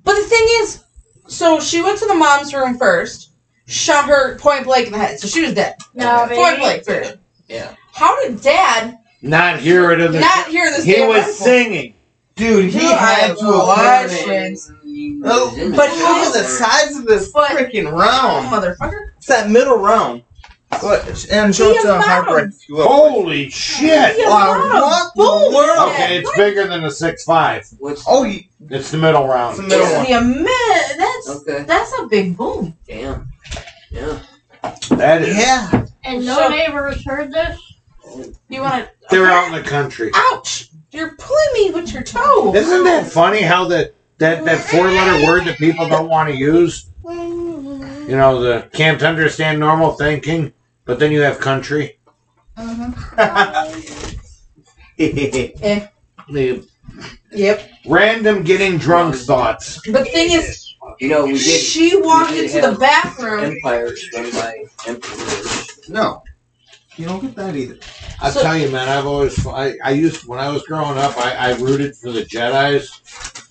Speaker 10: But the thing is, so she went to the mom's room first, shot her point blank in the head, so she was dead.
Speaker 5: No,
Speaker 10: Point
Speaker 5: baby.
Speaker 10: blank, period.
Speaker 7: Yeah.
Speaker 10: How did dad
Speaker 6: Not hear it in the.
Speaker 10: not hear this?
Speaker 6: he
Speaker 10: damn
Speaker 6: was
Speaker 10: rifle?
Speaker 6: singing.
Speaker 9: Dude, he
Speaker 10: You
Speaker 9: had
Speaker 10: are
Speaker 9: to
Speaker 7: Oh,
Speaker 9: have
Speaker 10: watching.
Speaker 9: done it. Oh,
Speaker 7: He's Mm, in
Speaker 10: but
Speaker 7: the
Speaker 10: how
Speaker 9: Look
Speaker 10: is
Speaker 9: at the
Speaker 7: shower.
Speaker 9: size of this
Speaker 10: But-
Speaker 9: freaking
Speaker 10: Oh,
Speaker 9: round.
Speaker 10: motherfucker!
Speaker 9: It's that middle round. What? And show it
Speaker 10: The
Speaker 9: to
Speaker 10: amount.
Speaker 9: Harper if you will.
Speaker 6: Holy shit!
Speaker 10: The amount of
Speaker 9: what the
Speaker 10: bullshit.
Speaker 9: world?
Speaker 6: Okay, it's bigger than a six five.
Speaker 7: What's
Speaker 9: Oh, you-
Speaker 6: It's the middle
Speaker 9: it's the
Speaker 6: round.
Speaker 9: middle one.
Speaker 10: The amount. That's
Speaker 7: okay?
Speaker 10: that's a big boom.
Speaker 7: Damn. Yeah.
Speaker 6: That is.
Speaker 9: Yeah.
Speaker 5: And no
Speaker 10: So-
Speaker 5: neighbors heard this?
Speaker 10: You want to?
Speaker 6: They're out in the country.
Speaker 10: Ouch! You're pulling me with your toe.
Speaker 6: Isn't that funny how the that, that four letter word that people don't want to use? You know, the can't understand normal thinking, but then you have country.
Speaker 10: Uh-huh.
Speaker 6: The
Speaker 10: Yep.
Speaker 6: random getting drunk thoughts.
Speaker 10: But the thing is,
Speaker 7: You know, we did
Speaker 10: she walked
Speaker 7: we did
Speaker 10: into the
Speaker 7: have
Speaker 10: bathroom.
Speaker 7: empires run by emperors.
Speaker 9: no. You don't get that either.
Speaker 6: I
Speaker 10: So-
Speaker 6: tell you, man, I've always I, I used when I was growing up, I, I rooted for the Jedi's,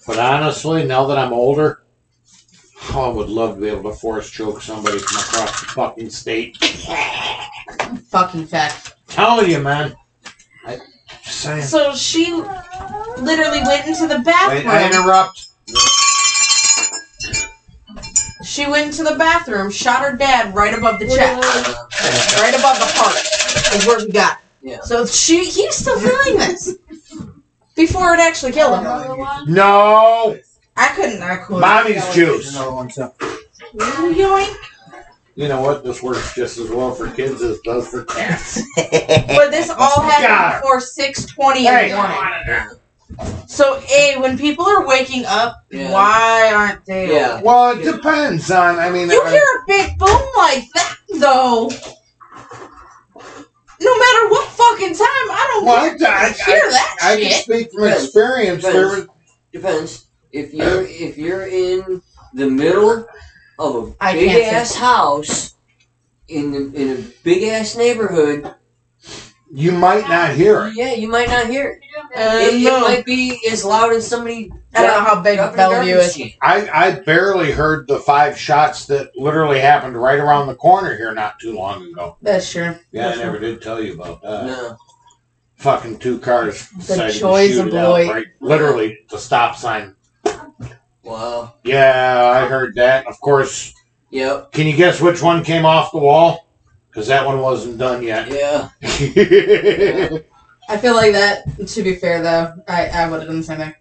Speaker 6: but honestly, now that I'm older, oh, I would love to be able to force choke somebody from across the fucking state.
Speaker 10: Fucking fact.
Speaker 6: Telling you, man. I, just saying.
Speaker 10: So she literally went into the
Speaker 6: Wait, I
Speaker 10: bathroom.
Speaker 6: interrupt.
Speaker 10: She went to the bathroom, shot her dad right above the chest, right above the heart, is where we got.
Speaker 7: Yeah.
Speaker 10: So she, he's still feeling this before it actually killed him.
Speaker 5: Another one?
Speaker 6: No,
Speaker 10: I couldn't. I couldn't.
Speaker 6: mommy's juice.
Speaker 9: Another one, so.
Speaker 10: Ooh, yoink.
Speaker 6: You know what? This works just as well for kids as it does for cats.
Speaker 10: But this all
Speaker 6: Oh God.
Speaker 10: happened before six twenty in
Speaker 6: Hey,
Speaker 10: the morning. So, a when people are waking up,
Speaker 7: Yeah.
Speaker 10: why aren't they?
Speaker 7: Yeah.
Speaker 6: well, it depends on. I mean,
Speaker 10: You
Speaker 6: uh,
Speaker 10: hear a big boom like that, though. No matter what fucking time, I don't
Speaker 6: well, I,
Speaker 10: care.
Speaker 6: I,
Speaker 10: hear that
Speaker 6: I, I
Speaker 10: shit.
Speaker 6: can speak from experience. There was
Speaker 7: Depends. If you're if you're in the middle of a
Speaker 10: I
Speaker 7: big
Speaker 10: can't
Speaker 7: ass house in the, in a big ass neighborhood,
Speaker 6: you might not hear it.
Speaker 7: yeah, you might not hear it.
Speaker 10: Uh,
Speaker 7: it,
Speaker 10: no.
Speaker 7: it might be as loud as somebody.
Speaker 10: I don't know how big
Speaker 7: dropping a
Speaker 10: Bellevue
Speaker 7: garbage
Speaker 10: is.
Speaker 7: can.
Speaker 6: I, I barely heard the five shots that literally happened right around the corner here not too long ago.
Speaker 10: That's true.
Speaker 6: Yeah,
Speaker 10: That's
Speaker 6: I never did tell you about that.
Speaker 7: No.
Speaker 6: Fucking two cars decided
Speaker 10: joys
Speaker 6: to shoot
Speaker 10: of
Speaker 6: it out,
Speaker 10: Beloit.
Speaker 6: right, literally the stop sign.
Speaker 7: Wow.
Speaker 6: Yeah, I heard that. Of course,
Speaker 7: Yep.
Speaker 6: can you guess which one came off the wall? Because that one wasn't done yet.
Speaker 7: Yeah.
Speaker 10: I feel like that. To be fair, though, I, I would have done the same thing.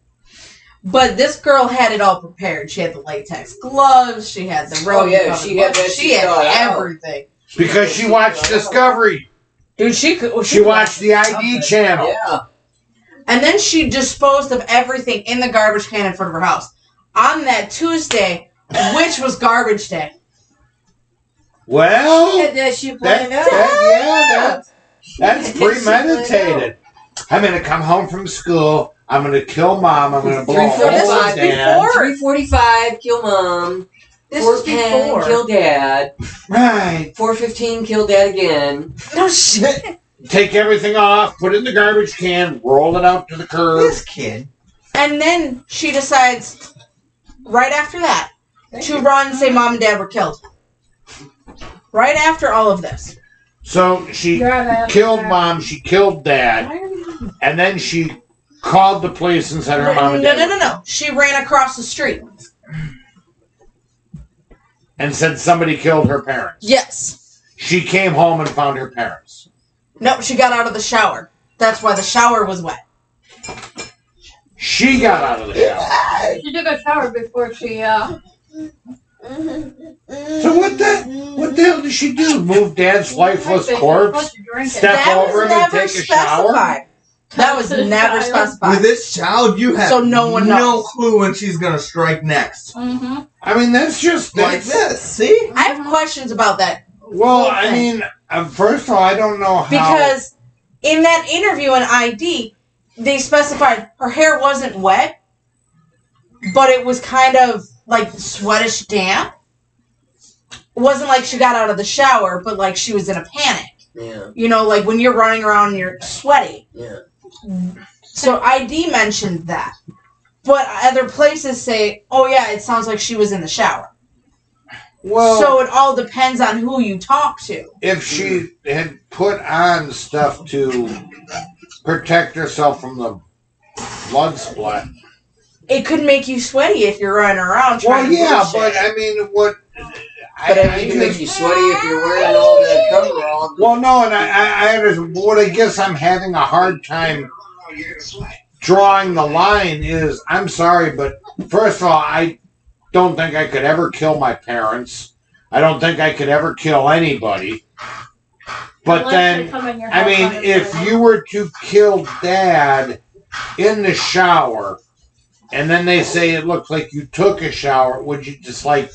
Speaker 10: But this girl had it all prepared. She had the latex gloves. She had the robe.
Speaker 7: Oh, yeah,
Speaker 10: covered
Speaker 7: she had
Speaker 10: book,
Speaker 7: that
Speaker 10: She
Speaker 7: shit
Speaker 10: had
Speaker 7: thought out.
Speaker 10: everything.
Speaker 6: because she watched Discovery.
Speaker 10: Dude, she could. well,
Speaker 6: She
Speaker 10: could
Speaker 6: watched the ID
Speaker 10: something.
Speaker 6: channel.
Speaker 7: Yeah.
Speaker 10: And then she disposed of everything in the garbage can in front of her house on that Tuesday, which was garbage day.
Speaker 6: Well,
Speaker 7: That, that she
Speaker 6: That,
Speaker 7: planned out.
Speaker 6: that, yeah, that, that's
Speaker 7: Yeah, it's like,
Speaker 6: premeditated. I'm gonna come home from school. I'm gonna kill mom. I'm gonna blow a hole
Speaker 10: So this
Speaker 6: in
Speaker 10: was
Speaker 6: dad.
Speaker 10: before.
Speaker 7: 345, kill mom.
Speaker 10: This was
Speaker 7: 410,
Speaker 10: before.
Speaker 7: kill dad.
Speaker 6: Right.
Speaker 7: 415, kill dad again.
Speaker 10: No shit.
Speaker 6: Take everything off. Put it in the garbage can. Roll it out to the curb.
Speaker 9: This kid.
Speaker 10: And then she decides, right after that, to run and say mom and dad were killed. Right after all of this.
Speaker 6: So she
Speaker 5: Drive out.
Speaker 6: killed mom. She killed dad, and then she called the police and said her mom
Speaker 10: No,
Speaker 6: and
Speaker 10: no,
Speaker 6: dad
Speaker 10: no, no. She ran across the street.
Speaker 6: and said somebody killed her parents.
Speaker 10: Yes.
Speaker 6: She came home and found her parents.
Speaker 10: No, she got out of the shower. That's why the shower was wet.
Speaker 6: She got out of the shower.
Speaker 5: She took a shower before she, uh,
Speaker 6: So what the what the hell did she do? Move dad's lifeless
Speaker 5: she was
Speaker 6: corpse?
Speaker 5: supposed to drink it.
Speaker 6: Step
Speaker 10: that
Speaker 6: over
Speaker 10: was
Speaker 6: him and
Speaker 10: never
Speaker 6: take a shower?
Speaker 10: specified. That was never
Speaker 9: With
Speaker 10: specified.
Speaker 9: this child, you have
Speaker 10: So no one
Speaker 9: no
Speaker 10: knows.
Speaker 9: clue when she's gonna strike next.
Speaker 1: Mm-hmm.
Speaker 5: Mhm.
Speaker 6: I mean, that's just
Speaker 9: Like
Speaker 6: that's-
Speaker 9: this, see?
Speaker 10: I have questions about that
Speaker 6: Well, I
Speaker 10: Okay.
Speaker 6: mean, uh, first of all, I don't know how.
Speaker 10: because in that interview in ID, they specified her hair wasn't wet, but it was kind of like sweatish damp. It wasn't like she got out of the shower, but like she was in a panic.
Speaker 7: Yeah.
Speaker 10: You know, like when you're running around and you're sweaty.
Speaker 7: Yeah.
Speaker 10: So ID mentioned that. But other places say, oh, yeah, it sounds like she was in the shower.
Speaker 6: well,
Speaker 10: so it all depends on who you talk to.
Speaker 6: if she had put on stuff to protect herself from the blood splat.
Speaker 10: It could make you sweaty if you're running around
Speaker 6: Well,
Speaker 10: trying to
Speaker 6: yeah,
Speaker 10: do
Speaker 6: but uh,
Speaker 10: shit.
Speaker 6: I mean, what?
Speaker 7: But
Speaker 6: I,
Speaker 7: I
Speaker 6: I
Speaker 7: mean, it makes
Speaker 6: just-
Speaker 7: you sweaty if you're wearing all that coverall.
Speaker 6: well, no, and I, I, I just, what I guess I'm having a hard time
Speaker 8: You're gonna sweat.
Speaker 6: drawing the line is I'm sorry, but first of all, I don't think I could ever kill my parents. I don't think I could ever kill anybody. But
Speaker 5: Unless they
Speaker 6: then,
Speaker 5: come in your
Speaker 6: I
Speaker 5: house
Speaker 6: mean,
Speaker 5: on a
Speaker 6: if
Speaker 5: Friday.
Speaker 6: you were to kill dad in the shower, and then they say it looked like you took a shower, would you just like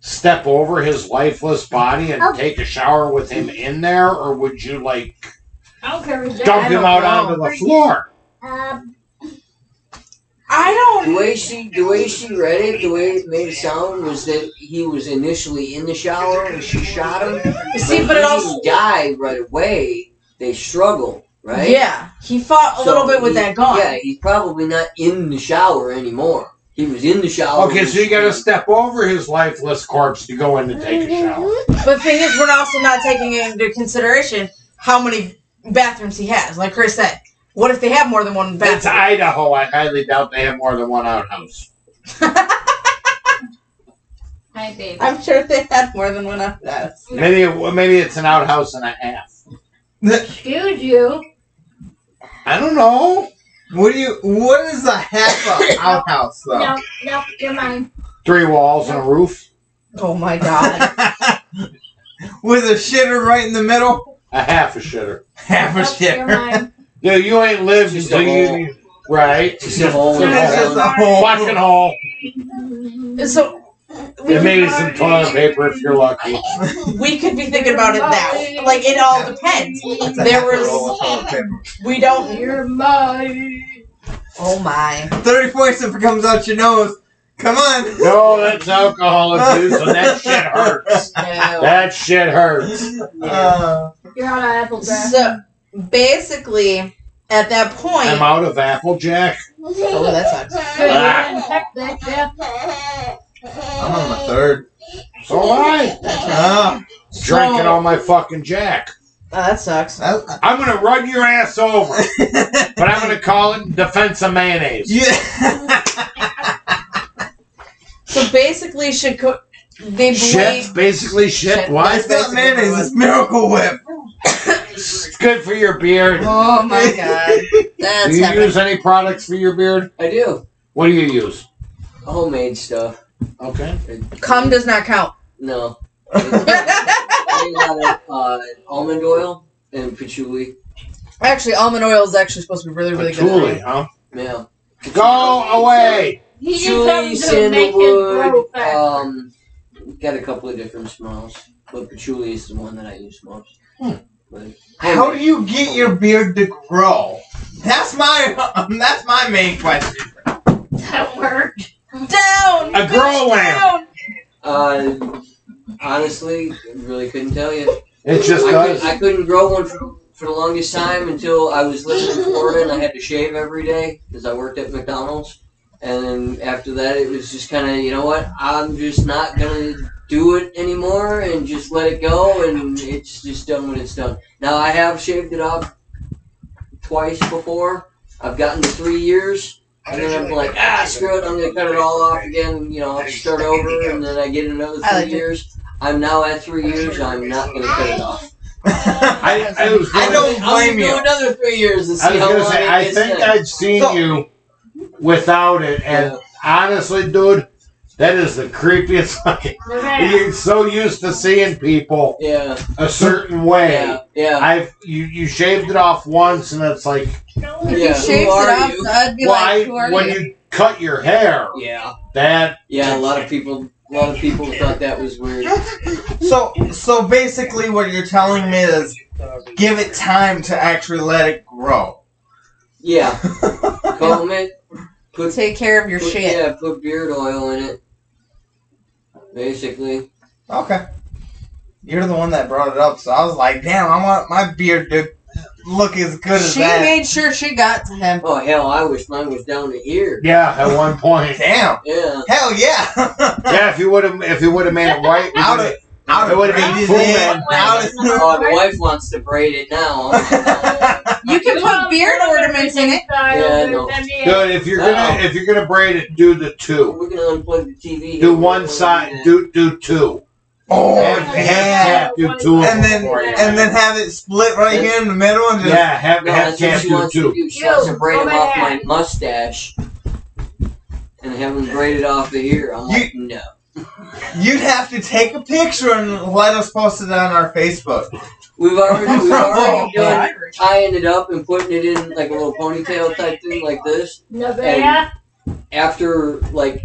Speaker 6: step over his lifeless body
Speaker 10: Oh.
Speaker 6: and take a shower with him in there, or would you like
Speaker 5: I don't care if
Speaker 6: dump
Speaker 10: I
Speaker 6: him
Speaker 10: don't
Speaker 6: out
Speaker 10: know.
Speaker 6: onto the floor?
Speaker 10: I
Speaker 7: The
Speaker 10: don't.
Speaker 7: way she, the way she read it, the way it made it sound was that he was initially in the shower and she shot him.
Speaker 10: See, but it
Speaker 7: he
Speaker 10: also-
Speaker 7: didn't die right away. They struggle, right?
Speaker 10: Yeah, he fought a
Speaker 7: So
Speaker 10: little bit with
Speaker 7: he-
Speaker 10: that gun.
Speaker 7: Yeah, he's probably not in the shower anymore. He was in the shower.
Speaker 6: Okay,
Speaker 7: when
Speaker 6: so you
Speaker 7: she-
Speaker 6: gotta step over his lifeless corpse to go in to take a shower.
Speaker 10: But the thing is, we're also not taking into consideration how many bathrooms he has. Like Chris said, what if they have more than one
Speaker 6: That's
Speaker 10: bathroom?
Speaker 6: Idaho. I highly doubt they have more than one outhouse.
Speaker 5: Hi, baby.
Speaker 1: I'm sure they had more than one of those.
Speaker 6: Maybe it, well, maybe it's an outhouse and a half.
Speaker 5: Excuse you.
Speaker 6: I don't know.
Speaker 9: What do you? What is a half a outhouse though?
Speaker 5: No, no, you're mine.
Speaker 6: Three walls and a roof.
Speaker 1: Oh my god.
Speaker 9: With a shitter right in the middle.
Speaker 6: A half a shitter.
Speaker 9: Half a
Speaker 5: Nope, You're
Speaker 9: shitter.
Speaker 5: mine.
Speaker 6: Dude, you ain't lived
Speaker 7: Just
Speaker 6: till
Speaker 7: a
Speaker 6: you-
Speaker 7: hole.
Speaker 6: right.
Speaker 7: Just a hole in the
Speaker 9: It's just
Speaker 7: wall.
Speaker 9: a whole
Speaker 6: Watching hole.
Speaker 1: so
Speaker 6: And maybe some toilet paper if you're lucky.
Speaker 1: we could be thinking about it that way. Like it all depends.
Speaker 9: It's a
Speaker 1: There
Speaker 9: half a
Speaker 1: was-
Speaker 9: roll of toilet paper.
Speaker 1: We don't
Speaker 5: You're mine.
Speaker 1: Oh my.
Speaker 9: Thirty points if it comes out your nose. Come on.
Speaker 6: No, that's alcohol abuse, and that shit hurts.
Speaker 1: No.
Speaker 6: That shit hurts.
Speaker 9: Uh,
Speaker 5: You're out of apple breath.
Speaker 1: So basically at that
Speaker 6: I'm
Speaker 1: point
Speaker 6: out of Applejack.
Speaker 1: Oh that sucks.
Speaker 5: Good, you
Speaker 6: Ah.
Speaker 5: didn't peck that chip.
Speaker 9: I'm on my third.
Speaker 6: So am I.
Speaker 9: Oh,
Speaker 6: Drinking all my fucking Jack.
Speaker 1: Oh
Speaker 7: Ah,
Speaker 1: that sucks.
Speaker 9: that-
Speaker 6: I'm gonna run your ass over, but I'm gonna call it defense of mayonnaise.
Speaker 9: yeah.
Speaker 1: So basically should co- they
Speaker 6: Shit,
Speaker 1: blame
Speaker 6: basically shit.
Speaker 1: Shit.
Speaker 6: Why?
Speaker 9: It's not mayonnaise. It's Miracle Whip.
Speaker 6: It's good for your beard.
Speaker 1: Oh my god. That's
Speaker 6: do you
Speaker 1: happening.
Speaker 6: use any products for your beard?
Speaker 7: I do.
Speaker 6: What do you use?
Speaker 7: Homemade stuff.
Speaker 6: Okay.
Speaker 1: Cum does not count.
Speaker 7: No. Made out of uh, almond oil and patchouli.
Speaker 1: Actually, almond oil is actually supposed to be really, really
Speaker 6: Patchouli,
Speaker 1: good.
Speaker 6: huh?
Speaker 7: Yeah.
Speaker 6: Go away.
Speaker 5: He did
Speaker 7: Patchouli,
Speaker 5: something to make his grow
Speaker 7: sandalwood.
Speaker 5: fast.
Speaker 7: Um, got a couple of different smells, but patchouli is the one that I use most.
Speaker 6: Hmm.
Speaker 7: But-
Speaker 9: How do you get your beard to grow? That's my that's my main question.
Speaker 5: That worked.
Speaker 1: Down!
Speaker 6: A
Speaker 1: bitch,
Speaker 6: grow lamp.
Speaker 1: down!
Speaker 7: Uh, honestly, really couldn't tell you.
Speaker 6: It just
Speaker 7: I,
Speaker 6: does.
Speaker 7: could, I couldn't grow one for, for the longest time until I was living in Florida and I had to shave every day because I worked at McDonald's. And then after that, it was just kind of, you know what, I'm just not going to do it anymore and just let it go. And it's just done when it's done. Now, I have shaved it off twice before. I've gotten to three years. And then I'm like, ah, screw it, I'm going to cut it all off again. You know, I'll start over. And then I get another
Speaker 1: I
Speaker 7: three
Speaker 1: like it.
Speaker 7: years. I'm now at three years. I'm not going to cut it off.
Speaker 6: I, I was
Speaker 9: I
Speaker 6: gonna,
Speaker 9: don't
Speaker 7: I'll
Speaker 9: blame you.
Speaker 7: Go another three years and see
Speaker 6: I was
Speaker 7: how
Speaker 6: gonna
Speaker 7: long
Speaker 6: say.
Speaker 7: it
Speaker 6: I
Speaker 7: is
Speaker 6: think
Speaker 7: then.
Speaker 6: I've seen
Speaker 9: So-
Speaker 6: you without it, and honestly, dude, that is the creepiest fucking. You're so used to seeing people
Speaker 7: yeah,
Speaker 6: a certain way.
Speaker 7: yeah, yeah,
Speaker 6: I've you you shaved it off once, and it's like,
Speaker 7: yeah.
Speaker 1: If he shaves
Speaker 7: Who
Speaker 1: it
Speaker 7: are
Speaker 1: off,
Speaker 7: you?
Speaker 1: I'd be
Speaker 6: why
Speaker 1: like, who are
Speaker 6: when
Speaker 1: you?
Speaker 6: you? cut your hair,
Speaker 7: Yeah,
Speaker 6: that
Speaker 7: yeah. A lot of people, a lot of people thought that was weird.
Speaker 9: So so basically, what you're telling me is give it time to actually let it grow.
Speaker 7: Yeah, comb it, put,
Speaker 1: Take care of your
Speaker 7: put-
Speaker 1: shit.
Speaker 7: yeah, put beard oil in it. Basically,
Speaker 9: Okay. You're the one that brought it up, so I was like, damn, I want my beard to look as good as
Speaker 1: She
Speaker 9: that.
Speaker 1: made sure she got to him.
Speaker 7: oh hell, I wish mine was down to here.
Speaker 6: yeah, at one point,
Speaker 9: damn.
Speaker 7: Yeah,
Speaker 9: Hell yeah.
Speaker 6: yeah. If you would have, if you would have made it white, we
Speaker 9: out of
Speaker 6: would've-
Speaker 9: out
Speaker 6: It
Speaker 9: of
Speaker 6: would've been
Speaker 9: braided
Speaker 6: cool,
Speaker 9: in,
Speaker 6: man.
Speaker 9: out of-
Speaker 7: oh, the wife wants to braid it now.
Speaker 1: You can put beard ornaments in it.
Speaker 5: Yeah,
Speaker 7: no.
Speaker 6: dude. If you're gonna
Speaker 7: No.
Speaker 6: if you're gonna braid it, do the two.
Speaker 7: We're gonna unplug the TV.
Speaker 6: Do one side. Do do two.
Speaker 9: Oh
Speaker 6: Have- have
Speaker 9: yeah.
Speaker 6: Cat do two of
Speaker 9: And
Speaker 6: them
Speaker 9: then
Speaker 6: for you.
Speaker 9: and then have it split right here in the middle and just
Speaker 6: Yeah, have
Speaker 7: No,
Speaker 6: have
Speaker 7: that's what
Speaker 6: Cat
Speaker 7: she
Speaker 6: do
Speaker 7: wants to
Speaker 6: two.
Speaker 7: do. She wants to
Speaker 5: Yo,
Speaker 7: braid
Speaker 5: go
Speaker 7: them off my
Speaker 5: ahead.
Speaker 7: mustache and have them braided off of here. I'm like, no.
Speaker 9: You'd have to take a picture and let us post it on our Facebook.
Speaker 7: We've already, we've
Speaker 9: Oh,
Speaker 7: already done tying it up and putting it in like a little ponytail type thing like this.
Speaker 5: No, but yeah.
Speaker 7: After like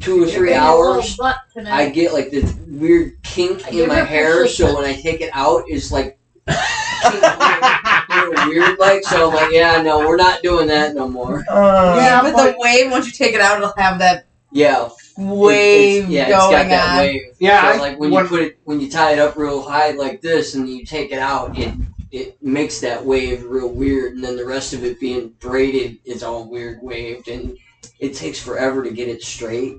Speaker 7: two or
Speaker 5: You're
Speaker 7: three
Speaker 5: being a little
Speaker 7: hours,
Speaker 5: butt
Speaker 7: I
Speaker 5: tonight.
Speaker 7: get like this weird kink in
Speaker 5: You're
Speaker 7: my
Speaker 5: not
Speaker 7: hair, so
Speaker 5: persistent.
Speaker 7: when I take it out, it's like kink little- little weird like. So I'm like, yeah, no, we're not doing that no more.
Speaker 9: Uh,
Speaker 1: Yeah, but the wave, once you take it out, it'll have that
Speaker 7: Yeah, it-
Speaker 1: wave
Speaker 7: it's, yeah, it's
Speaker 1: going
Speaker 7: got that
Speaker 1: on.
Speaker 7: wave.
Speaker 6: Yeah, I-
Speaker 7: so, like when you
Speaker 6: when-
Speaker 7: put it when you tie it up real high like this and you take it out, it it makes that wave real weird, and then the rest of it being braided is all weird waved, and it takes forever to get it straight.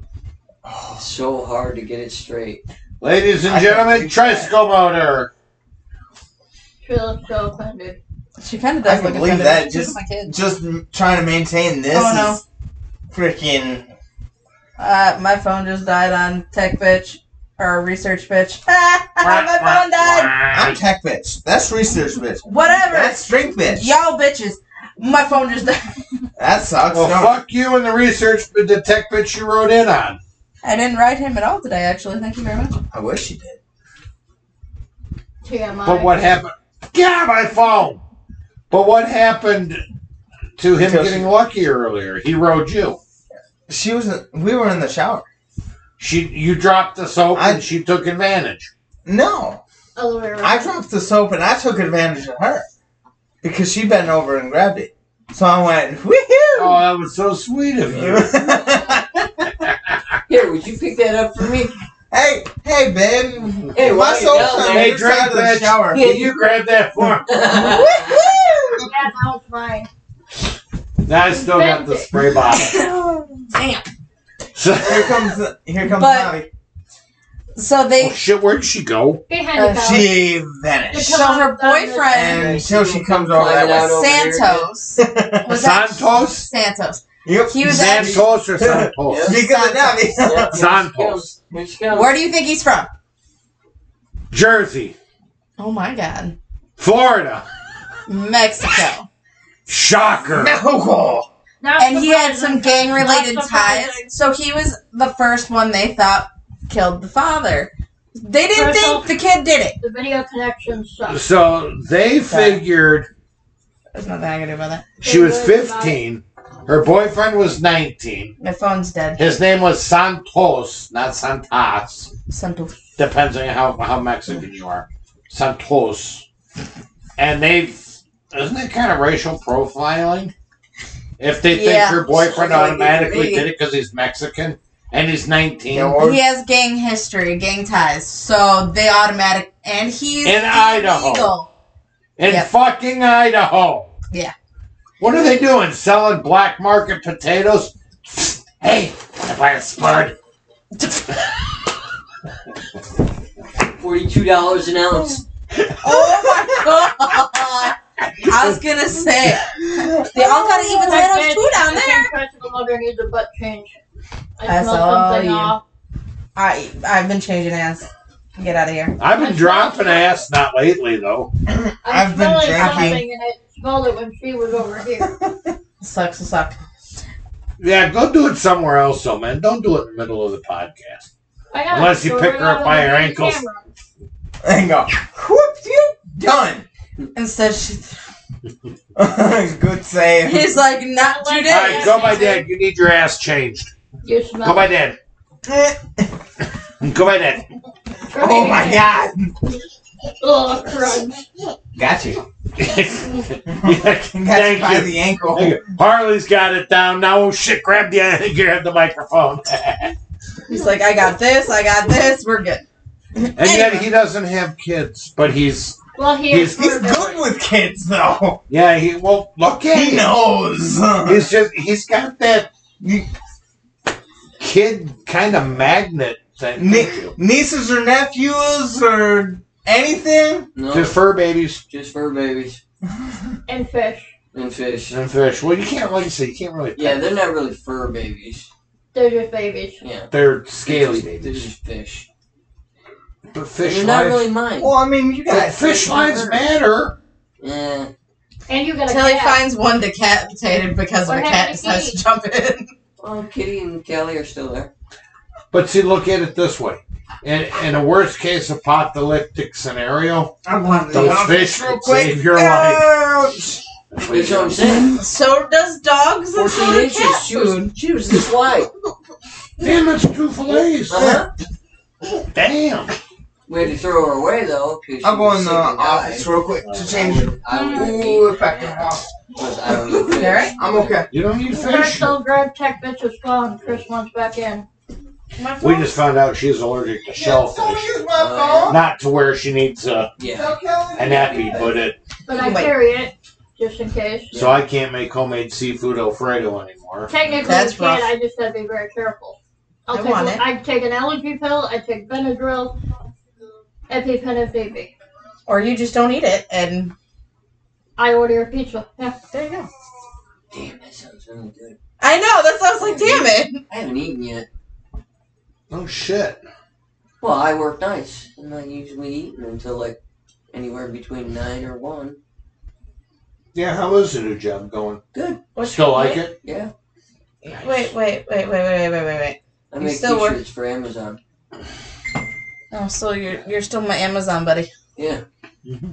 Speaker 7: It's so hard to get it straight.
Speaker 6: Ladies and
Speaker 9: I can
Speaker 6: gentlemen,
Speaker 9: do that.
Speaker 6: tricycle motor.
Speaker 5: Feel so offended.
Speaker 1: She kind of does
Speaker 9: I can
Speaker 1: look
Speaker 9: believe
Speaker 1: offended.
Speaker 9: that,
Speaker 1: She's
Speaker 9: just-
Speaker 1: my kid.
Speaker 9: just m- trying to maintain this
Speaker 1: Oh, no.
Speaker 9: is freaking
Speaker 10: Uh, my phone just died on tech bitch or research bitch. my phone died.
Speaker 9: I'm tech bitch. That's research bitch.
Speaker 10: Whatever.
Speaker 9: That's strength bitch.
Speaker 10: Y'all bitches. My phone just died.
Speaker 9: That sucks.
Speaker 6: Well,
Speaker 9: No.
Speaker 6: fuck you and the research, the tech bitch you wrote in on.
Speaker 10: I didn't write him at all today. Actually, thank you very much.
Speaker 9: I wish you did.
Speaker 5: TMI.
Speaker 6: But what happened? Yeah, my phone. But what happened to him
Speaker 9: Because-
Speaker 6: getting lucky earlier? He rode you.
Speaker 9: She was. in- We were in the shower.
Speaker 6: She, you dropped the soap,
Speaker 9: I-
Speaker 6: and she took advantage.
Speaker 9: No,
Speaker 5: Other way around.
Speaker 9: I dropped the soap and I took advantage of her because she bent over and grabbed it. So I went
Speaker 6: Oh, that was so sweet of you.
Speaker 9: woohoo.
Speaker 7: Here, would you pick that up for me?
Speaker 9: hey, hey, babe.
Speaker 7: Hey,
Speaker 9: my
Speaker 7: why you
Speaker 9: soap's
Speaker 7: down
Speaker 9: on
Speaker 7: there?
Speaker 9: your side of the shower.
Speaker 6: Can you grab that for me?
Speaker 5: Yeah, that was mine.
Speaker 6: No, I still got the spray bottle.
Speaker 10: Damn.
Speaker 6: So,
Speaker 9: Here comes. the- Here comes.
Speaker 10: But-
Speaker 9: Molly.
Speaker 10: So
Speaker 6: oh,
Speaker 10: they.
Speaker 6: shit, where'd she go?
Speaker 5: Behind
Speaker 10: Uh,
Speaker 5: the couch.
Speaker 9: She
Speaker 5: The
Speaker 9: vanished
Speaker 10: So her
Speaker 5: couch on the-
Speaker 10: boyfriend
Speaker 9: until she comes over that
Speaker 7: Find out over here.
Speaker 10: Santos. Was that-
Speaker 6: Santos?
Speaker 10: Santos.
Speaker 9: Yep.
Speaker 10: He was
Speaker 9: Santos.
Speaker 10: actually-
Speaker 6: Santos or Santos?
Speaker 9: Because of that,
Speaker 7: Yeah,
Speaker 6: Santos.
Speaker 7: Here she comes.
Speaker 10: Where do you think he's from?
Speaker 6: Jersey,
Speaker 10: Oh my god.
Speaker 6: Florida.
Speaker 10: Mexico.
Speaker 6: Shocker.
Speaker 9: no.
Speaker 5: Not
Speaker 10: And he had some
Speaker 5: surprising.
Speaker 10: gang related
Speaker 5: Not
Speaker 10: ties.
Speaker 5: surprising.
Speaker 10: So he was the first one they thought killed the father. They didn't
Speaker 5: Crystal.
Speaker 10: think the kid did it.
Speaker 5: The video connection sucks.
Speaker 6: So they figured
Speaker 10: There's nothing I can do about that.
Speaker 6: she was 15. Her boyfriend was 19.
Speaker 10: My phone's dead.
Speaker 6: His name was Santos, not Santas.
Speaker 10: Santos.
Speaker 6: Depends on how, how Mexican you are. Santos. And they've. Isn't that kind of racial profiling? If they think
Speaker 10: Yeah.
Speaker 6: her boyfriend
Speaker 10: Sounds like
Speaker 6: automatically
Speaker 10: it to me.
Speaker 6: did it because he's Mexican and he's 19.
Speaker 10: He has gang history, gang ties. So they automatic. And he's
Speaker 6: In Idaho.
Speaker 10: illegal.
Speaker 6: In
Speaker 10: Yep.
Speaker 6: fucking Idaho.
Speaker 10: Yeah.
Speaker 6: What are they doing? Selling black market potatoes? Hey, if I had spud.
Speaker 7: Forty-two dollars an ounce.
Speaker 10: Oh my god. I was gonna say. They all got even titles too down
Speaker 5: I
Speaker 10: there.
Speaker 5: think Crystal Mother needs a butt change. I
Speaker 10: That's
Speaker 5: smelled
Speaker 10: all
Speaker 5: something
Speaker 10: you.
Speaker 5: off.
Speaker 10: I I've been changing ass. Get out of here.
Speaker 6: I've been dropping ass, not lately though.
Speaker 5: I
Speaker 9: I've been
Speaker 5: was smelling
Speaker 9: drinking.
Speaker 5: something and I smelled it when she was over here.
Speaker 10: Sucks to suck.
Speaker 6: Yeah, go do it somewhere else, though, man. Don't do it in the middle of the podcast.
Speaker 5: I got
Speaker 6: Unless
Speaker 5: it,
Speaker 6: you
Speaker 5: so
Speaker 6: pick
Speaker 5: we're
Speaker 6: her up
Speaker 5: not
Speaker 6: by
Speaker 5: on
Speaker 6: her
Speaker 5: the
Speaker 6: ankles.
Speaker 5: camera.
Speaker 9: and go. Whoop you done.
Speaker 10: Instead, she,
Speaker 9: Good save.
Speaker 10: he's like, not
Speaker 5: All
Speaker 10: today.
Speaker 6: All right, go by dad. You need your ass changed.
Speaker 5: You smell
Speaker 6: Go by dad.
Speaker 9: Eh.
Speaker 6: Go by dad.
Speaker 9: oh my god.
Speaker 5: Oh, crunch.
Speaker 9: Got you. Got you by
Speaker 6: Thank you.
Speaker 9: the ankle.
Speaker 6: Thank you. Harley's got it down now. Oh shit! Grab the grab the microphone.
Speaker 10: He's like, I got this. I got this. We're good.
Speaker 6: And yet he doesn't have kids, but he's
Speaker 5: Well, he is
Speaker 9: He's good with kids though.
Speaker 6: yeah. He well look at
Speaker 9: He
Speaker 6: him.
Speaker 9: knows.
Speaker 6: He's just he's got that
Speaker 9: Ni-
Speaker 6: kid kind of magnet thing.
Speaker 9: Ni- nieces or nephews or anything.
Speaker 7: No,
Speaker 6: Just
Speaker 7: just,
Speaker 6: fur babies
Speaker 7: fur babies
Speaker 5: and fish.
Speaker 7: and fish.
Speaker 6: and fish. Well, you can't like you say you can't really.
Speaker 7: Yeah, they're not really fur babies.
Speaker 5: They're just babies.
Speaker 7: Yeah,
Speaker 6: they're scaly
Speaker 7: They're
Speaker 6: babies,
Speaker 7: just fish.
Speaker 6: but fish
Speaker 7: they're not
Speaker 6: lives.
Speaker 7: really mine.
Speaker 9: Well, I mean, you
Speaker 6: but
Speaker 9: guys.
Speaker 6: fish lives matter.
Speaker 7: Yeah,
Speaker 5: And you got a
Speaker 10: Until he
Speaker 5: cat.
Speaker 10: finds one decapitated because of
Speaker 5: What
Speaker 10: a cat
Speaker 5: happened to
Speaker 10: decides
Speaker 5: Kitty?
Speaker 10: to jump in.
Speaker 7: well, Oh, Kitty and Callie are still there.
Speaker 6: But see, look at it this way. In, in a worst case apocalyptic scenario,
Speaker 9: I want
Speaker 6: those
Speaker 9: to
Speaker 6: fish
Speaker 9: real
Speaker 6: could
Speaker 9: quick.
Speaker 6: save your life.
Speaker 9: Ouch.
Speaker 7: That's what I'm saying.
Speaker 10: So does dogs and so
Speaker 7: 14
Speaker 10: do
Speaker 7: inches.
Speaker 10: cat
Speaker 7: She was,
Speaker 10: food.
Speaker 7: she was this wide.
Speaker 6: Damn, it's two fillets.
Speaker 7: Uh-huh.
Speaker 6: Damn.
Speaker 7: We had to throw her away though. Cause
Speaker 9: I'll
Speaker 7: she
Speaker 9: go
Speaker 7: was
Speaker 9: in the
Speaker 7: sick and died.
Speaker 9: office real quick to change it.
Speaker 7: I would have
Speaker 9: Ooh,
Speaker 7: eaten
Speaker 9: if I can
Speaker 7: her
Speaker 9: walk.
Speaker 7: because I don't eat fish.
Speaker 10: Derek?
Speaker 9: I'm okay.
Speaker 6: You don't need fish.
Speaker 5: Crystal grab tech bitch's phone. Chris wants back in.
Speaker 6: We just found out she's allergic to shellfish. Uh,
Speaker 9: use
Speaker 7: Uh,
Speaker 6: Not to where she needs a,
Speaker 7: Yeah.
Speaker 9: Tell Kelly.
Speaker 6: an epi, but it.
Speaker 5: But I
Speaker 10: Wait.
Speaker 5: carry it just in case.
Speaker 6: So I can't make homemade seafood Alfredo anymore.
Speaker 5: Technically,
Speaker 10: That's
Speaker 5: you can't.
Speaker 10: rough.
Speaker 5: I just gotta be very careful. I'll
Speaker 10: I
Speaker 5: take,
Speaker 10: want it.
Speaker 5: I take an allergy pill. I take Benadryl, EpiPen if need be.
Speaker 10: Or you just don't eat it, and
Speaker 5: I order a pizza. Yeah.
Speaker 10: there you go.
Speaker 7: Damn, that sounds really good.
Speaker 10: I know. That's why I was like, damn it.
Speaker 7: I haven't eaten yet.
Speaker 6: Oh shit.
Speaker 7: Well, I work nights, and I usually eat until like anywhere between nine or one.
Speaker 6: Yeah, how is the new job going?
Speaker 7: Good.
Speaker 6: Still like it?
Speaker 7: Yeah,
Speaker 10: Wait, wait, wait, wait, wait, wait, wait, wait, wait.
Speaker 7: I
Speaker 10: You
Speaker 7: make
Speaker 10: still work-
Speaker 7: t-shirts for Amazon.
Speaker 10: Oh, so you're you're still my Amazon buddy.
Speaker 7: Yeah,
Speaker 6: Mm-hmm.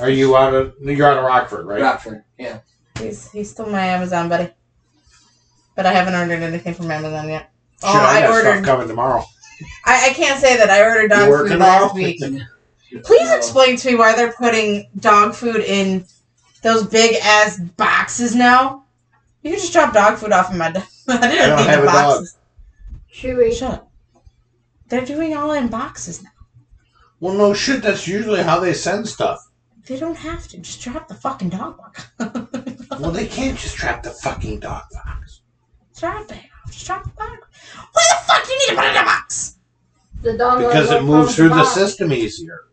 Speaker 6: Are you out of you're out of Rockford, right?
Speaker 7: Rockford. Yeah,
Speaker 10: He's he's still my Amazon buddy. But I haven't ordered anything from Amazon yet.
Speaker 6: Shit,
Speaker 10: oh,
Speaker 6: I
Speaker 10: I
Speaker 6: got
Speaker 10: ordered.
Speaker 6: stuff coming tomorrow.
Speaker 10: I, I can't say that I ordered
Speaker 6: You
Speaker 10: dog
Speaker 6: working
Speaker 10: food
Speaker 6: tomorrow?
Speaker 10: last week. Please
Speaker 7: No.
Speaker 10: explain to me why they're putting dog food in those big ass boxes now. You can just drop dog food off in my. I didn't
Speaker 6: don't
Speaker 10: need
Speaker 6: have
Speaker 10: the
Speaker 6: a dog.
Speaker 10: boxes.
Speaker 5: Chewy.
Speaker 10: Shut up. They're doing all in boxes now.
Speaker 6: well, no shit. That's usually how they send stuff.
Speaker 10: They don't have to. Just drop the fucking dog box.
Speaker 6: Well, they can't just trap the fucking dog box.
Speaker 10: drop it. Just drop the dog. Why the fuck do you need to put it in a box?
Speaker 5: The dog
Speaker 6: Because it moves through the system easier.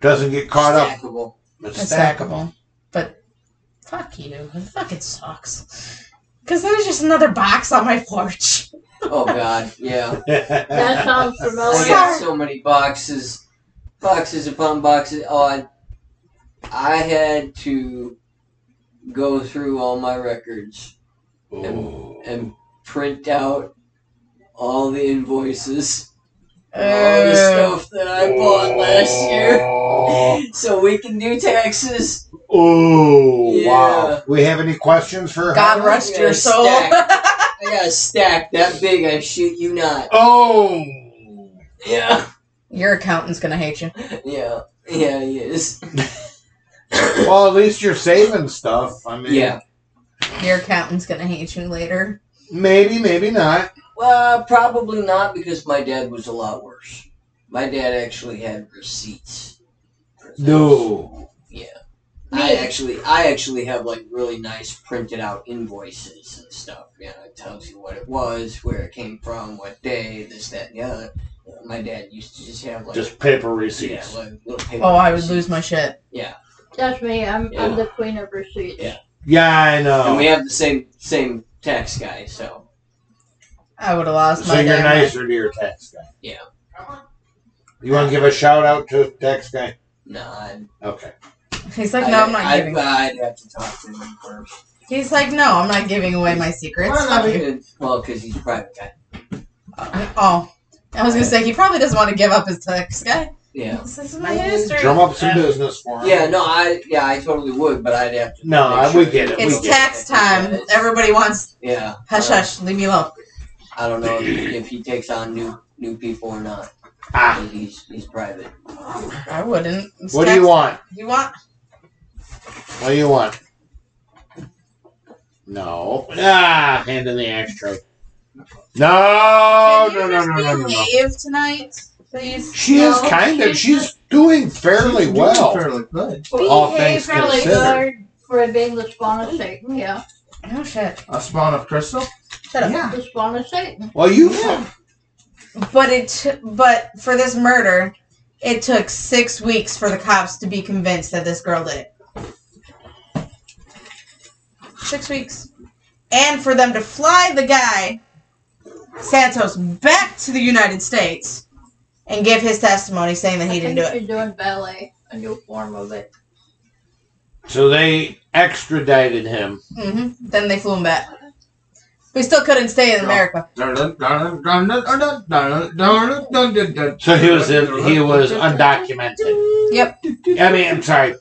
Speaker 6: Doesn't get caught up.
Speaker 7: stackable.
Speaker 6: It's stackable.
Speaker 10: But fuck you. It fucking sucks. Because there's just another box on my porch.
Speaker 7: Oh God, yeah.
Speaker 5: That sounds familiar.
Speaker 7: I got so many boxes, boxes upon boxes. Oh, I, I had to go through all my records
Speaker 6: Ooh.
Speaker 7: and print out all the invoices, all the
Speaker 10: Uh,
Speaker 7: stuff that I bought last year, so we can do taxes.
Speaker 6: Oh
Speaker 7: Yeah.
Speaker 6: wow! We have any questions for her?
Speaker 10: God rest your
Speaker 7: Yeah,
Speaker 10: soul.
Speaker 7: stack. I got a stack that big. I shit you not.
Speaker 6: Oh,
Speaker 7: Yeah,
Speaker 10: Your accountant's gonna hate you.
Speaker 7: yeah, yeah. He is.
Speaker 6: well, at least you're saving stuff. I mean,
Speaker 7: Yeah.
Speaker 10: Your accountant's gonna hate you later.
Speaker 6: maybe, maybe not.
Speaker 7: Well, probably not because my dad was a lot worse. My dad actually had receipts. for things.
Speaker 6: No,
Speaker 7: I
Speaker 5: Me.
Speaker 7: actually, I actually have like really nice printed out invoices and stuff. You know, it tells you what it was, where it came from, what day, this, that, and the other. My dad used to just have like
Speaker 6: just paper
Speaker 7: yeah,
Speaker 6: receipts.
Speaker 7: like little paper.
Speaker 10: Oh, I would
Speaker 7: receipts.
Speaker 10: lose my shit.
Speaker 5: That's me. I'm,
Speaker 7: Yeah.
Speaker 5: I'm the queen of receipts.
Speaker 7: Yeah.
Speaker 6: Yeah, I
Speaker 7: And we
Speaker 6: know.
Speaker 7: have the same same tax guy, so
Speaker 10: I would have lost
Speaker 6: So
Speaker 10: my
Speaker 6: you're
Speaker 10: damn mind.
Speaker 6: nicer to your tax guy.
Speaker 7: Yeah.
Speaker 6: You want to give a shout out to tax guy?
Speaker 7: no, I'd,
Speaker 6: Okay.
Speaker 10: He's like, no, I'm not
Speaker 7: I'd,
Speaker 10: giving.
Speaker 7: I'd have to talk to him first.
Speaker 10: He's like, no, I'm not giving away my secrets. Fuck you.
Speaker 7: Well, because he's a private guy.
Speaker 10: Oh, I was gonna say he probably doesn't want to give up his tax guy.
Speaker 7: Yeah.
Speaker 10: This is my history.
Speaker 6: Drum up some business for him.
Speaker 7: Yeah, no, I yeah, I totally would, but I'd have to.
Speaker 6: No,
Speaker 7: make
Speaker 6: I- we get it, we
Speaker 10: It's
Speaker 6: get
Speaker 10: tax time. Everybody wants
Speaker 7: Yeah.
Speaker 10: hush
Speaker 7: uh,
Speaker 10: hush. Leave me alone.
Speaker 7: I don't know if, if he takes on new new people or not.
Speaker 6: Ah,
Speaker 7: 'cause He's he's private.
Speaker 10: I wouldn't. It's
Speaker 6: what do
Speaker 10: tax
Speaker 6: you want?
Speaker 10: time. You want?
Speaker 6: What do you want? No. Ah, hand in the ashtray. No,
Speaker 10: Can
Speaker 6: Oh, no,
Speaker 10: you
Speaker 6: no,
Speaker 10: just
Speaker 6: no, no, no, no.
Speaker 10: Behave tonight, please.
Speaker 6: She is
Speaker 5: No,
Speaker 6: kind of.
Speaker 5: she's
Speaker 6: She's doing fairly
Speaker 9: She's doing
Speaker 6: well.
Speaker 9: Fairly good.
Speaker 6: All
Speaker 5: Behave
Speaker 6: things
Speaker 5: really
Speaker 6: considered.
Speaker 5: good for being the spawn of Satan. Yeah,
Speaker 10: Oh shit.
Speaker 9: A spawn of crystal.
Speaker 10: Shut up.
Speaker 9: Yeah.
Speaker 5: the spawn of Satan.
Speaker 6: Well, you.
Speaker 9: Yeah.
Speaker 10: But it. T- but for this murder, it took six weeks for the cops to be convinced that this girl did it. Six weeks, and for them to fly the guy Santos back to the United States and give his testimony saying that he
Speaker 5: I
Speaker 10: didn't
Speaker 5: think
Speaker 10: do it.
Speaker 5: she's doing ballet, a new form of it.
Speaker 6: So they extradited him.
Speaker 10: hmm Then they flew him back. We still couldn't stay in
Speaker 9: Yeah.
Speaker 10: America.
Speaker 9: Dun, dun, dun, dun, dun, dun, dun, dun, dun, dun, dun.
Speaker 6: So he was in, he was undocumented.
Speaker 10: Yep.
Speaker 6: I mean, I'm sorry.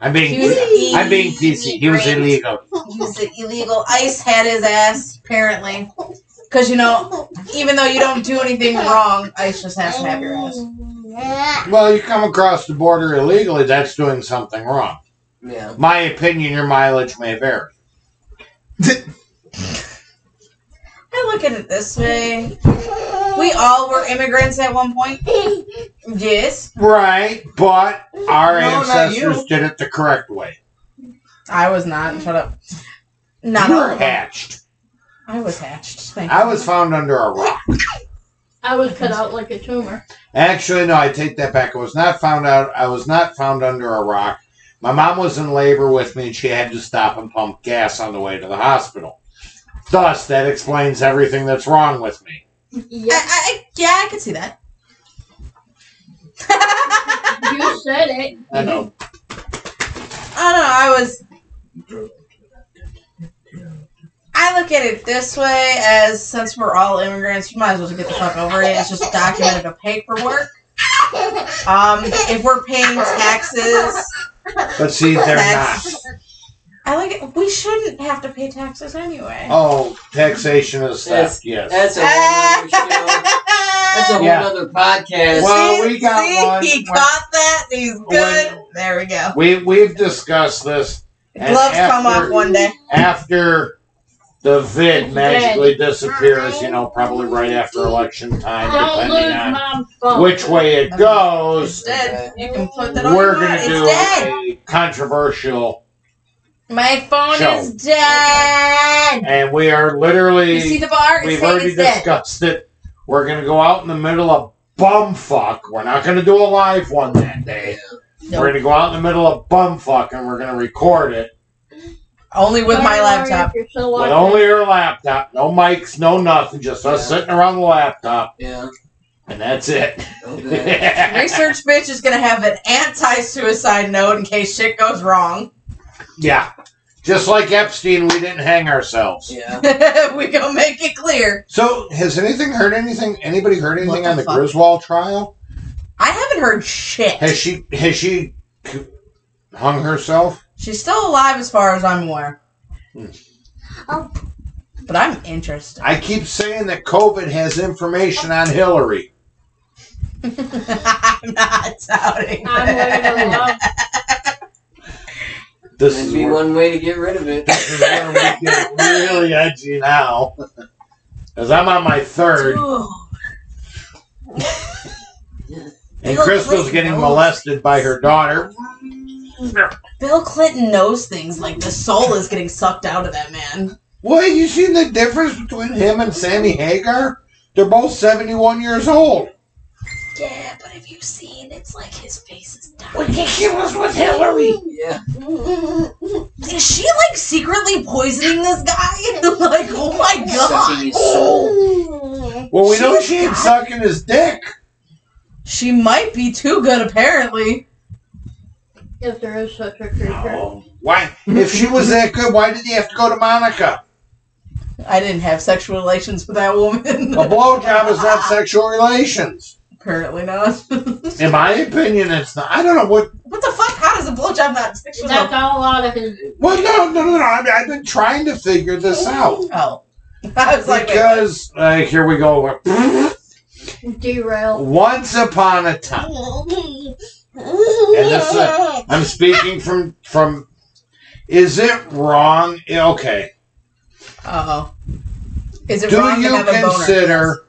Speaker 6: I'm
Speaker 10: He was
Speaker 6: being I'm being PC. He was
Speaker 10: illegal.
Speaker 6: illegal.
Speaker 10: He was an illegal. Ice had his ass, apparently. Because, you know, even though you don't do anything wrong, Ice just has to have your ass.
Speaker 6: Well, you come across the border illegally. That's doing something wrong.
Speaker 7: Yeah.
Speaker 6: My opinion, your mileage may vary.
Speaker 10: I look at it this way. We all were immigrants at one point. Yes.
Speaker 6: Right, but our
Speaker 9: No, not
Speaker 6: ancestors
Speaker 9: you.
Speaker 6: did it the correct way.
Speaker 10: I was not. Shut up. Not
Speaker 6: you
Speaker 10: all
Speaker 6: were
Speaker 10: of them.
Speaker 6: hatched.
Speaker 10: I was hatched. Thank
Speaker 6: I
Speaker 10: you.
Speaker 6: was found under a rock.
Speaker 5: I was cut out like a tumor.
Speaker 6: Actually, no, I take that back. I was not found out. I was not found under a rock. My mom was in labor with me, and she had to stop and pump gas on the way to the hospital. Thus, that explains everything that's wrong with me.
Speaker 1: I, I, I- yeah, I could see that.
Speaker 5: you said it.
Speaker 6: I know.
Speaker 10: I don't know. I was. I look at it this way: as since we're all immigrants, we might as well just get the fuck over it. It's just documented to paperwork. Um, if we're paying taxes,
Speaker 6: But see, they're not.
Speaker 10: tax- I like it. We shouldn't have to pay taxes anyway.
Speaker 6: Oh, taxation is
Speaker 7: That's-
Speaker 6: theft. Yes.
Speaker 7: That's a
Speaker 10: Ah.
Speaker 7: whole other show. That's a whole
Speaker 6: Yeah.
Speaker 7: other podcast.
Speaker 6: Well, we got
Speaker 10: See,
Speaker 6: one
Speaker 10: He
Speaker 6: when-
Speaker 10: got that. He's good. there we go.
Speaker 6: We we've discussed this. and
Speaker 10: Gloves come
Speaker 6: after-
Speaker 10: off one day.
Speaker 6: after the vid magically disappears. You know, probably right after election
Speaker 5: Don't
Speaker 6: time,
Speaker 5: lose
Speaker 6: depending
Speaker 5: my
Speaker 6: on
Speaker 5: phone.
Speaker 6: which way it
Speaker 10: It's
Speaker 6: goes.
Speaker 10: dead. You can put that on.
Speaker 6: We're
Speaker 10: your
Speaker 6: gonna
Speaker 10: phone.
Speaker 6: do
Speaker 10: It's dead.
Speaker 6: a controversial,
Speaker 1: My phone
Speaker 6: Show.
Speaker 1: is dead.
Speaker 6: and we are
Speaker 10: You see
Speaker 6: literally
Speaker 10: the bar? It's
Speaker 6: we've
Speaker 10: saying
Speaker 6: already
Speaker 10: it's dead.
Speaker 6: discussed it. We're gonna go out in the middle of bumfuck. We're not gonna do a live one that day. We're gonna go out in the middle of bumfuck, and we're gonna record it.
Speaker 10: Only with my
Speaker 5: Sorry, Mario,
Speaker 10: laptop.
Speaker 5: if you're still
Speaker 6: With
Speaker 5: watching.
Speaker 6: only her laptop, no mics, no nothing, just us
Speaker 7: Yeah.
Speaker 6: sitting around the laptop,
Speaker 7: Yeah.
Speaker 6: and that's it.
Speaker 7: Okay.
Speaker 10: Research bitch is gonna have an anti-suicide note in case shit goes wrong.
Speaker 6: yeah. Just like Epstein, we didn't hang ourselves.
Speaker 7: Yeah.
Speaker 10: we gonna make it clear.
Speaker 6: So, has anything heard anything? Anybody heard anything
Speaker 10: the
Speaker 6: on the
Speaker 10: fuck?
Speaker 6: Griswold trial?
Speaker 10: I haven't heard shit.
Speaker 6: Has she has she hung herself?
Speaker 10: She's still alive as far as I'm aware.
Speaker 6: Hmm.
Speaker 10: Oh. But I'm interested.
Speaker 6: I keep saying that COVID has information on Hillary.
Speaker 10: I'm not doubting.
Speaker 5: I'm living
Speaker 10: that.
Speaker 5: alone.
Speaker 6: This
Speaker 7: That'd
Speaker 6: is
Speaker 7: be
Speaker 6: where-
Speaker 7: one way to get rid of it.
Speaker 6: this is where we get really edgy now, because I'm on my third. And
Speaker 10: Bill
Speaker 6: Crystal's
Speaker 10: Clinton
Speaker 6: getting
Speaker 10: knows.
Speaker 6: molested by her daughter.
Speaker 10: Bill Clinton knows things like the soul is getting sucked out of that man.
Speaker 6: What? You seen the difference between him and Sammy Hagar? They're both 71 years old.
Speaker 10: Yeah, but have you seen? It's like his face is dying.
Speaker 6: she was with Hillary.
Speaker 7: Yeah.
Speaker 10: Is she like secretly poisoning this guy? like, oh my
Speaker 7: Sucking
Speaker 10: god.
Speaker 7: his soul.
Speaker 6: Well, we
Speaker 10: She
Speaker 6: know
Speaker 10: was
Speaker 6: she ain't
Speaker 10: hot.
Speaker 6: sucking his dick.
Speaker 10: She might be too good, apparently.
Speaker 5: If there is such a creature.
Speaker 6: Oh. Why? If she was that good, why did he have to go to Monica?
Speaker 10: I didn't have sexual relations with that woman.
Speaker 6: A blowjob is not sexual relations.
Speaker 10: apparently not. what
Speaker 6: In my opinion, it's not. I don't know what.
Speaker 10: the fuck? How does a blowjob not sexual?
Speaker 5: That's all out of his.
Speaker 6: Well, no, no, no, no. I mean, I've been trying to figure this out.
Speaker 10: Oh. I was like, wait,
Speaker 6: Because, uh, here we go.
Speaker 5: Derail.
Speaker 6: Once upon a time. And this is a, I'm speaking from from. Is it wrong? Okay.
Speaker 10: uh-oh. Is it
Speaker 6: Do
Speaker 10: wrong to
Speaker 6: you
Speaker 10: have a boner?
Speaker 6: consider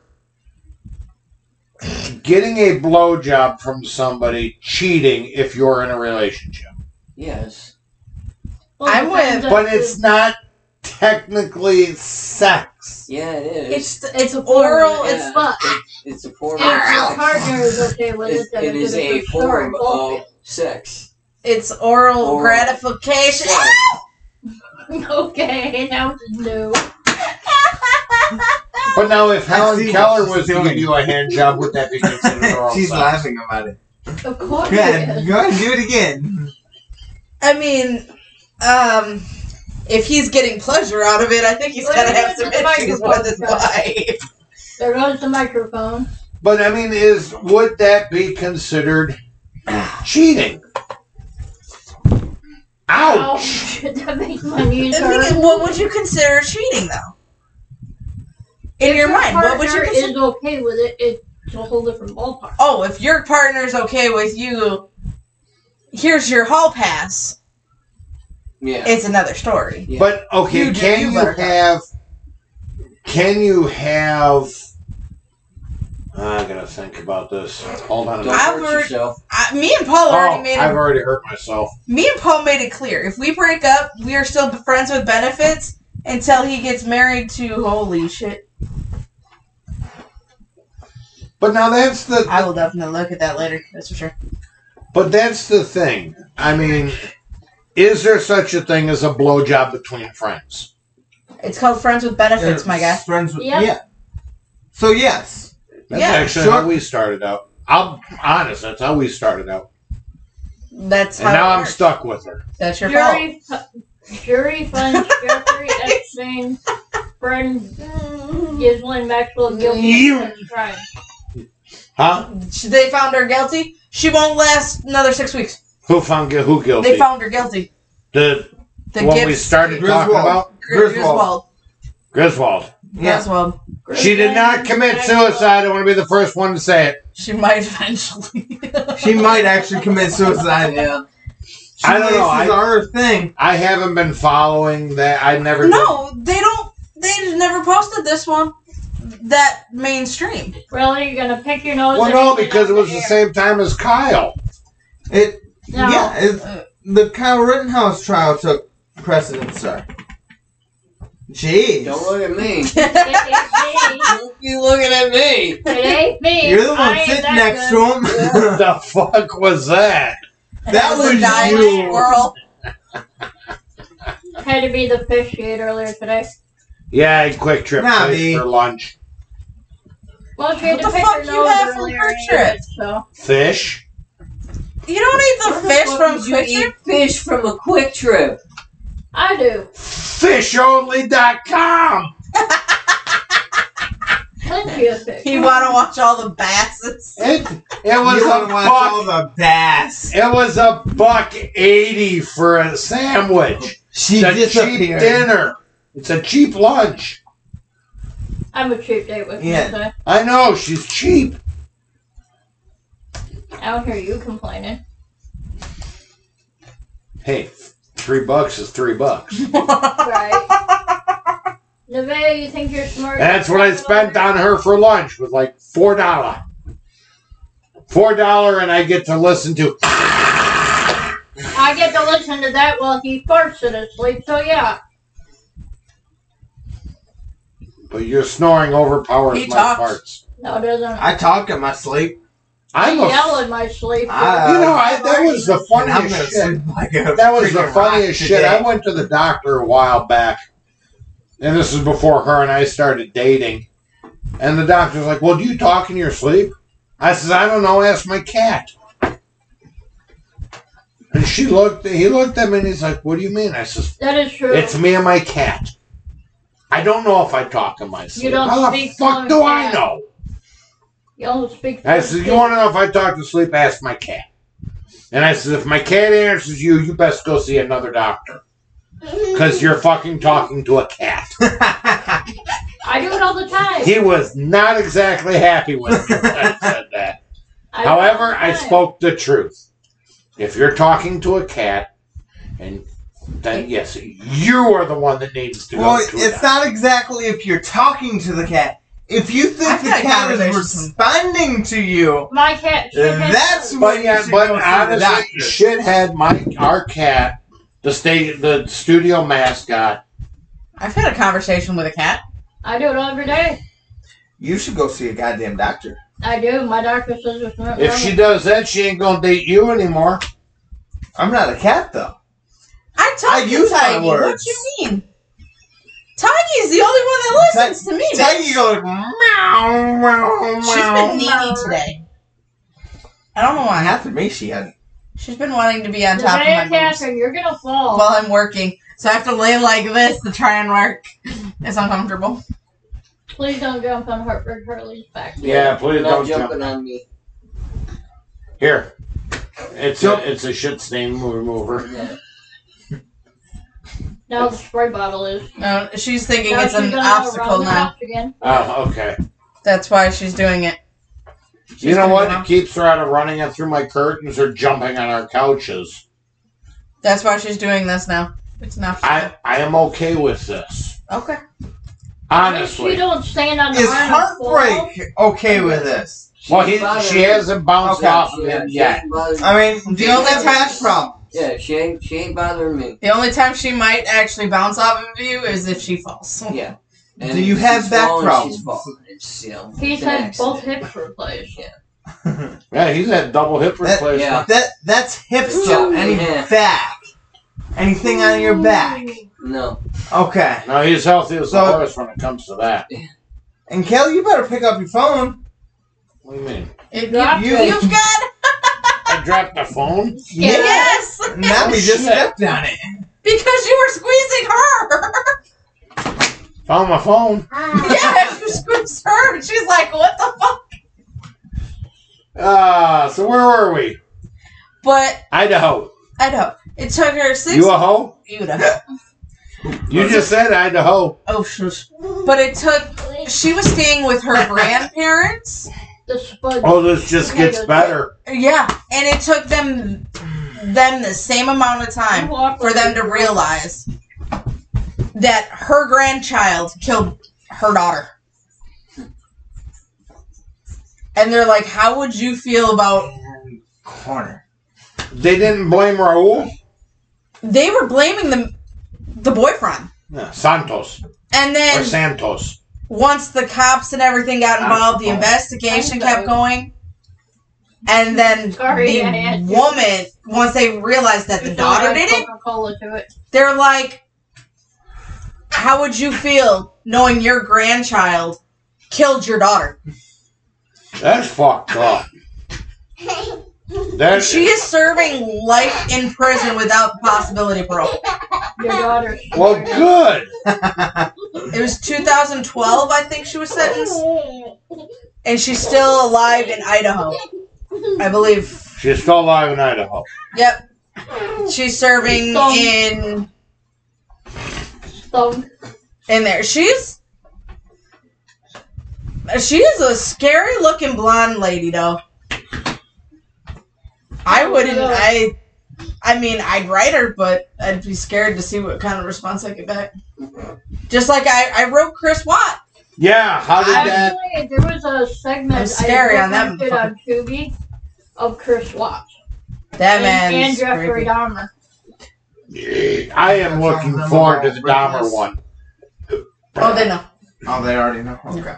Speaker 6: getting a blowjob from somebody cheating if you're in a relationship?
Speaker 7: Yes.
Speaker 10: I'm with-
Speaker 6: But it's not technically sex.
Speaker 7: Yeah, it is.
Speaker 10: It's it's oral.
Speaker 7: Yeah,
Speaker 10: It's
Speaker 5: fuck.
Speaker 7: it- It's a form
Speaker 5: If
Speaker 7: of
Speaker 5: your
Speaker 7: sex.
Speaker 5: partner is okay with
Speaker 7: It's,
Speaker 5: it, then
Speaker 7: it is a
Speaker 5: for sure
Speaker 7: form
Speaker 5: bullshit.
Speaker 7: of sex.
Speaker 10: it's oral,
Speaker 7: Oral.
Speaker 10: gratification.
Speaker 7: Yeah.
Speaker 5: Okay, that was new.
Speaker 6: But now, if Helen
Speaker 9: see
Speaker 6: Keller
Speaker 9: what she's
Speaker 6: was to give
Speaker 9: doing.
Speaker 6: you a hand job, would that be considered oral
Speaker 9: She's
Speaker 6: sex?
Speaker 9: laughing about it.
Speaker 5: Of course
Speaker 9: Go
Speaker 5: it
Speaker 9: ahead,
Speaker 5: is.
Speaker 9: go ahead, do it again.
Speaker 10: I mean, um, if he's getting pleasure out of it, I think he's gonna have some issues with his wife.
Speaker 5: There goes the microphone.
Speaker 6: But I mean, is would that be considered cheating? Ouch!
Speaker 5: that makes my knees
Speaker 10: I
Speaker 5: hurt.
Speaker 10: think, what would you consider cheating, though? In
Speaker 5: If
Speaker 10: your mind, what would you
Speaker 5: partner
Speaker 10: consider?
Speaker 5: is okay with it, it's a whole different ballpark.
Speaker 10: Oh, if your partner's okay with you, here's your hall pass.
Speaker 7: Yeah.
Speaker 10: It's another story.
Speaker 7: Yeah.
Speaker 6: But okay,
Speaker 10: You do-
Speaker 6: can
Speaker 10: you
Speaker 6: you
Speaker 10: let her go.
Speaker 6: have? Can you have? I gotta think about this. Hold on. A
Speaker 7: Don't
Speaker 6: minute.
Speaker 10: I
Speaker 7: hurt
Speaker 10: would-
Speaker 7: yourself.
Speaker 10: I, me and Paul
Speaker 6: Oh,
Speaker 10: already made
Speaker 6: I've
Speaker 10: it.
Speaker 6: already hurt myself.
Speaker 10: Me and Paul made it clear. If we break up, we are still friends with benefits until he gets married to. Holy shit!
Speaker 6: But now that's the.
Speaker 10: I will definitely look at that later. That's for sure.
Speaker 6: But that's the thing. I mean, is there such a thing as a blowjob between friends?
Speaker 10: It's called Friends with Benefits, my guy.
Speaker 9: Friends with
Speaker 5: Yep.
Speaker 9: yeah. So yes,
Speaker 6: That's
Speaker 10: Yeah,
Speaker 6: actually
Speaker 9: sure.
Speaker 6: how we started out. I'm honest, that's how we started out.
Speaker 10: That's
Speaker 6: And
Speaker 10: how
Speaker 6: now
Speaker 10: it
Speaker 6: I'm
Speaker 10: works.
Speaker 6: stuck with her.
Speaker 10: That's your fault.
Speaker 5: Jury, fu- jury funds Jeffrey Epstein, friend Ghislaine Maxwell guilty
Speaker 6: You-
Speaker 5: of such crime.
Speaker 6: Huh?
Speaker 10: She- They found her guilty. She won't last another six weeks.
Speaker 6: Who found gu- who guilty?
Speaker 10: They found her guilty.
Speaker 6: the
Speaker 10: The
Speaker 6: one we
Speaker 10: Gibbs-
Speaker 6: started talking
Speaker 9: Griswold.
Speaker 6: about?
Speaker 10: Griswold. Griswold.
Speaker 6: Griswold.
Speaker 9: Griswold. yes,
Speaker 10: Griswold.
Speaker 6: She did not commit suicide. I want to be the first one to say it.
Speaker 10: She might eventually.
Speaker 9: she might actually commit suicide. Yeah, she
Speaker 6: I don't know,
Speaker 9: laces
Speaker 6: I-
Speaker 9: her thing.
Speaker 6: I haven't been following that. I never
Speaker 10: no, they don't. They never posted this one. That mainstream.
Speaker 5: Really, you're gonna pick your nose?
Speaker 6: Did. Well,
Speaker 5: and
Speaker 6: no,
Speaker 5: eat
Speaker 6: because it
Speaker 5: out
Speaker 6: was the
Speaker 5: air.
Speaker 6: same time as Kyle.
Speaker 9: It
Speaker 5: No.
Speaker 9: yeah, it, the Kyle Rittenhouse trial took precedence, sir. Jeez,
Speaker 7: Don't look at me.
Speaker 5: It
Speaker 7: Don't be looking at me.
Speaker 5: ain't me. It ain't me.
Speaker 9: you're the
Speaker 5: I
Speaker 9: one
Speaker 5: ain't
Speaker 9: sitting
Speaker 5: that
Speaker 9: next
Speaker 5: good.
Speaker 9: to him.
Speaker 6: the fuck was that?
Speaker 9: That was
Speaker 10: dying
Speaker 5: you.
Speaker 10: squirrel.
Speaker 5: Had to be the fish you ate earlier today.
Speaker 6: Yeah, I had quick trip
Speaker 9: Nah,
Speaker 6: plates
Speaker 9: B.
Speaker 6: for lunch.
Speaker 5: Well, she had
Speaker 10: What
Speaker 5: to
Speaker 10: the
Speaker 5: pick
Speaker 10: fuck
Speaker 5: her
Speaker 10: you
Speaker 5: nose
Speaker 10: had from
Speaker 5: earlier
Speaker 10: Quick
Speaker 5: and
Speaker 10: Trip?
Speaker 5: eat it, So
Speaker 6: Fish?
Speaker 10: You don't eat the fish from Quick
Speaker 7: you eat
Speaker 10: Trip.
Speaker 7: fish from a quick trip.
Speaker 5: I do.
Speaker 6: Fishonly.com!
Speaker 5: Plenty of fish.
Speaker 10: You want to watch all the basses.
Speaker 6: It, it was
Speaker 9: you
Speaker 6: a
Speaker 9: want to watch all
Speaker 6: buck.
Speaker 9: the bass?
Speaker 6: It was a buck eighty for a sandwich.
Speaker 9: She
Speaker 6: it's a cheap
Speaker 9: disappeared.
Speaker 6: dinner. It's a cheap lunch.
Speaker 5: I'm a cheap date with
Speaker 9: Yeah.
Speaker 5: you, so
Speaker 6: I know she's cheap.
Speaker 5: I don't hear you complaining.
Speaker 6: Hey, three bucks is three bucks.
Speaker 5: Right. Nevaeh, you think you're smart?
Speaker 6: That's what I spent on her for lunch was like four dollar. Four dollar and I get to listen to
Speaker 5: I get to listen to that while he farts in his sleep, so yeah.
Speaker 6: but your snoring overpowers
Speaker 10: He
Speaker 6: my
Speaker 10: talks.
Speaker 6: parts.
Speaker 5: No, it doesn't.
Speaker 9: I talk in my sleep.
Speaker 6: I'm a,
Speaker 5: I yell
Speaker 6: you
Speaker 5: in my sleep.
Speaker 9: I-
Speaker 6: know, I, that was the
Speaker 9: and I'm gonna
Speaker 6: funniest shit.
Speaker 9: sleep like a
Speaker 6: That was the
Speaker 9: freaking rock
Speaker 6: funniest shit.
Speaker 9: today.
Speaker 6: I went to the doctor a while back, and this is before her and I started dating. And the doctor's like, "Well, do you talk in your sleep?" I says, "I don't know. Ask my cat." And she looked. He looked at me, and he's like, "What do you mean?" I says,
Speaker 5: that is true.
Speaker 6: "It's me and my cat. I don't know if I talk in my sleep.
Speaker 5: don't
Speaker 6: How the
Speaker 5: speak
Speaker 6: fuck
Speaker 5: tongue,
Speaker 6: do I
Speaker 5: cat."
Speaker 6: know?"
Speaker 5: you don't speak.
Speaker 6: I says, "You want to know if I talk to sleep? Ask my cat." And I says, "If my cat answers you, you best go see another doctor." Because you're fucking talking to a cat.
Speaker 5: I do it all the time.
Speaker 6: He was not exactly happy when I said that.
Speaker 5: I do it all
Speaker 6: However,
Speaker 5: the
Speaker 6: I
Speaker 5: time.
Speaker 6: spoke the truth. If you're talking to a cat, and then yes, you are the one that needs to
Speaker 9: well,
Speaker 6: go to a
Speaker 9: it's
Speaker 6: doctor.
Speaker 9: not exactly if you're talking to the cat. If you think
Speaker 10: I've
Speaker 9: the
Speaker 10: had
Speaker 9: cat is
Speaker 10: conversations.
Speaker 9: responding to you,
Speaker 5: My cat. should have
Speaker 9: that's
Speaker 5: known.
Speaker 9: when
Speaker 6: But
Speaker 9: you
Speaker 6: yeah,
Speaker 9: should
Speaker 6: but
Speaker 9: go see the
Speaker 6: honestly,
Speaker 9: doctor.
Speaker 6: shit had my our cat, the state, the studio mascot.
Speaker 10: I've had a conversation with a cat.
Speaker 5: I do it all every day.
Speaker 9: You should go see a goddamn doctor.
Speaker 5: I do. My doctor says there's nothing
Speaker 6: If
Speaker 5: wrong
Speaker 6: she
Speaker 5: with
Speaker 6: does that, she ain't gonna date you anymore.
Speaker 9: I'm not a cat though.
Speaker 10: I talk
Speaker 9: I
Speaker 10: to
Speaker 9: use my
Speaker 10: Tiny. What
Speaker 9: words.
Speaker 10: you mean? Tiny's the only one that listens to me.
Speaker 9: Tell you
Speaker 10: bitch.
Speaker 9: go like meow meow
Speaker 10: She's
Speaker 9: meow.
Speaker 10: been needy today. I don't know why.
Speaker 9: After me, she had.
Speaker 10: She's been wanting to be on
Speaker 5: it.
Speaker 10: top of my
Speaker 5: Nevaeh,
Speaker 10: moves
Speaker 5: Catherine, you're gonna fall.
Speaker 10: while I'm working, so I have to lay like this to try and work. It's uncomfortable.
Speaker 5: Please don't jump on Hartford Hurley's back.
Speaker 6: Yeah, please
Speaker 7: You're not
Speaker 6: don't jump
Speaker 7: jumping on me.
Speaker 6: here. It's
Speaker 9: Jump.
Speaker 6: a, it's a shit stain remover.
Speaker 7: Yeah.
Speaker 5: Now the spray bottle is.
Speaker 10: No, she's thinking
Speaker 5: Now
Speaker 10: it's
Speaker 5: she's
Speaker 10: an
Speaker 5: gonna go around
Speaker 10: obstacle
Speaker 5: the
Speaker 10: now.
Speaker 5: house Again.
Speaker 6: Oh, okay.
Speaker 10: That's why she's doing it. She's
Speaker 6: you know
Speaker 10: gonna
Speaker 6: what?
Speaker 10: go-
Speaker 6: It keeps her out of running in through my curtains or jumping on our couches.
Speaker 10: That's why she's doing this now. It's an obstacle.
Speaker 6: I I am okay with this.
Speaker 10: okay.
Speaker 5: You
Speaker 6: Honestly.
Speaker 5: don't stand on the
Speaker 9: Is
Speaker 5: line and fall.
Speaker 9: heartbreak okay with this?
Speaker 6: Well he,
Speaker 7: bothering
Speaker 6: she
Speaker 7: me.
Speaker 6: hasn't bounced
Speaker 9: Okay.
Speaker 6: off of
Speaker 7: Yeah,
Speaker 6: him
Speaker 7: she
Speaker 6: yet.
Speaker 7: ain't bothering me.
Speaker 9: I mean,
Speaker 10: The
Speaker 9: deal
Speaker 10: only
Speaker 9: with
Speaker 10: time-
Speaker 9: past problems.
Speaker 7: Yeah, she ain't she ain't bothering me.
Speaker 10: The only time she might actually bounce off of you is if she falls.
Speaker 7: Yeah.
Speaker 9: Do you have back
Speaker 7: problems?
Speaker 9: problems?
Speaker 7: It's, you know,
Speaker 5: He's
Speaker 7: it's an
Speaker 5: had both
Speaker 7: accident.
Speaker 5: hips replaced.
Speaker 6: Yeah, he's had double hip
Speaker 9: That-
Speaker 6: replacement.
Speaker 7: yeah.
Speaker 9: That that's hip
Speaker 7: Ooh,
Speaker 9: stuff. Any
Speaker 7: yeah.
Speaker 9: back? Anything on your back?
Speaker 7: No.
Speaker 9: Okay.
Speaker 6: No, he's healthy as a
Speaker 9: So-
Speaker 6: horse when it comes to that.
Speaker 9: And Kelly, you better pick up your phone.
Speaker 6: What do you mean?
Speaker 10: If
Speaker 5: dropped
Speaker 10: you,
Speaker 9: it.
Speaker 10: you've got
Speaker 6: I dropped my phone?
Speaker 10: yes,
Speaker 9: Now we just
Speaker 6: Shit.
Speaker 9: stepped on it.
Speaker 10: because you were squeezing her.
Speaker 6: Found my phone.
Speaker 10: yeah, you squeezed her. and She's like, what the fuck?
Speaker 6: Uh, so where were we?
Speaker 10: But
Speaker 6: Idaho.
Speaker 10: Idaho. It took her six.
Speaker 6: You a hoe?
Speaker 10: Utah.
Speaker 6: You just said Idaho.
Speaker 10: Oh, shush. But it took. She was staying with her grandparents.
Speaker 5: The spud.
Speaker 6: Oh, this just gets better.
Speaker 10: Yeah, and it took them them the same amount of time for them to realize that her grandchild killed her daughter. And they're like, "How would you feel about?"
Speaker 9: Corner.
Speaker 6: They didn't blame Raul?
Speaker 10: They were blaming the the boyfriend,
Speaker 6: No, Santos.
Speaker 10: and
Speaker 6: Or
Speaker 10: then
Speaker 6: Santos.
Speaker 10: once the cops and everything got involved, the investigation
Speaker 5: I'm sorry.
Speaker 10: kept going. And then
Speaker 5: Sorry, I
Speaker 10: the
Speaker 5: had to-
Speaker 10: woman, once they realized that the daughter did it,
Speaker 5: Coca-Cola to it.
Speaker 10: they're like, How would you feel knowing your grandchild killed your daughter?
Speaker 6: That's fucked up. That's,
Speaker 10: She is serving life in prison without possibility of parole.
Speaker 5: Your daughter.
Speaker 6: well, good.
Speaker 10: It was 2012, I think she was sentenced. And she's still alive in Idaho, I believe.
Speaker 6: She's still alive in Idaho.
Speaker 10: Yep. She's serving
Speaker 5: Thumb.
Speaker 10: in
Speaker 5: Thumb.
Speaker 10: in there. She's she is a scary looking blonde lady though.
Speaker 5: Oh
Speaker 10: I wouldn't I I mean I'd write her, but I'd be scared to see what kind of response I get back. Just like I, I wrote Chris Watt.
Speaker 6: Yeah, how did that?
Speaker 5: Actually, there was a segment
Speaker 10: I'm scary
Speaker 5: I
Speaker 10: on that
Speaker 5: posted on Tubi of Chris Watts
Speaker 10: That
Speaker 5: and,
Speaker 10: man
Speaker 5: and Jeffrey Dahmer.
Speaker 6: I am looking forward to the Dahmer one.
Speaker 10: Oh they know.
Speaker 9: Oh, they already know. Okay.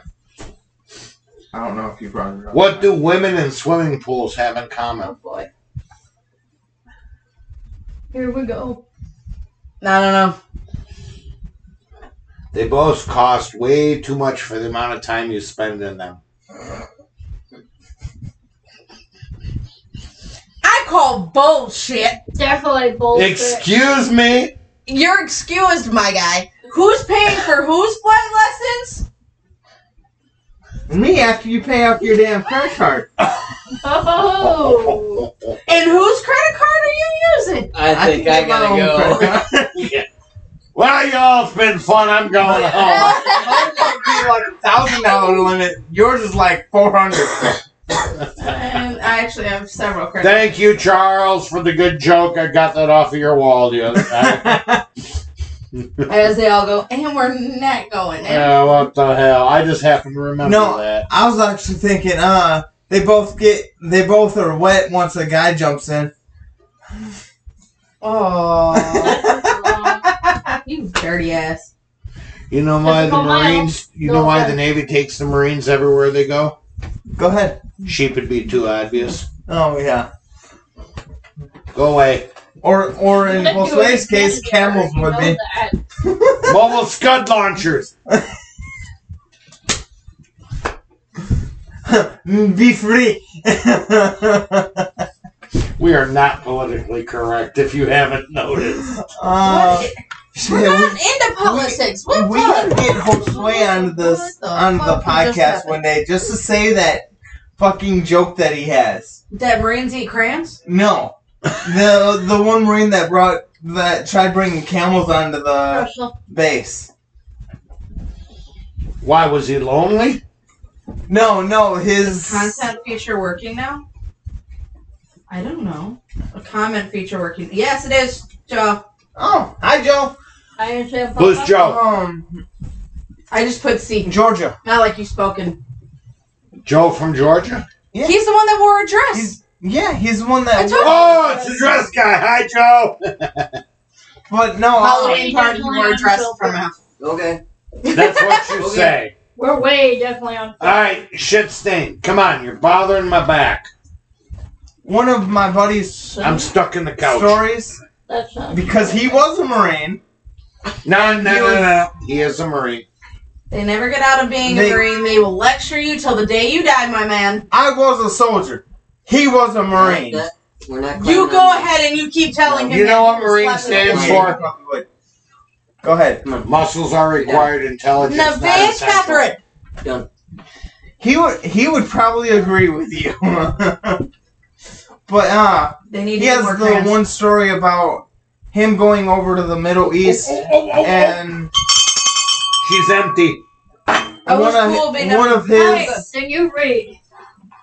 Speaker 9: I don't know if you brought it up.
Speaker 6: What do women in swimming pools have in common?
Speaker 5: Oh boy. Here we go.
Speaker 10: I don't know.
Speaker 6: They both cost way too much for the amount of time you spend in them.
Speaker 10: I call bullshit.
Speaker 5: Definitely bullshit.
Speaker 6: Excuse me?
Speaker 10: You're excused, my guy. Who's paying for whose flight lessons?
Speaker 9: Me after you pay off your damn credit card.
Speaker 5: oh.
Speaker 10: And whose credit card are you using?
Speaker 7: I think
Speaker 9: get
Speaker 7: I,
Speaker 9: my
Speaker 7: gotta
Speaker 9: own
Speaker 7: go.
Speaker 9: credit card.
Speaker 6: Well, y'all, it's been fun. I'm going
Speaker 7: Oh.
Speaker 6: home.
Speaker 9: Mine might be like a thousand dollar limit. Yours is like four hundred.
Speaker 10: And Um, I actually have several credit
Speaker 6: Thank you, Charles, for the good joke. I got that off of your wall the other night.
Speaker 10: As they all go, and we're not going. And
Speaker 6: yeah, what the hell? I just happen to remember
Speaker 9: No.
Speaker 6: that.
Speaker 9: I was actually thinking, uh, they both get, they both are wet once a guy jumps in.
Speaker 10: Oh,
Speaker 5: That's
Speaker 10: you dirty ass.
Speaker 6: You know why the
Speaker 5: Physical miles.
Speaker 6: Marines? You know
Speaker 5: No
Speaker 6: why
Speaker 5: offense.
Speaker 6: the Navy takes the Marines everywhere they go?
Speaker 9: Go ahead.
Speaker 6: Sheep would be too obvious.
Speaker 9: Oh yeah.
Speaker 6: Go away.
Speaker 9: Or, or in Volkswagen's case, camels
Speaker 5: You
Speaker 9: would
Speaker 5: know
Speaker 9: be.
Speaker 5: that.
Speaker 6: Mobile scud launchers.
Speaker 9: Mm, Be free. Uh,
Speaker 6: We are not politically correct. If you haven't noticed,
Speaker 9: uh,
Speaker 10: What?
Speaker 9: shit,
Speaker 10: We're
Speaker 9: we,
Speaker 10: not into politics. What
Speaker 9: we
Speaker 10: the-
Speaker 9: gotta get Josue onto this
Speaker 10: What the
Speaker 9: onto the
Speaker 10: fuck just
Speaker 9: podcast one day just to say that fucking joke that he has.
Speaker 10: That Marines eat crayons?
Speaker 9: No, the the one marine that brought that tried bringing camels onto the
Speaker 5: Russell.
Speaker 9: base.
Speaker 6: why was he lonely?
Speaker 9: No, no,
Speaker 10: Is
Speaker 9: his
Speaker 10: the content feature working now? I don't know. A comment feature working? Yes, it is, Joe.
Speaker 9: Oh, hi Joe.
Speaker 5: I didn't say
Speaker 6: Who's
Speaker 5: Papa.
Speaker 6: Joe?
Speaker 9: Um,
Speaker 10: I just put C.
Speaker 9: Georgia.
Speaker 10: Not like you spoken.
Speaker 6: Joe from Georgia.
Speaker 9: Yeah.
Speaker 10: He's the one that wore a dress.
Speaker 9: He's- Yeah, he's the one
Speaker 10: I
Speaker 9: that.
Speaker 10: told you.
Speaker 6: Oh, it's the dress guy. Hi, Joe.
Speaker 9: But no, uh, I,
Speaker 10: Halloween party wore a dress from him.
Speaker 7: Okay.
Speaker 6: That's what you
Speaker 7: Okay.
Speaker 6: say.
Speaker 5: We're way definitely on.
Speaker 6: All right, shit stain. Come on, you're bothering my back.
Speaker 9: one of my buddy's
Speaker 6: I'm stuck in the couch.
Speaker 9: stories
Speaker 5: That's not
Speaker 9: because he was a marine.
Speaker 6: No, no, no, no. He is a marine.
Speaker 10: They never get out of being
Speaker 9: They-
Speaker 10: a Marine. They will lecture you till the day you die, my man.
Speaker 9: I was a soldier. He was a Marine.
Speaker 7: That- We're not.
Speaker 10: You
Speaker 7: clowning
Speaker 10: go
Speaker 7: on-
Speaker 10: ahead and you keep telling him.
Speaker 6: You
Speaker 10: that
Speaker 6: know
Speaker 10: he
Speaker 6: what
Speaker 10: will
Speaker 6: Marine
Speaker 10: slap him
Speaker 6: stands
Speaker 10: in the
Speaker 6: for?
Speaker 10: face.
Speaker 9: Go ahead.
Speaker 6: Muscles are required intelligence. not
Speaker 10: Nevaeh
Speaker 6: essential.
Speaker 10: Catherine.
Speaker 9: He would he would probably agree with you. but uh
Speaker 10: They need
Speaker 9: he
Speaker 10: to get
Speaker 9: has
Speaker 10: more
Speaker 9: the
Speaker 10: crayons.
Speaker 9: one story about him going over to the Middle East
Speaker 6: Oh, oh, oh, oh, oh.
Speaker 9: and
Speaker 6: She's empty.
Speaker 10: I was
Speaker 9: one of
Speaker 10: cool being
Speaker 9: hi- one
Speaker 10: number
Speaker 9: of his
Speaker 10: five.
Speaker 5: Then you read.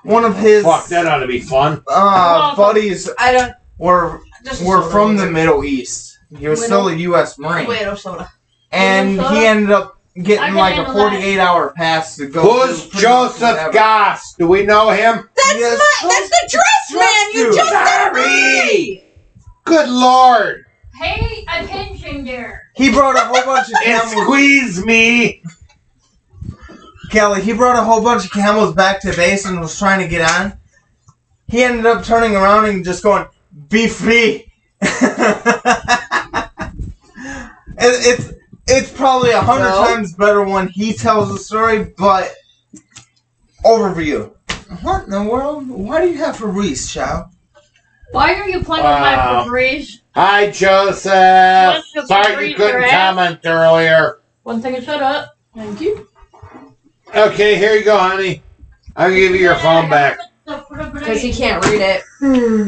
Speaker 9: one of his
Speaker 6: Fuck, that ought to be fun.
Speaker 9: uh buddies
Speaker 10: I don't.
Speaker 9: were
Speaker 10: Just
Speaker 9: were from the Middle East. He was still a U.S. Marine,
Speaker 10: Wait, oh soda.
Speaker 9: and he ended up getting
Speaker 5: can
Speaker 9: like a
Speaker 5: handle that.
Speaker 9: 48-hour pass to go.
Speaker 6: Who's
Speaker 9: do pretty much
Speaker 6: Joseph
Speaker 9: whatever.
Speaker 6: Goss? Do we know him?
Speaker 10: That's
Speaker 9: Yes.
Speaker 10: my. That's the dress man. You
Speaker 9: Dude.
Speaker 10: just said
Speaker 6: Sorry. Good lord.
Speaker 5: Pay attention there.
Speaker 9: He brought a whole bunch of
Speaker 6: And
Speaker 9: camels.
Speaker 6: squeeze me.
Speaker 9: Kelly, he brought a whole bunch of camels back to base and was trying to get on. He ended up turning around and just going, "Be free." it, it's it's probably a hundred
Speaker 7: Well-
Speaker 9: times better when he tells the story, but overview. What in the world? Why do you have Fabrice, child?
Speaker 5: Why are you playing
Speaker 6: Wow.
Speaker 5: with my Febreze?
Speaker 6: Hi, Joseph.
Speaker 5: Joseph,
Speaker 6: Sorry you
Speaker 5: read
Speaker 6: couldn't
Speaker 5: your ass.
Speaker 6: comment earlier.
Speaker 5: One second, shut up.
Speaker 10: Thank you.
Speaker 6: Okay, here you go, honey. I'll give you your phone back.
Speaker 10: Because he can't read it.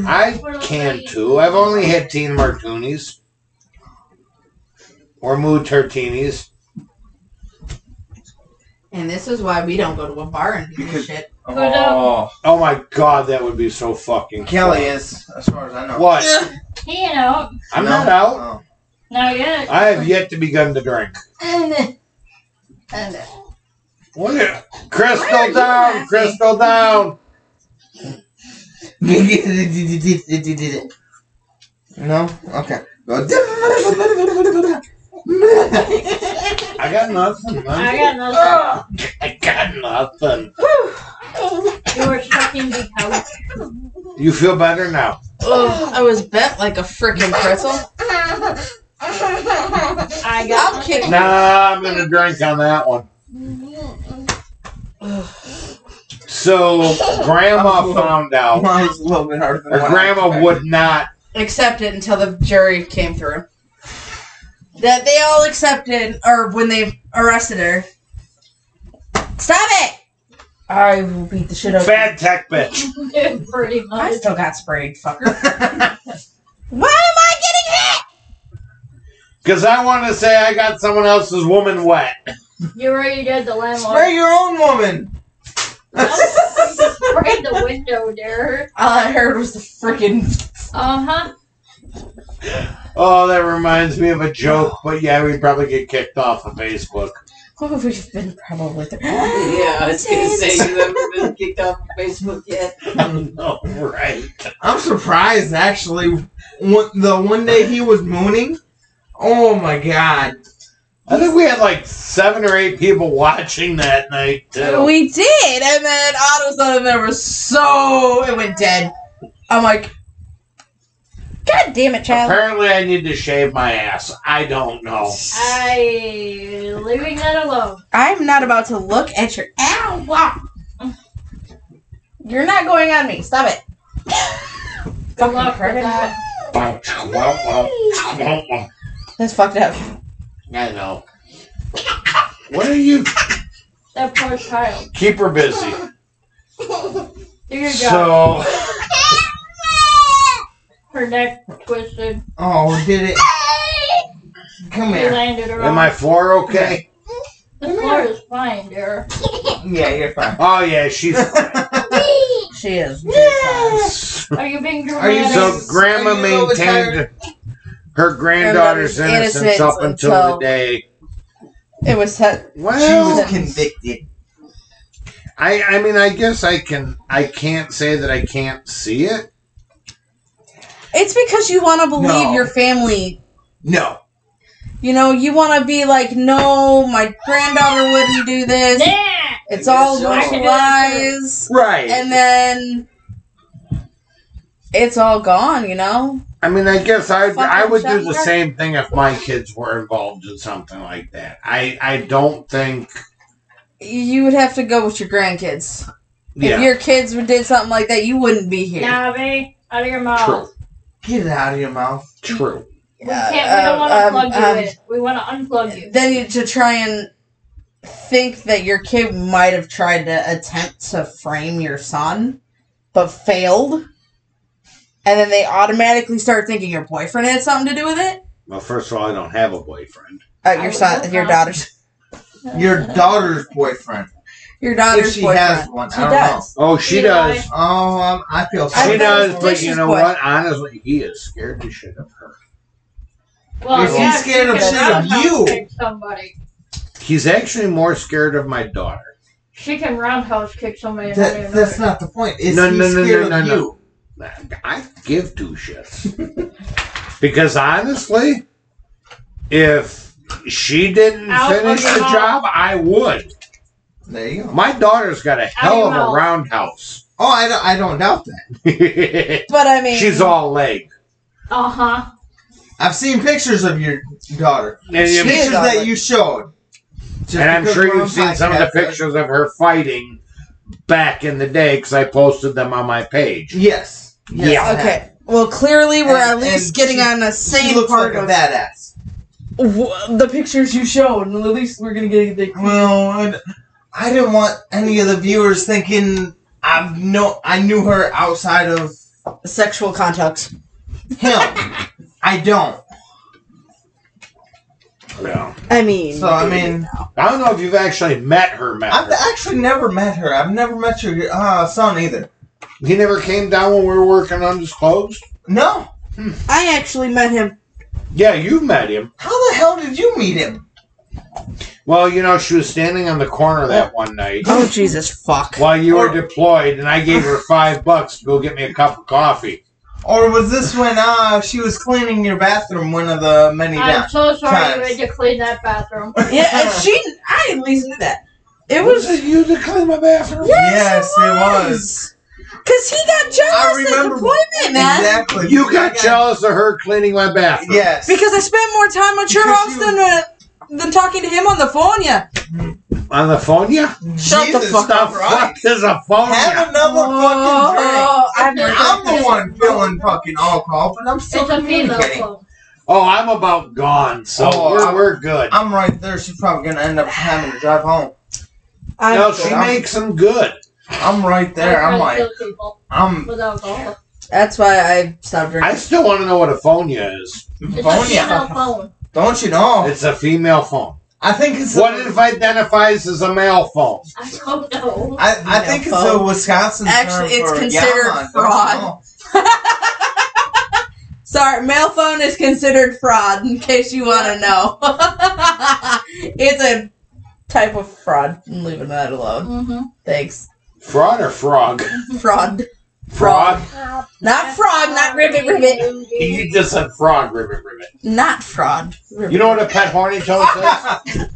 Speaker 6: I can too. I've only had teen martinis or mood tartinis.
Speaker 10: And this is why we don't go to a bar and do this shit.
Speaker 9: Oh,
Speaker 6: Oh my god, that would be so fucking
Speaker 9: Kelly
Speaker 6: fun.
Speaker 9: is, as far as I know.
Speaker 6: What?
Speaker 5: He ain't out.
Speaker 6: I'm
Speaker 9: No?
Speaker 6: not out.
Speaker 9: Oh.
Speaker 5: Not yet.
Speaker 6: I have yet to begun to drink.
Speaker 10: And, and
Speaker 6: What? a-
Speaker 10: Why are
Speaker 6: Crystal down,
Speaker 10: you laughing?
Speaker 6: crystal down.
Speaker 9: no? Okay.
Speaker 6: I got nothing.
Speaker 5: I
Speaker 6: man.
Speaker 5: got nothing.
Speaker 6: I got nothing.
Speaker 5: You were stuck in the house.
Speaker 6: You feel better now?
Speaker 10: Ugh, I was bent like a freaking pretzel.
Speaker 5: I got
Speaker 10: I'll
Speaker 5: nothing.
Speaker 10: kick.
Speaker 6: Nah, I'm gonna drink on that one. So grandma found out,
Speaker 9: Mine was a little bit harder than
Speaker 6: or
Speaker 9: what I
Speaker 6: grandma
Speaker 9: expected.
Speaker 6: would not
Speaker 10: Accept it until the jury came through. That they all accepted, or when they arrested her. Stop it! I will beat the shit out of you.
Speaker 6: Bad tech bitch.
Speaker 5: Pretty
Speaker 10: Oh, I
Speaker 5: much.
Speaker 10: still got sprayed, fucker. Why am I getting hit?
Speaker 6: Because I want to say I got someone else's woman wet.
Speaker 5: You already did the landlord.
Speaker 9: Spray your own woman.
Speaker 5: Sprayed the window there.
Speaker 10: All I heard was the freaking.
Speaker 5: Uh huh.
Speaker 6: Oh, that reminds me of a joke, but yeah, we'd probably get kicked off of Facebook.
Speaker 10: Oh, we've been probably there.
Speaker 7: Yeah, I was gonna say you haven't been kicked off Facebook yet.
Speaker 6: no, right.
Speaker 9: I'm surprised, actually. One, the one day he was mooning. Oh my god.
Speaker 6: I think we had like seven or eight people watching that night, too.
Speaker 10: We did, and then all of a sudden there was so it went dead. I'm like, God damn it, child!
Speaker 6: Apparently, I need to shave my ass. I don't know.
Speaker 5: I leaving that alone.
Speaker 10: I'm not about to look at your ow. Wow. You're not going on me. Stop it.
Speaker 5: Good
Speaker 10: Fucking
Speaker 5: luck with
Speaker 10: cracker.
Speaker 5: that.
Speaker 6: I
Speaker 10: That's fucked up.
Speaker 6: know. What are you?
Speaker 5: That poor child.
Speaker 6: Keep her busy.
Speaker 5: There you go.
Speaker 6: So,
Speaker 5: Her neck twisted.
Speaker 9: Oh, did it? Come
Speaker 5: She
Speaker 9: here.
Speaker 5: landed her
Speaker 6: am I floor okay?
Speaker 5: The floor is fine there.
Speaker 9: Yeah, you're fine.
Speaker 6: Oh, yeah, she's.
Speaker 10: She is.
Speaker 5: Are you being
Speaker 9: Are you
Speaker 5: dramatic?
Speaker 6: So grandma
Speaker 9: Are you a little
Speaker 6: maintained her granddaughter's
Speaker 10: Granddaughter's
Speaker 6: innocence,
Speaker 10: innocence
Speaker 6: up until,
Speaker 10: until-
Speaker 6: the day.
Speaker 10: It was. He-
Speaker 9: She was
Speaker 6: Well,
Speaker 9: convicted.
Speaker 6: I I mean I guess I can I can't say that I can't see it.
Speaker 10: it's because you want to believe
Speaker 9: No.
Speaker 10: your family.
Speaker 9: No.
Speaker 10: You know, you want to be like, no, my granddaughter wouldn't do this.
Speaker 5: Nah!
Speaker 10: It's all
Speaker 7: I guess so.
Speaker 10: lies.
Speaker 6: Right.
Speaker 10: And then it's all gone, you know?
Speaker 6: I mean, I guess I I
Speaker 10: Fucking
Speaker 6: would do the
Speaker 10: shocker.
Speaker 6: same thing if my kids were involved in something like that. I I don't think
Speaker 10: You would have to go with your grandkids.
Speaker 6: yeah
Speaker 10: If your kids did something like that, you wouldn't be here.
Speaker 5: Navi, out of your
Speaker 10: uh,
Speaker 5: mouth.
Speaker 6: true
Speaker 9: Get it out of your mouth.
Speaker 6: true.
Speaker 5: We can't. We don't want to
Speaker 10: Uh, um,
Speaker 5: plug you
Speaker 10: um,
Speaker 5: in. We want to unplug you.
Speaker 10: then you, to try and think that your kid might have tried to attempt to frame your son but failed and then they automatically start thinking your boyfriend had something to do with it
Speaker 6: Well, first of all, I don't have a boyfriend.
Speaker 10: uh,
Speaker 5: I
Speaker 10: your
Speaker 5: would
Speaker 10: son
Speaker 5: hope
Speaker 10: your
Speaker 5: not.
Speaker 10: daughter's
Speaker 9: Your daughter's boyfriend.
Speaker 10: your
Speaker 9: If
Speaker 10: daughter's
Speaker 9: she
Speaker 10: boyfriend
Speaker 9: has one.
Speaker 10: She
Speaker 9: I don't
Speaker 10: does.
Speaker 6: Oh, she
Speaker 5: Eli.
Speaker 6: does.
Speaker 9: know. Oh, um, I feel
Speaker 10: I
Speaker 6: She
Speaker 9: sorry.
Speaker 10: bet
Speaker 6: does,
Speaker 10: it's
Speaker 6: but you
Speaker 10: Dish's
Speaker 6: know
Speaker 10: boy.
Speaker 6: what? Honestly, he is scared the shit of her.
Speaker 5: Well,
Speaker 9: If
Speaker 5: yeah,
Speaker 9: he's scared of
Speaker 5: because
Speaker 9: shit
Speaker 5: I don't
Speaker 9: of
Speaker 5: know,
Speaker 9: you.
Speaker 5: kick Somebody.
Speaker 6: He's actually more scared of my daughter.
Speaker 5: She can roundhouse kick somebody. and
Speaker 9: That,
Speaker 5: they
Speaker 9: that's not the point. Is
Speaker 6: No,
Speaker 9: he
Speaker 6: no, no,
Speaker 9: scared
Speaker 6: no,
Speaker 9: of
Speaker 6: no, no.
Speaker 9: you?
Speaker 6: I give two shits. because honestly, if she didn't
Speaker 5: Out of
Speaker 6: finish
Speaker 5: your
Speaker 6: the
Speaker 5: mouth.
Speaker 6: job, I would.
Speaker 9: There you go.
Speaker 6: My daughter's got a hell
Speaker 5: your
Speaker 6: of a
Speaker 5: mouth.
Speaker 6: roundhouse.
Speaker 9: Oh, I don't, I don't doubt that.
Speaker 6: She's
Speaker 10: but i mean
Speaker 6: all leg.
Speaker 5: Uh huh.
Speaker 9: I've seen pictures of your daughter.
Speaker 6: And, you-
Speaker 10: She is
Speaker 9: pictures that
Speaker 10: ugly.
Speaker 9: you showed. Just
Speaker 6: and I'm
Speaker 9: because
Speaker 6: sure
Speaker 9: we're on
Speaker 6: you've seen some of the
Speaker 9: podcast,
Speaker 6: pictures of her fighting back in the day because I posted them on my page.
Speaker 9: Yes. yes
Speaker 6: Yeah.
Speaker 9: I have.
Speaker 10: okay well clearly we're
Speaker 9: And-
Speaker 10: at least
Speaker 9: and
Speaker 10: getting
Speaker 9: she-
Speaker 10: on the
Speaker 9: She
Speaker 10: same
Speaker 9: looks
Speaker 10: part
Speaker 9: like a
Speaker 10: of
Speaker 9: badass.
Speaker 10: w- the pictures you showed and at least we're gonna get the
Speaker 9: Well, I, d- I didn't want any of the viewers thinking I've no, I knew her outside of
Speaker 10: sexual contact
Speaker 9: him. I don't.
Speaker 6: Yeah.
Speaker 1: I mean,
Speaker 9: So I mean,
Speaker 6: I don't know if you've actually met her, met
Speaker 9: I've
Speaker 6: her.
Speaker 9: actually never met her. I've never met your uh, son either.
Speaker 6: He never came down when we were working on Disclosed?
Speaker 9: No.
Speaker 1: I actually met him.
Speaker 6: Yeah, you met him.
Speaker 9: How the hell did you meet him?
Speaker 6: Well, you know, she was standing on the corner that one night
Speaker 1: Oh Jesus, fuck!
Speaker 6: while you were deployed, and I gave her five bucks to go get me a cup of coffee.
Speaker 9: Or was this when uh, she was cleaning your bathroom? One of the many
Speaker 5: I'm
Speaker 9: times.
Speaker 5: so sorry
Speaker 9: times.
Speaker 5: you had to clean that bathroom.
Speaker 10: yeah and she i at least knew that it was
Speaker 6: it you that cleaned my bathroom?
Speaker 9: Yes, it
Speaker 10: Cause he got
Speaker 9: I
Speaker 10: jealous at
Speaker 9: remember
Speaker 10: deployment, man.
Speaker 9: exactly.
Speaker 6: You got
Speaker 9: Yeah.
Speaker 6: jealous of her cleaning my bathroom.
Speaker 9: Yes.
Speaker 10: Because I spent more time at your
Speaker 9: Because
Speaker 10: house
Speaker 9: you-
Speaker 10: than uh, than talking to him on the phone. Yeah.
Speaker 6: On the phone, yeah?
Speaker 10: Shut the
Speaker 9: Jesus
Speaker 10: fuck
Speaker 6: The
Speaker 9: Christ.
Speaker 6: fuck is a phone? Oh,
Speaker 9: Have
Speaker 6: Yeah?
Speaker 9: another fucking drink.
Speaker 10: Oh, I've heard
Speaker 9: I'm
Speaker 10: that.
Speaker 9: the one feeling fucking alcohol, but I'm
Speaker 5: It's
Speaker 9: still
Speaker 5: a female
Speaker 9: communicating.
Speaker 5: phone.
Speaker 6: Oh, I'm about gone, so
Speaker 9: Oh,
Speaker 6: we're,
Speaker 9: I'm-
Speaker 6: we're good.
Speaker 9: I'm right there. She's probably gonna end up having to drive home.
Speaker 10: I'm
Speaker 6: no,
Speaker 10: sure.
Speaker 6: she makes them good.
Speaker 9: I'm right there.
Speaker 5: I
Speaker 9: I'm
Speaker 5: try to
Speaker 9: like,
Speaker 5: kill people
Speaker 9: I'm
Speaker 5: with alcohol.
Speaker 10: That's why I stopped
Speaker 6: I
Speaker 10: drinking.
Speaker 6: still want to know what a phone is.
Speaker 5: It's a female
Speaker 9: Bonya.
Speaker 5: phone.
Speaker 9: Don't you know?
Speaker 6: It's a female phone.
Speaker 9: I think Oh. it's.
Speaker 6: What
Speaker 9: a,
Speaker 6: if identifies as a male phone?
Speaker 5: I don't know.
Speaker 9: I, I think it's a
Speaker 10: Phone.
Speaker 9: Wisconsin term
Speaker 10: Actually, it's
Speaker 9: for
Speaker 10: considered
Speaker 9: Yamaha, don't you
Speaker 10: fraud.
Speaker 9: know?
Speaker 10: Sorry, male phone is considered fraud. In case you want to know, it's a type of fraud. I'm leaving that alone.
Speaker 5: Mm-hmm.
Speaker 10: Thanks.
Speaker 6: Fraud or frog?
Speaker 10: Fraud,
Speaker 6: Frog.
Speaker 10: not frog, not ribbit, ribbit,
Speaker 6: You just said frog, ribbit, ribbit.
Speaker 10: not fraud. Ribbit.
Speaker 6: You know what a pet horny toad says?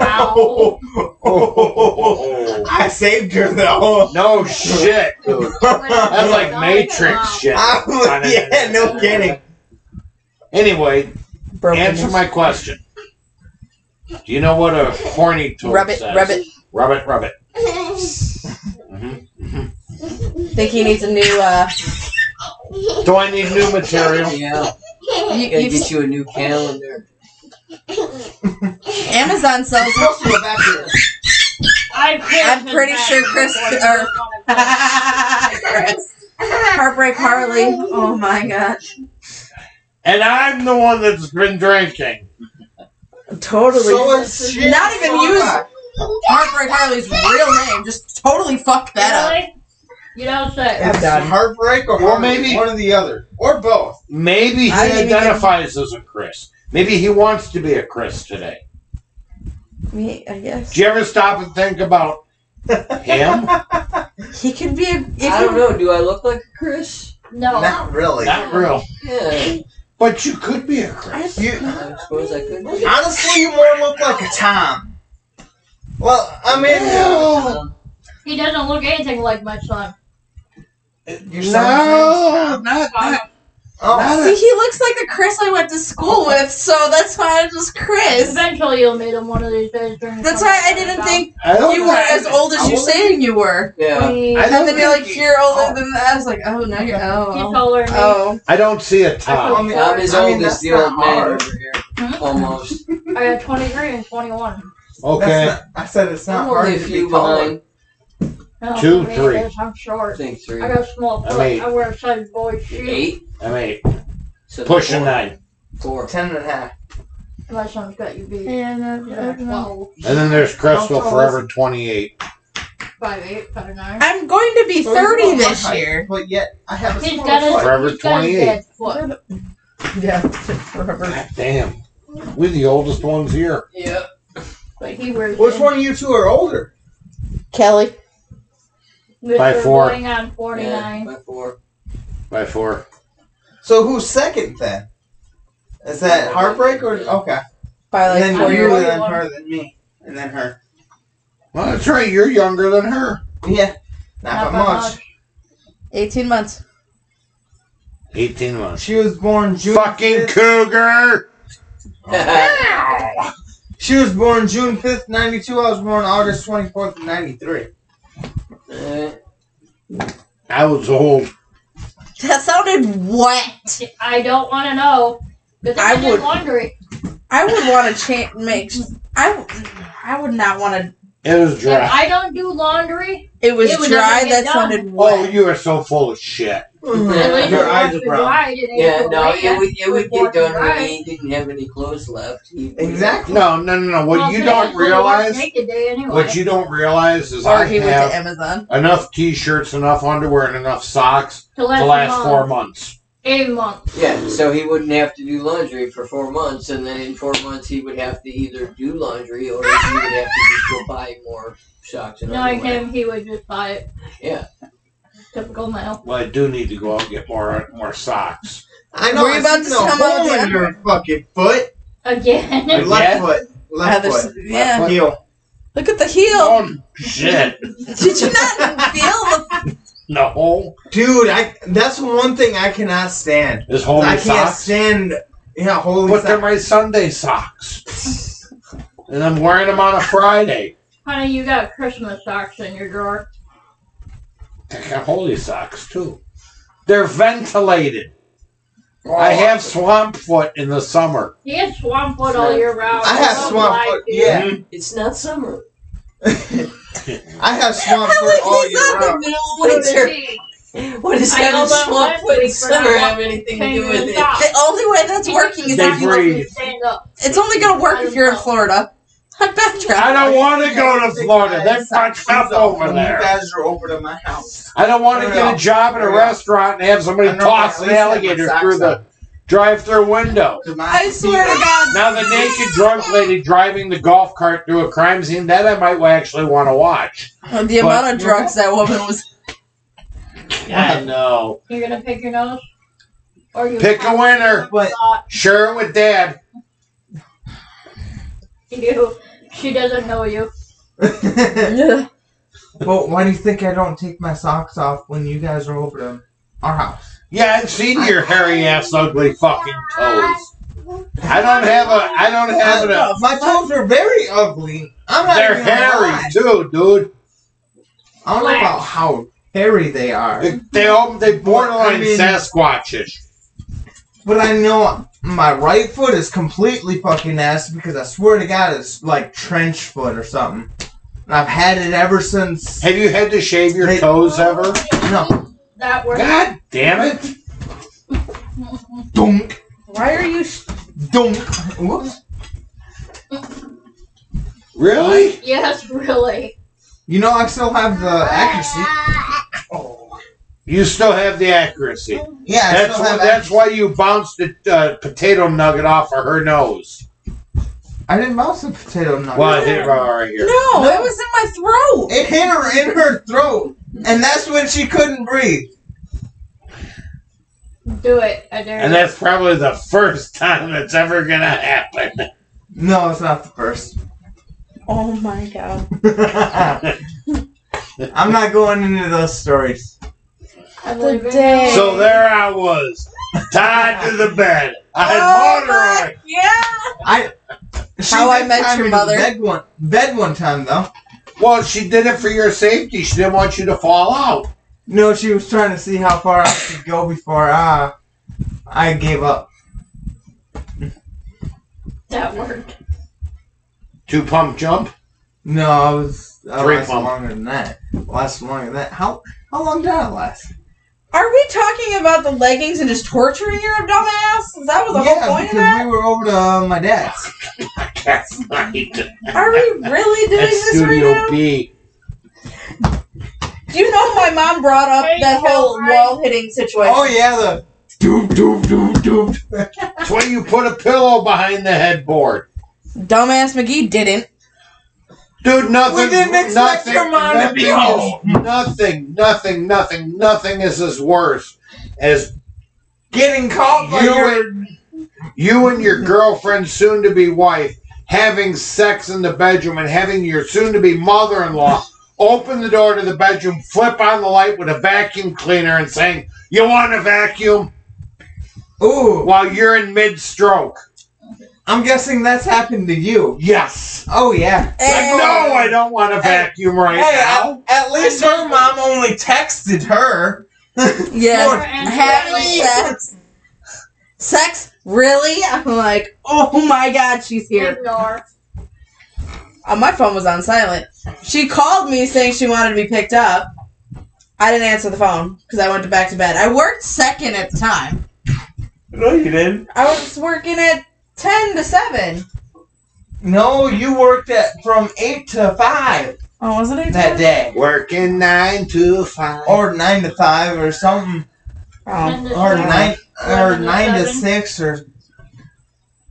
Speaker 5: Ow.
Speaker 6: Oh.
Speaker 9: I saved her though.
Speaker 6: No shit, dude. That's like
Speaker 5: No,
Speaker 6: Matrix shit.
Speaker 9: I'm- yeah, no kidding.
Speaker 6: Anyway,
Speaker 10: Broken
Speaker 6: answer
Speaker 10: news.
Speaker 6: my question. Do you know what a horny toad
Speaker 10: Rub it,
Speaker 6: says?
Speaker 10: rub it.
Speaker 6: Rub it, rub it. Mhm, mhm.
Speaker 10: Think he needs a new. uh
Speaker 6: Do I need new material?
Speaker 7: Yeah,
Speaker 10: you,
Speaker 7: gotta
Speaker 10: you,
Speaker 7: get you a new calendar.
Speaker 10: Amazon sells.
Speaker 9: You're supposed to go back here.
Speaker 5: I'm pretty,
Speaker 10: I'm pretty sure Chris- or- Chris. Heartbreak Harley. Oh my god.
Speaker 6: And I'm the one that's been drinking.
Speaker 10: Totally.
Speaker 9: So is she.
Speaker 10: Not even use Heartbreak Harley's real name. Just totally fuck that up.
Speaker 5: Really? You don't say.
Speaker 10: I'm
Speaker 9: It's
Speaker 10: done.
Speaker 9: heartbreak or,
Speaker 6: Or
Speaker 9: heartbreak,
Speaker 6: maybe-
Speaker 9: one or the other or both.
Speaker 6: Maybe he
Speaker 10: I didn't even-
Speaker 6: identifies as a Chris. Maybe he wants to be a Chris today.
Speaker 10: Me, I guess.
Speaker 6: Do you ever stop and think about him?
Speaker 10: He could be a. If
Speaker 7: I don't
Speaker 10: you,
Speaker 7: know. Do I look like a Chris?
Speaker 5: No.
Speaker 9: Not really.
Speaker 6: Not real.
Speaker 7: Yeah,
Speaker 6: But you could be a Chris.
Speaker 9: You
Speaker 7: I suppose I could. be.
Speaker 9: honestly, you more look like a Tom. Well, I mean,
Speaker 6: Well,
Speaker 7: Um,
Speaker 5: He doesn't look anything like my son.
Speaker 9: Your son's
Speaker 6: not that.
Speaker 9: Oh,
Speaker 10: See, he looks like the Chris I went to school with, so that's why I'm just Chris.
Speaker 5: Eventually, you'll meet him one of these days. during the
Speaker 10: That's
Speaker 5: summer.
Speaker 10: why I didn't think
Speaker 6: I don't
Speaker 10: you
Speaker 6: know.
Speaker 10: were as old as
Speaker 6: I
Speaker 10: you're
Speaker 6: wouldn't-
Speaker 10: saying you were.
Speaker 7: Yeah.
Speaker 5: He-
Speaker 6: I
Speaker 10: And
Speaker 6: don't
Speaker 10: then you're like,
Speaker 6: think-
Speaker 10: you're older than that. I was like, oh, now you're
Speaker 5: He's
Speaker 10: oh.
Speaker 5: taller than me.
Speaker 10: Oh.
Speaker 6: I don't see a
Speaker 5: I
Speaker 6: top.
Speaker 5: feel-
Speaker 9: mean,
Speaker 7: I'm as
Speaker 9: I mean,
Speaker 7: old as
Speaker 9: that's
Speaker 7: the
Speaker 9: not
Speaker 7: old man
Speaker 9: hard.
Speaker 7: over here. Almost.
Speaker 5: I got 23 and 21.
Speaker 9: That's
Speaker 6: Okay.
Speaker 9: not, I said it's not
Speaker 7: I'm
Speaker 9: hard
Speaker 7: only a
Speaker 9: to
Speaker 7: few
Speaker 9: be taller.
Speaker 7: behind.
Speaker 5: No,
Speaker 6: Two,
Speaker 5: me,
Speaker 6: three.
Speaker 5: it is. Oh, I'm
Speaker 7: I
Speaker 5: short.
Speaker 7: think three.
Speaker 5: I got a small
Speaker 6: I'm
Speaker 5: foot.
Speaker 6: eight.
Speaker 5: I wear a size boy shoe.
Speaker 7: Eight?
Speaker 6: I mean,
Speaker 7: So
Speaker 6: pushing
Speaker 7: four.
Speaker 6: nine.
Speaker 7: Four.
Speaker 9: Ten and a half.
Speaker 5: My son's got you beat.
Speaker 1: Yeah, no,
Speaker 5: Yeah,
Speaker 1: no, no.
Speaker 5: 12,
Speaker 6: And then there's Crystal
Speaker 5: tall
Speaker 6: Forever 28.
Speaker 5: 5'8", 5'9".
Speaker 10: I'm going to be
Speaker 9: So
Speaker 10: 30
Speaker 9: he's about
Speaker 10: this
Speaker 9: my height,
Speaker 10: year.
Speaker 9: But yet, I have a
Speaker 5: He's
Speaker 9: smaller
Speaker 5: got
Speaker 9: foot.
Speaker 6: Forever
Speaker 5: his, he's got his
Speaker 6: 28.
Speaker 5: dad's foot.
Speaker 10: Yeah, forever.
Speaker 6: God damn. We're the oldest ones here.
Speaker 7: Yeah.
Speaker 5: But he wears
Speaker 9: Which one of you two are older?
Speaker 1: Kelly.
Speaker 6: By
Speaker 5: We're
Speaker 6: four.
Speaker 5: Going on
Speaker 7: Yeah,
Speaker 5: 49.
Speaker 7: by four.
Speaker 6: By four.
Speaker 9: So who's second then? Is that heartbreak or okay?
Speaker 10: By
Speaker 9: and
Speaker 10: like
Speaker 9: then
Speaker 10: four
Speaker 5: forty
Speaker 9: you,
Speaker 10: years.
Speaker 5: years.
Speaker 9: then her, then me, and then her.
Speaker 6: Well, that's right. You're younger than her.
Speaker 9: Yeah, not, by
Speaker 5: by
Speaker 9: much.
Speaker 1: 18 months.
Speaker 6: 18 months.
Speaker 9: She was born June.
Speaker 6: Fucking
Speaker 9: 5th.
Speaker 6: cougar!
Speaker 9: She was born June fifth, ninety two. I was born August twenty fourth, ninety three.
Speaker 7: Eh,
Speaker 6: I was old.
Speaker 1: That sounded wet.
Speaker 5: I don't want to know. Because
Speaker 10: I
Speaker 5: I've
Speaker 10: would-
Speaker 5: been wondering.
Speaker 10: I would want to change, make. I, I would not want to.
Speaker 6: It was
Speaker 5: If
Speaker 6: dry.
Speaker 5: I don't do laundry,
Speaker 10: It was
Speaker 5: It would
Speaker 10: dry.
Speaker 5: never get
Speaker 10: That
Speaker 5: done.
Speaker 10: sounded
Speaker 6: Oh,
Speaker 10: wet.
Speaker 6: you are so full of shit.
Speaker 5: at
Speaker 10: Mm-hmm.
Speaker 5: least
Speaker 9: Your
Speaker 5: it
Speaker 9: eyes
Speaker 5: wasn't
Speaker 9: are brown.
Speaker 5: dry, it ain't
Speaker 7: yeah,
Speaker 5: so
Speaker 7: no,
Speaker 5: bad.
Speaker 7: it would it would
Speaker 5: Before
Speaker 7: get done
Speaker 5: dry.
Speaker 7: when he didn't have any clothes left. He would-
Speaker 9: Exactly.
Speaker 6: No, no, no, no. What
Speaker 5: Well,
Speaker 6: you
Speaker 5: today
Speaker 6: don't
Speaker 5: is really work
Speaker 6: realize,
Speaker 5: naked day anyway.
Speaker 6: what you don't realize is
Speaker 10: Or
Speaker 6: I
Speaker 10: he went to
Speaker 6: have
Speaker 10: Amazon.
Speaker 6: enough t-shirts, enough underwear, and enough socks
Speaker 5: to
Speaker 6: to
Speaker 5: last,
Speaker 6: last
Speaker 5: a
Speaker 6: four
Speaker 5: month.
Speaker 6: months.
Speaker 5: A month.
Speaker 7: Yeah, so he wouldn't have to do laundry for four months, and then in four months he would have to either do laundry or he would have to just go buy more socks and
Speaker 5: Knowing
Speaker 7: underwear.
Speaker 5: him, he would just buy it.
Speaker 7: Yeah.
Speaker 5: Typical male.
Speaker 6: Well, I do need to go out and get more more socks.
Speaker 9: I know.
Speaker 10: Were you
Speaker 9: I
Speaker 10: about
Speaker 9: seen
Speaker 10: to
Speaker 9: the
Speaker 10: come out
Speaker 9: hole
Speaker 10: with
Speaker 9: in
Speaker 10: the
Speaker 9: your fucking foot.
Speaker 5: Again.
Speaker 6: Like,
Speaker 9: Left
Speaker 6: yeah?
Speaker 9: foot. Left
Speaker 10: Other
Speaker 9: foot.
Speaker 10: s- yeah.
Speaker 6: foot.
Speaker 9: Heel.
Speaker 10: Look at the heel.
Speaker 6: Oh shit!
Speaker 10: Did you not feel the?
Speaker 6: No,
Speaker 9: Dude, I that's one thing I cannot stand.
Speaker 6: this holy
Speaker 9: I can't
Speaker 6: socks.
Speaker 9: stand. Yeah, holy
Speaker 6: But they're
Speaker 9: socks.
Speaker 6: my Sunday socks, and I'm wearing them on a Friday.
Speaker 5: Honey, you got Christmas socks in your drawer.
Speaker 6: I got holy socks too. They're ventilated. I have swamp foot in the summer.
Speaker 5: He has swamp foot all year round.
Speaker 9: I have
Speaker 5: Don't
Speaker 9: swamp
Speaker 5: lie,
Speaker 9: foot,
Speaker 5: dude.
Speaker 9: yeah.
Speaker 7: It's not summer.
Speaker 9: I have swamp
Speaker 10: I
Speaker 9: foot
Speaker 10: like
Speaker 9: all uh,
Speaker 10: he's
Speaker 9: year
Speaker 10: not in
Speaker 9: round.
Speaker 10: the middle of
Speaker 5: Look at
Speaker 10: winter.
Speaker 5: me.
Speaker 7: What does
Speaker 5: I
Speaker 7: having
Speaker 5: know about
Speaker 7: swamp
Speaker 5: last
Speaker 7: foot
Speaker 5: week,
Speaker 7: and
Speaker 5: but
Speaker 7: summer
Speaker 5: I
Speaker 7: have
Speaker 5: want
Speaker 7: anything to
Speaker 5: Change
Speaker 7: do with
Speaker 5: the
Speaker 7: it?
Speaker 5: socks.
Speaker 10: The only way that's
Speaker 5: He
Speaker 10: working
Speaker 5: thinks it's
Speaker 10: is
Speaker 6: They
Speaker 10: if
Speaker 5: not
Speaker 10: you.
Speaker 5: supposed to
Speaker 6: breathe.
Speaker 5: Stand up.
Speaker 10: It's only gonna work if you're in Florida. I bet you.
Speaker 6: I don't want to go to Florida. They're fucked up over
Speaker 9: When You
Speaker 6: there.
Speaker 9: guys are over to my house.
Speaker 6: I don't want to get a job at a restaurant and have somebody
Speaker 9: I know,
Speaker 6: toss
Speaker 9: but
Speaker 6: an
Speaker 9: at least have my
Speaker 6: alligator
Speaker 9: socks
Speaker 6: through the
Speaker 9: on.
Speaker 6: drive-through window.
Speaker 9: 'Cause my
Speaker 10: I
Speaker 9: feet
Speaker 10: swear
Speaker 9: are-
Speaker 10: to God.
Speaker 6: Now the naked drunk lady driving the golf cart through a crime scene, that I might actually want to watch.
Speaker 10: The amount of drugs that woman was.
Speaker 6: I know.
Speaker 5: You're gonna pick your nose, or you
Speaker 6: Pick a winner.
Speaker 9: But
Speaker 5: thought
Speaker 6: Share it with dad.
Speaker 5: you. She doesn't know you.
Speaker 10: Ugh.
Speaker 9: but why do you think I don't take my socks off when you guys are over to our house?
Speaker 6: Yeah, I've seen your hairy ass, ugly fucking toes. I don't have a. I don't have a.
Speaker 9: my toes are very ugly. I'm not.
Speaker 6: They're
Speaker 9: even gonna
Speaker 6: hairy
Speaker 9: lie.
Speaker 6: too, dude.
Speaker 9: I don't know about how hairy they are,
Speaker 6: They they, all- they borderline
Speaker 9: I mean-
Speaker 6: Sasquatchish.
Speaker 9: but I know my right foot is completely fucking nasty because I swear to God it's like trench foot or something. And I've had it ever since.
Speaker 6: Have you had to shave your
Speaker 9: They-
Speaker 6: toes ever?
Speaker 9: No,
Speaker 5: That works.
Speaker 6: God damn it!
Speaker 9: dunk,
Speaker 10: Why are you? Sh-
Speaker 9: dunk. Whoops.
Speaker 6: Really?
Speaker 5: Yes, really.
Speaker 9: You know I still have the accuracy. Oh.
Speaker 6: You still have the accuracy.
Speaker 9: Yeah, I
Speaker 6: That's
Speaker 9: still
Speaker 6: why,
Speaker 9: have
Speaker 6: that's
Speaker 9: accuracy.
Speaker 6: why you bounced the uh, potato nugget off of her nose.
Speaker 9: I didn't mouse the potato nugget.
Speaker 6: Well, here, right here.
Speaker 10: no, it was in my throat.
Speaker 9: It hit her in her throat, and that's when she couldn't breathe.
Speaker 5: Do it. I dare
Speaker 6: And
Speaker 5: you.
Speaker 6: that's probably the first time it's ever gonna happen.
Speaker 9: No, it's not the first.
Speaker 1: Oh my god.
Speaker 9: Uh, I'm not going into those stories.
Speaker 10: The day.
Speaker 6: So there I was, tied to the bed. I had
Speaker 11: Oh
Speaker 6: water on
Speaker 11: my-
Speaker 6: it.
Speaker 11: Yeah.
Speaker 9: I. She
Speaker 10: How I
Speaker 9: did
Speaker 10: Met
Speaker 9: time
Speaker 10: Your
Speaker 9: in the
Speaker 10: Mother.
Speaker 9: Bed one, bed one time though.
Speaker 6: Well, she did it for your safety. She didn't want you to fall out.
Speaker 9: No, she was trying to see how far I could go before uh, I gave up.
Speaker 5: That worked.
Speaker 6: Two pump jump.
Speaker 9: No, I was I
Speaker 6: Three
Speaker 9: lasted
Speaker 6: pump.
Speaker 9: longer than that. Last longer than that. How how long did I last?
Speaker 11: Are we talking about the leggings and just torturing your abdominal ass? Is that what the
Speaker 9: yeah,
Speaker 11: whole point of
Speaker 9: because
Speaker 11: that?
Speaker 9: we were over to uh, my dad's.
Speaker 6: That's right.
Speaker 11: Are we really doing
Speaker 6: At
Speaker 11: this right
Speaker 6: Studio
Speaker 11: now?
Speaker 6: B.
Speaker 11: Do you know my mom brought up
Speaker 5: Hey,
Speaker 11: that
Speaker 5: you
Speaker 11: whole
Speaker 5: know, I-
Speaker 11: wall hitting situation?
Speaker 9: Oh yeah, the doom doom doom doom.
Speaker 6: That's why you put a pillow behind the headboard.
Speaker 10: Dumbass McGee didn't.
Speaker 6: Dude, nothing.
Speaker 9: We didn't expect
Speaker 6: nothing,
Speaker 9: your mom to
Speaker 6: nothing
Speaker 9: be
Speaker 6: is-
Speaker 9: home.
Speaker 6: Nothing, nothing, nothing, nothing is as worse as
Speaker 9: Getting caught by
Speaker 6: You
Speaker 9: your
Speaker 6: you and your girlfriend, soon to be wife, having sex in the bedroom and having your soon to be mother in law open the door to the bedroom, flip on the light with a vacuum cleaner, and saying, You want a vacuum?
Speaker 9: ooh.
Speaker 6: while you're in mid stroke.
Speaker 9: I'm guessing that's happened to you.
Speaker 6: Yes.
Speaker 9: Oh yeah.
Speaker 6: Like, no, I don't want a vacuum right
Speaker 9: hey,
Speaker 6: now.
Speaker 9: at, at least her mom only texted her.
Speaker 10: Yes. Having
Speaker 5: Really?
Speaker 10: sex. Sex? Really? I'm like, oh my god, she's here.
Speaker 5: Ignore.
Speaker 10: Uh, my phone was on silent. She called me saying she wanted to be picked up. I didn't answer the phone because I went to back to bed. I worked second at the time.
Speaker 9: No, you didn't.
Speaker 10: I was working at ten to seven.
Speaker 9: No, you worked at from eight to five
Speaker 10: Oh, wasn't it?
Speaker 9: that day,
Speaker 6: Working nine to five.
Speaker 9: or nine to five, or something,
Speaker 10: Oh.
Speaker 9: or nine, or
Speaker 5: Eleven to
Speaker 9: nine to
Speaker 5: seven.
Speaker 9: six, or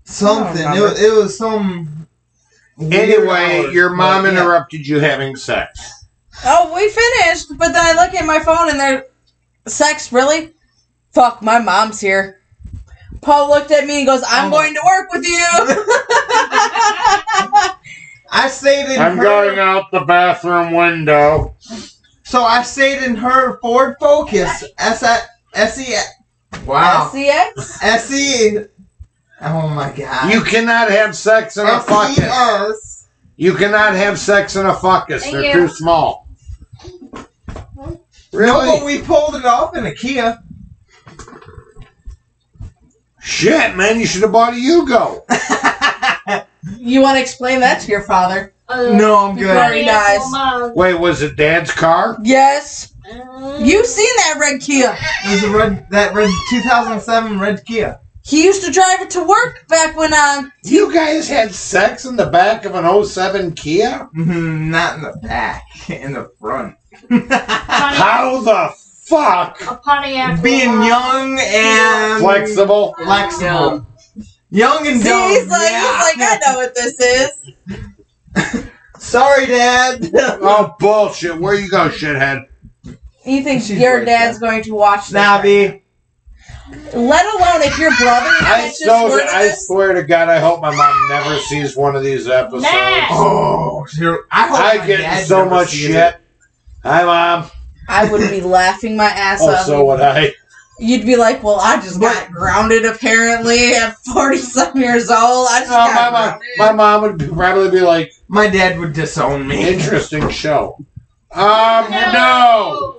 Speaker 9: something.
Speaker 10: I
Speaker 9: It
Speaker 10: don't
Speaker 9: was, it was some. weird
Speaker 6: Anyway,
Speaker 9: hours,
Speaker 6: your mom
Speaker 9: but yeah.
Speaker 6: interrupted you having sex.
Speaker 10: Oh, we finished, but then I look at my phone and there, sex really? Fuck, my mom's here. Paul looked at me and goes, "I'm
Speaker 9: Oh.
Speaker 10: going to work with you."
Speaker 9: I stayed in.
Speaker 6: I'm
Speaker 9: her,
Speaker 6: going out the bathroom window.
Speaker 9: So I stayed in her Ford Focus. S I S E. Wow.
Speaker 10: SEX.
Speaker 9: S E. Oh my god. E
Speaker 6: You cannot have sex in
Speaker 9: Oh,
Speaker 6: a fuckus.
Speaker 9: S-E-S.
Speaker 6: You cannot have sex in a fuckus.
Speaker 5: Thank
Speaker 6: They're
Speaker 5: you.
Speaker 6: too small.
Speaker 9: No, but
Speaker 6: Really?
Speaker 9: we pulled it off in a Kia.
Speaker 6: Shit, man, you should have bought a Yugo.
Speaker 10: You want to explain that to your father?
Speaker 5: Uh,
Speaker 9: no, I'm
Speaker 10: You're
Speaker 9: good.
Speaker 10: very nice.
Speaker 5: Mom.
Speaker 6: Wait, was it Dad's car?
Speaker 10: Yes.
Speaker 5: Uh,
Speaker 10: You seen that red Kia?
Speaker 9: It was a red, that red 2007 red Kia.
Speaker 10: He used to drive it to work back when um.
Speaker 6: You guys had sex in the back of an 07 Kia?
Speaker 9: Mhm, Not in the back, in the front.
Speaker 6: How the fuck
Speaker 5: a Pontiac.
Speaker 9: Being
Speaker 5: Lamar.
Speaker 9: young and
Speaker 6: flexible?
Speaker 9: flexible. Young and
Speaker 10: See,
Speaker 9: dumb.
Speaker 10: he's like,
Speaker 9: yeah.
Speaker 10: he's like, I know what this is.
Speaker 9: Sorry, Dad.
Speaker 6: Oh bullshit! Where you go, shithead?
Speaker 10: You think
Speaker 9: She's
Speaker 10: your
Speaker 9: like
Speaker 10: dad's going to watch that?
Speaker 9: Snobby.
Speaker 10: Let alone if your brother
Speaker 6: I
Speaker 10: catches
Speaker 6: so
Speaker 10: word of
Speaker 6: I
Speaker 10: this.
Speaker 6: swear to God, I hope my mom never sees one of these episodes.
Speaker 5: Matt!
Speaker 9: Oh, you're- I hope
Speaker 6: I
Speaker 9: my
Speaker 6: get
Speaker 9: dad
Speaker 6: so
Speaker 9: never
Speaker 6: much
Speaker 9: sees
Speaker 6: shit.
Speaker 9: it.
Speaker 6: Hi, mom.
Speaker 10: I would be laughing my ass
Speaker 6: Oh,
Speaker 10: off.
Speaker 6: so would I.
Speaker 10: You'd be like, "Well, I just got grounded apparently at forty some years old. I just
Speaker 6: No, my
Speaker 10: got
Speaker 6: mom.
Speaker 10: grounded."
Speaker 6: My mom would be- probably be like,
Speaker 9: My dad would disown me.
Speaker 6: "Interesting show." Um, no.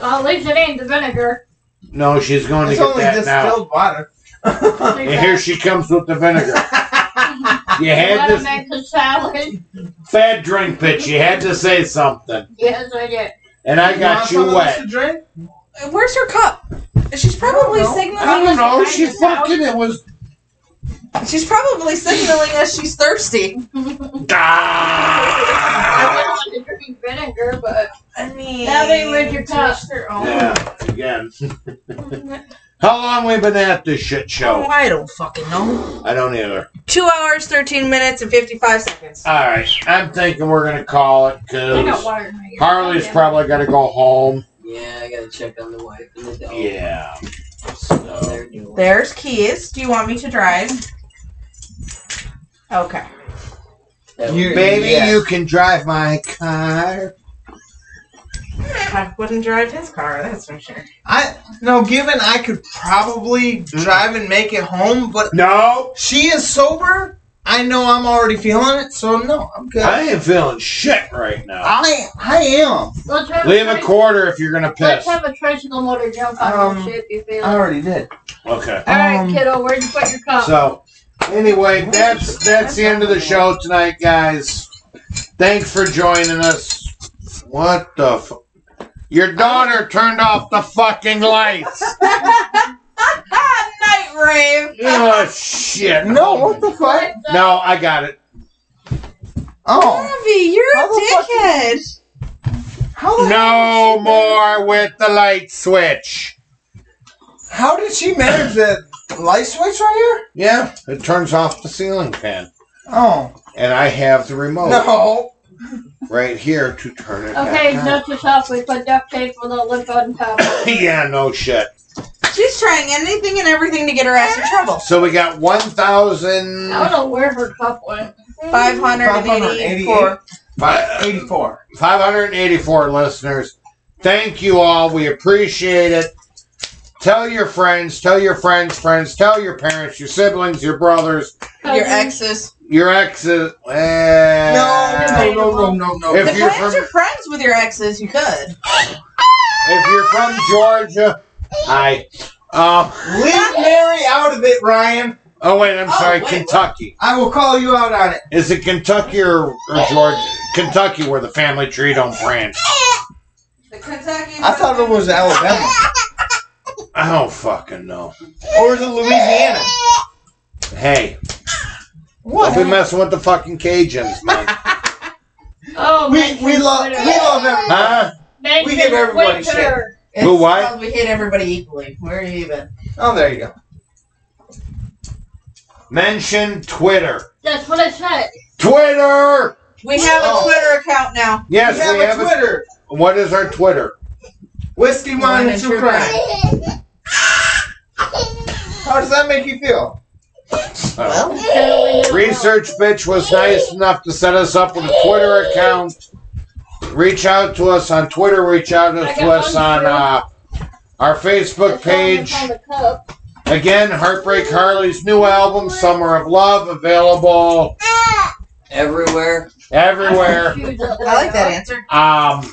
Speaker 5: Well, at least it ain't the vinegar.
Speaker 6: No, she's going to
Speaker 9: It's
Speaker 6: get
Speaker 9: only
Speaker 6: that now.
Speaker 9: distilled water.
Speaker 6: And here she comes with the vinegar. You had
Speaker 5: Let him
Speaker 6: to
Speaker 5: make the salad.
Speaker 6: fat drink bitch. You had to say something,
Speaker 5: Yes, I did.
Speaker 6: and I
Speaker 9: You
Speaker 6: got
Speaker 9: want
Speaker 6: you
Speaker 9: some of this
Speaker 6: wet.
Speaker 9: to drink?
Speaker 10: Where's her cup? She's probably
Speaker 9: I don't know.
Speaker 10: signaling.
Speaker 6: I don't know.
Speaker 5: Behind
Speaker 6: She
Speaker 5: the house.
Speaker 6: fucking. It was.
Speaker 10: She's probably signaling us she's thirsty.
Speaker 5: I
Speaker 6: Ah!
Speaker 5: wouldn't want to drink vinegar, but
Speaker 11: I mean,
Speaker 5: Now they read your cup.
Speaker 11: to each their own.
Speaker 6: Yeah, again. How long we been at this shit
Speaker 10: Oh,
Speaker 6: show?
Speaker 10: I don't fucking know.
Speaker 6: I don't either.
Speaker 10: Two hours, thirteen minutes, and fifty-five seconds.
Speaker 6: All right, I'm thinking we're gonna call it
Speaker 5: I got
Speaker 6: because
Speaker 5: water in my ear.
Speaker 6: Harley's probably gotta go home.
Speaker 7: Yeah, I gotta check on the wife and the dog.
Speaker 6: Yeah.
Speaker 7: see how they're doing.
Speaker 10: There's keys. Do you want me to drive? Okay.
Speaker 7: That would
Speaker 9: You-
Speaker 7: be-
Speaker 6: Baby,
Speaker 9: Yeah.
Speaker 6: you can drive my car.
Speaker 10: I wouldn't drive his car, that's for sure.
Speaker 9: I no. Given I could probably
Speaker 6: Mm-hmm.
Speaker 9: drive and make it home, but
Speaker 6: No,
Speaker 9: she is sober. I know I'm already feeling it, so no, I'm good.
Speaker 6: I ain't feeling shit right now.
Speaker 9: I I am.
Speaker 5: Let's have
Speaker 6: Leave a
Speaker 5: Tracy-
Speaker 6: quarter if you're gonna
Speaker 5: Let's
Speaker 6: piss.
Speaker 5: have a tricycle motor jump on
Speaker 9: Um,
Speaker 5: your ship, you feel?
Speaker 9: I already did.
Speaker 6: Okay.
Speaker 5: All right,
Speaker 9: um,
Speaker 5: kiddo, where'd you put your cup?
Speaker 6: So, anyway, that's that's the end of the show tonight, guys. Thanks for joining us. What the? Fu- Your daughter turned off the fucking lights.
Speaker 10: Ah, Night rave.
Speaker 6: oh shit!
Speaker 9: No, what the fuck?
Speaker 6: No, I got it.
Speaker 9: Oh,
Speaker 10: Navi, you're
Speaker 9: How
Speaker 10: a
Speaker 9: the fuck
Speaker 10: dickhead.
Speaker 9: how the
Speaker 6: No more with the light switch.
Speaker 9: How did she manage that light switch right here?
Speaker 6: Yeah, it turns off the ceiling fan,
Speaker 9: Oh
Speaker 6: and I have the remote Oh.
Speaker 9: no!
Speaker 6: right here to turn it.
Speaker 5: Okay,
Speaker 6: back on.
Speaker 5: note to self, we put duct tape with a lip on top.
Speaker 6: yeah, no shit.
Speaker 10: She's trying anything and everything to get her ass in trouble.
Speaker 6: So we got one thousand.
Speaker 5: I don't know where her cup went.
Speaker 10: 584.
Speaker 9: 584.
Speaker 6: Fi-
Speaker 9: Eighty-four.
Speaker 6: 584 listeners. Thank you all. We appreciate it. Tell your friends, tell your friends, friends, tell your parents, your siblings, your brothers,
Speaker 10: Your exes.
Speaker 6: your exes.
Speaker 9: No,
Speaker 6: Eh,
Speaker 9: no, no, no, no,
Speaker 6: If
Speaker 9: no.
Speaker 6: you- you're
Speaker 10: Depends
Speaker 6: from-
Speaker 10: you're friends with your exes, you could.
Speaker 6: If you're from Georgia, hi. Um,
Speaker 9: Leave Mary out of it, Ryan.
Speaker 6: oh, wait, I'm
Speaker 10: Oh,
Speaker 6: sorry.
Speaker 10: wait,
Speaker 6: Kentucky.
Speaker 9: I will call you out on it.
Speaker 6: Is it Kentucky or, or Georgia? Kentucky, where the family tree don't branch.
Speaker 10: The Kentucky.
Speaker 9: I thought it was Alabama
Speaker 6: I don't fucking know.
Speaker 9: or is it Louisiana?
Speaker 6: Hey,
Speaker 9: What?
Speaker 6: don't be messing with the fucking Cajuns, man.
Speaker 5: Oh,
Speaker 9: We
Speaker 5: man,
Speaker 9: we love we love everybody.
Speaker 6: Huh?
Speaker 5: man,
Speaker 9: we give
Speaker 5: Twitter,
Speaker 9: everybody shit.
Speaker 5: Twitter.
Speaker 9: It's-
Speaker 6: Who, what?
Speaker 10: We hit everybody equally. Where are you even?
Speaker 9: Oh, there you go.
Speaker 6: Mention Twitter.
Speaker 5: That's what I said.
Speaker 6: Twitter!
Speaker 10: We have a
Speaker 9: Oh.
Speaker 10: Twitter account now.
Speaker 6: Yes, we have,
Speaker 9: we have a
Speaker 6: a-
Speaker 9: Twitter.
Speaker 6: What is our Twitter?
Speaker 9: Whiskey, wine, and true crime. How does that make you feel?
Speaker 6: Uh,
Speaker 5: Totally different.
Speaker 6: Research Bitch was nice enough to set us up with a Twitter account. Reach out to us on Twitter. Reach out to
Speaker 5: I got
Speaker 6: us on
Speaker 5: one,
Speaker 6: uh, our Facebook
Speaker 5: That's all I
Speaker 6: page.
Speaker 5: found the cup.
Speaker 6: Again, Heartbreak Harley's new album, Summer of Love, available
Speaker 7: Everywhere.
Speaker 6: everywhere.
Speaker 5: Shoes up
Speaker 10: I like that
Speaker 5: there.
Speaker 10: answer.
Speaker 6: Um,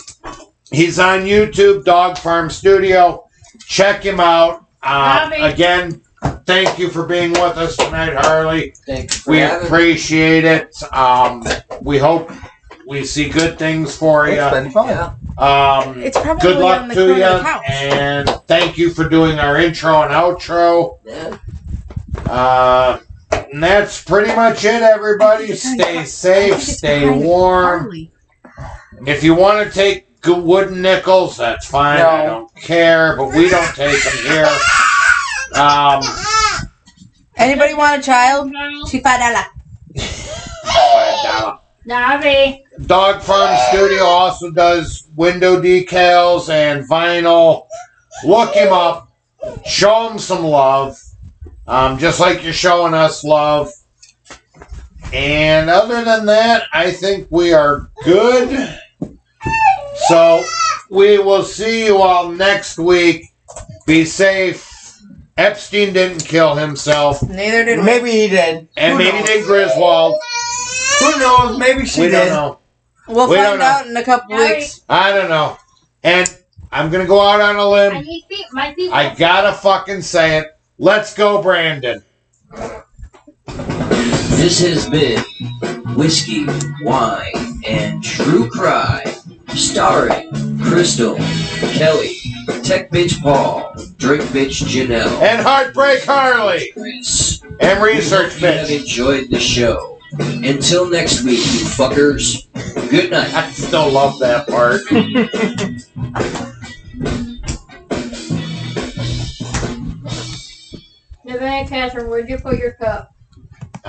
Speaker 6: he's on YouTube, Dog Farm Studio. Check him out. Uh,
Speaker 5: Robbie.
Speaker 6: again, thank you for being with us tonight, Harley.
Speaker 7: Thank you for
Speaker 6: We
Speaker 7: having me.
Speaker 6: appreciate it. Um, we hope we see good things for you.
Speaker 9: It's been fun.
Speaker 7: Yeah.
Speaker 6: Um,
Speaker 1: It's probably
Speaker 6: good luck
Speaker 1: on the
Speaker 6: to
Speaker 1: corner
Speaker 6: you,
Speaker 1: of the couch.
Speaker 6: and thank you for doing our intro and outro.
Speaker 7: Yeah.
Speaker 6: Uh, and that's pretty much it, everybody. Stay safe, stay warm. If you want to take good wooden nickels, that's fine. I
Speaker 9: No.
Speaker 6: don't care, but we don't take them here. Um,
Speaker 1: Anybody want a child?
Speaker 5: Girl.
Speaker 1: She five dollar.
Speaker 6: but, uh,
Speaker 5: Navi.
Speaker 6: Dog Farm Studio also does window decals and vinyl. Look him up. Show him some love. Um, just like you're showing us love. And other than that, I think we are good. So we will see you all next week. Be safe. Epstein didn't kill himself.
Speaker 10: Neither did we.
Speaker 9: Maybe he did.
Speaker 6: And
Speaker 9: Who
Speaker 6: maybe
Speaker 9: knows?
Speaker 6: did Griswold.
Speaker 9: Who knows? Maybe she
Speaker 6: We
Speaker 9: did.
Speaker 6: don't know.
Speaker 10: We'll
Speaker 6: We don't
Speaker 10: find
Speaker 6: know.
Speaker 10: out in a couple
Speaker 5: Now we-
Speaker 10: weeks.
Speaker 6: I don't know. And I'm going to go out on a
Speaker 5: I
Speaker 6: limb.
Speaker 5: need feet. My feet.
Speaker 6: I gotta fucking say it. Let's go, Brandon.
Speaker 4: This has been Whiskey, Wine, and True Crime, starring Crystal, Kelly, Tech Bitch Paul, Drink Bitch Janelle,
Speaker 6: And Heartbreak Harley.
Speaker 4: Chris.
Speaker 6: And Research
Speaker 4: We hope you have
Speaker 6: Bitch.
Speaker 4: enjoyed the show. Until next week, you fuckers. Good night.
Speaker 6: I still love that part.
Speaker 5: Nevada Catherine, where'd you put your cup?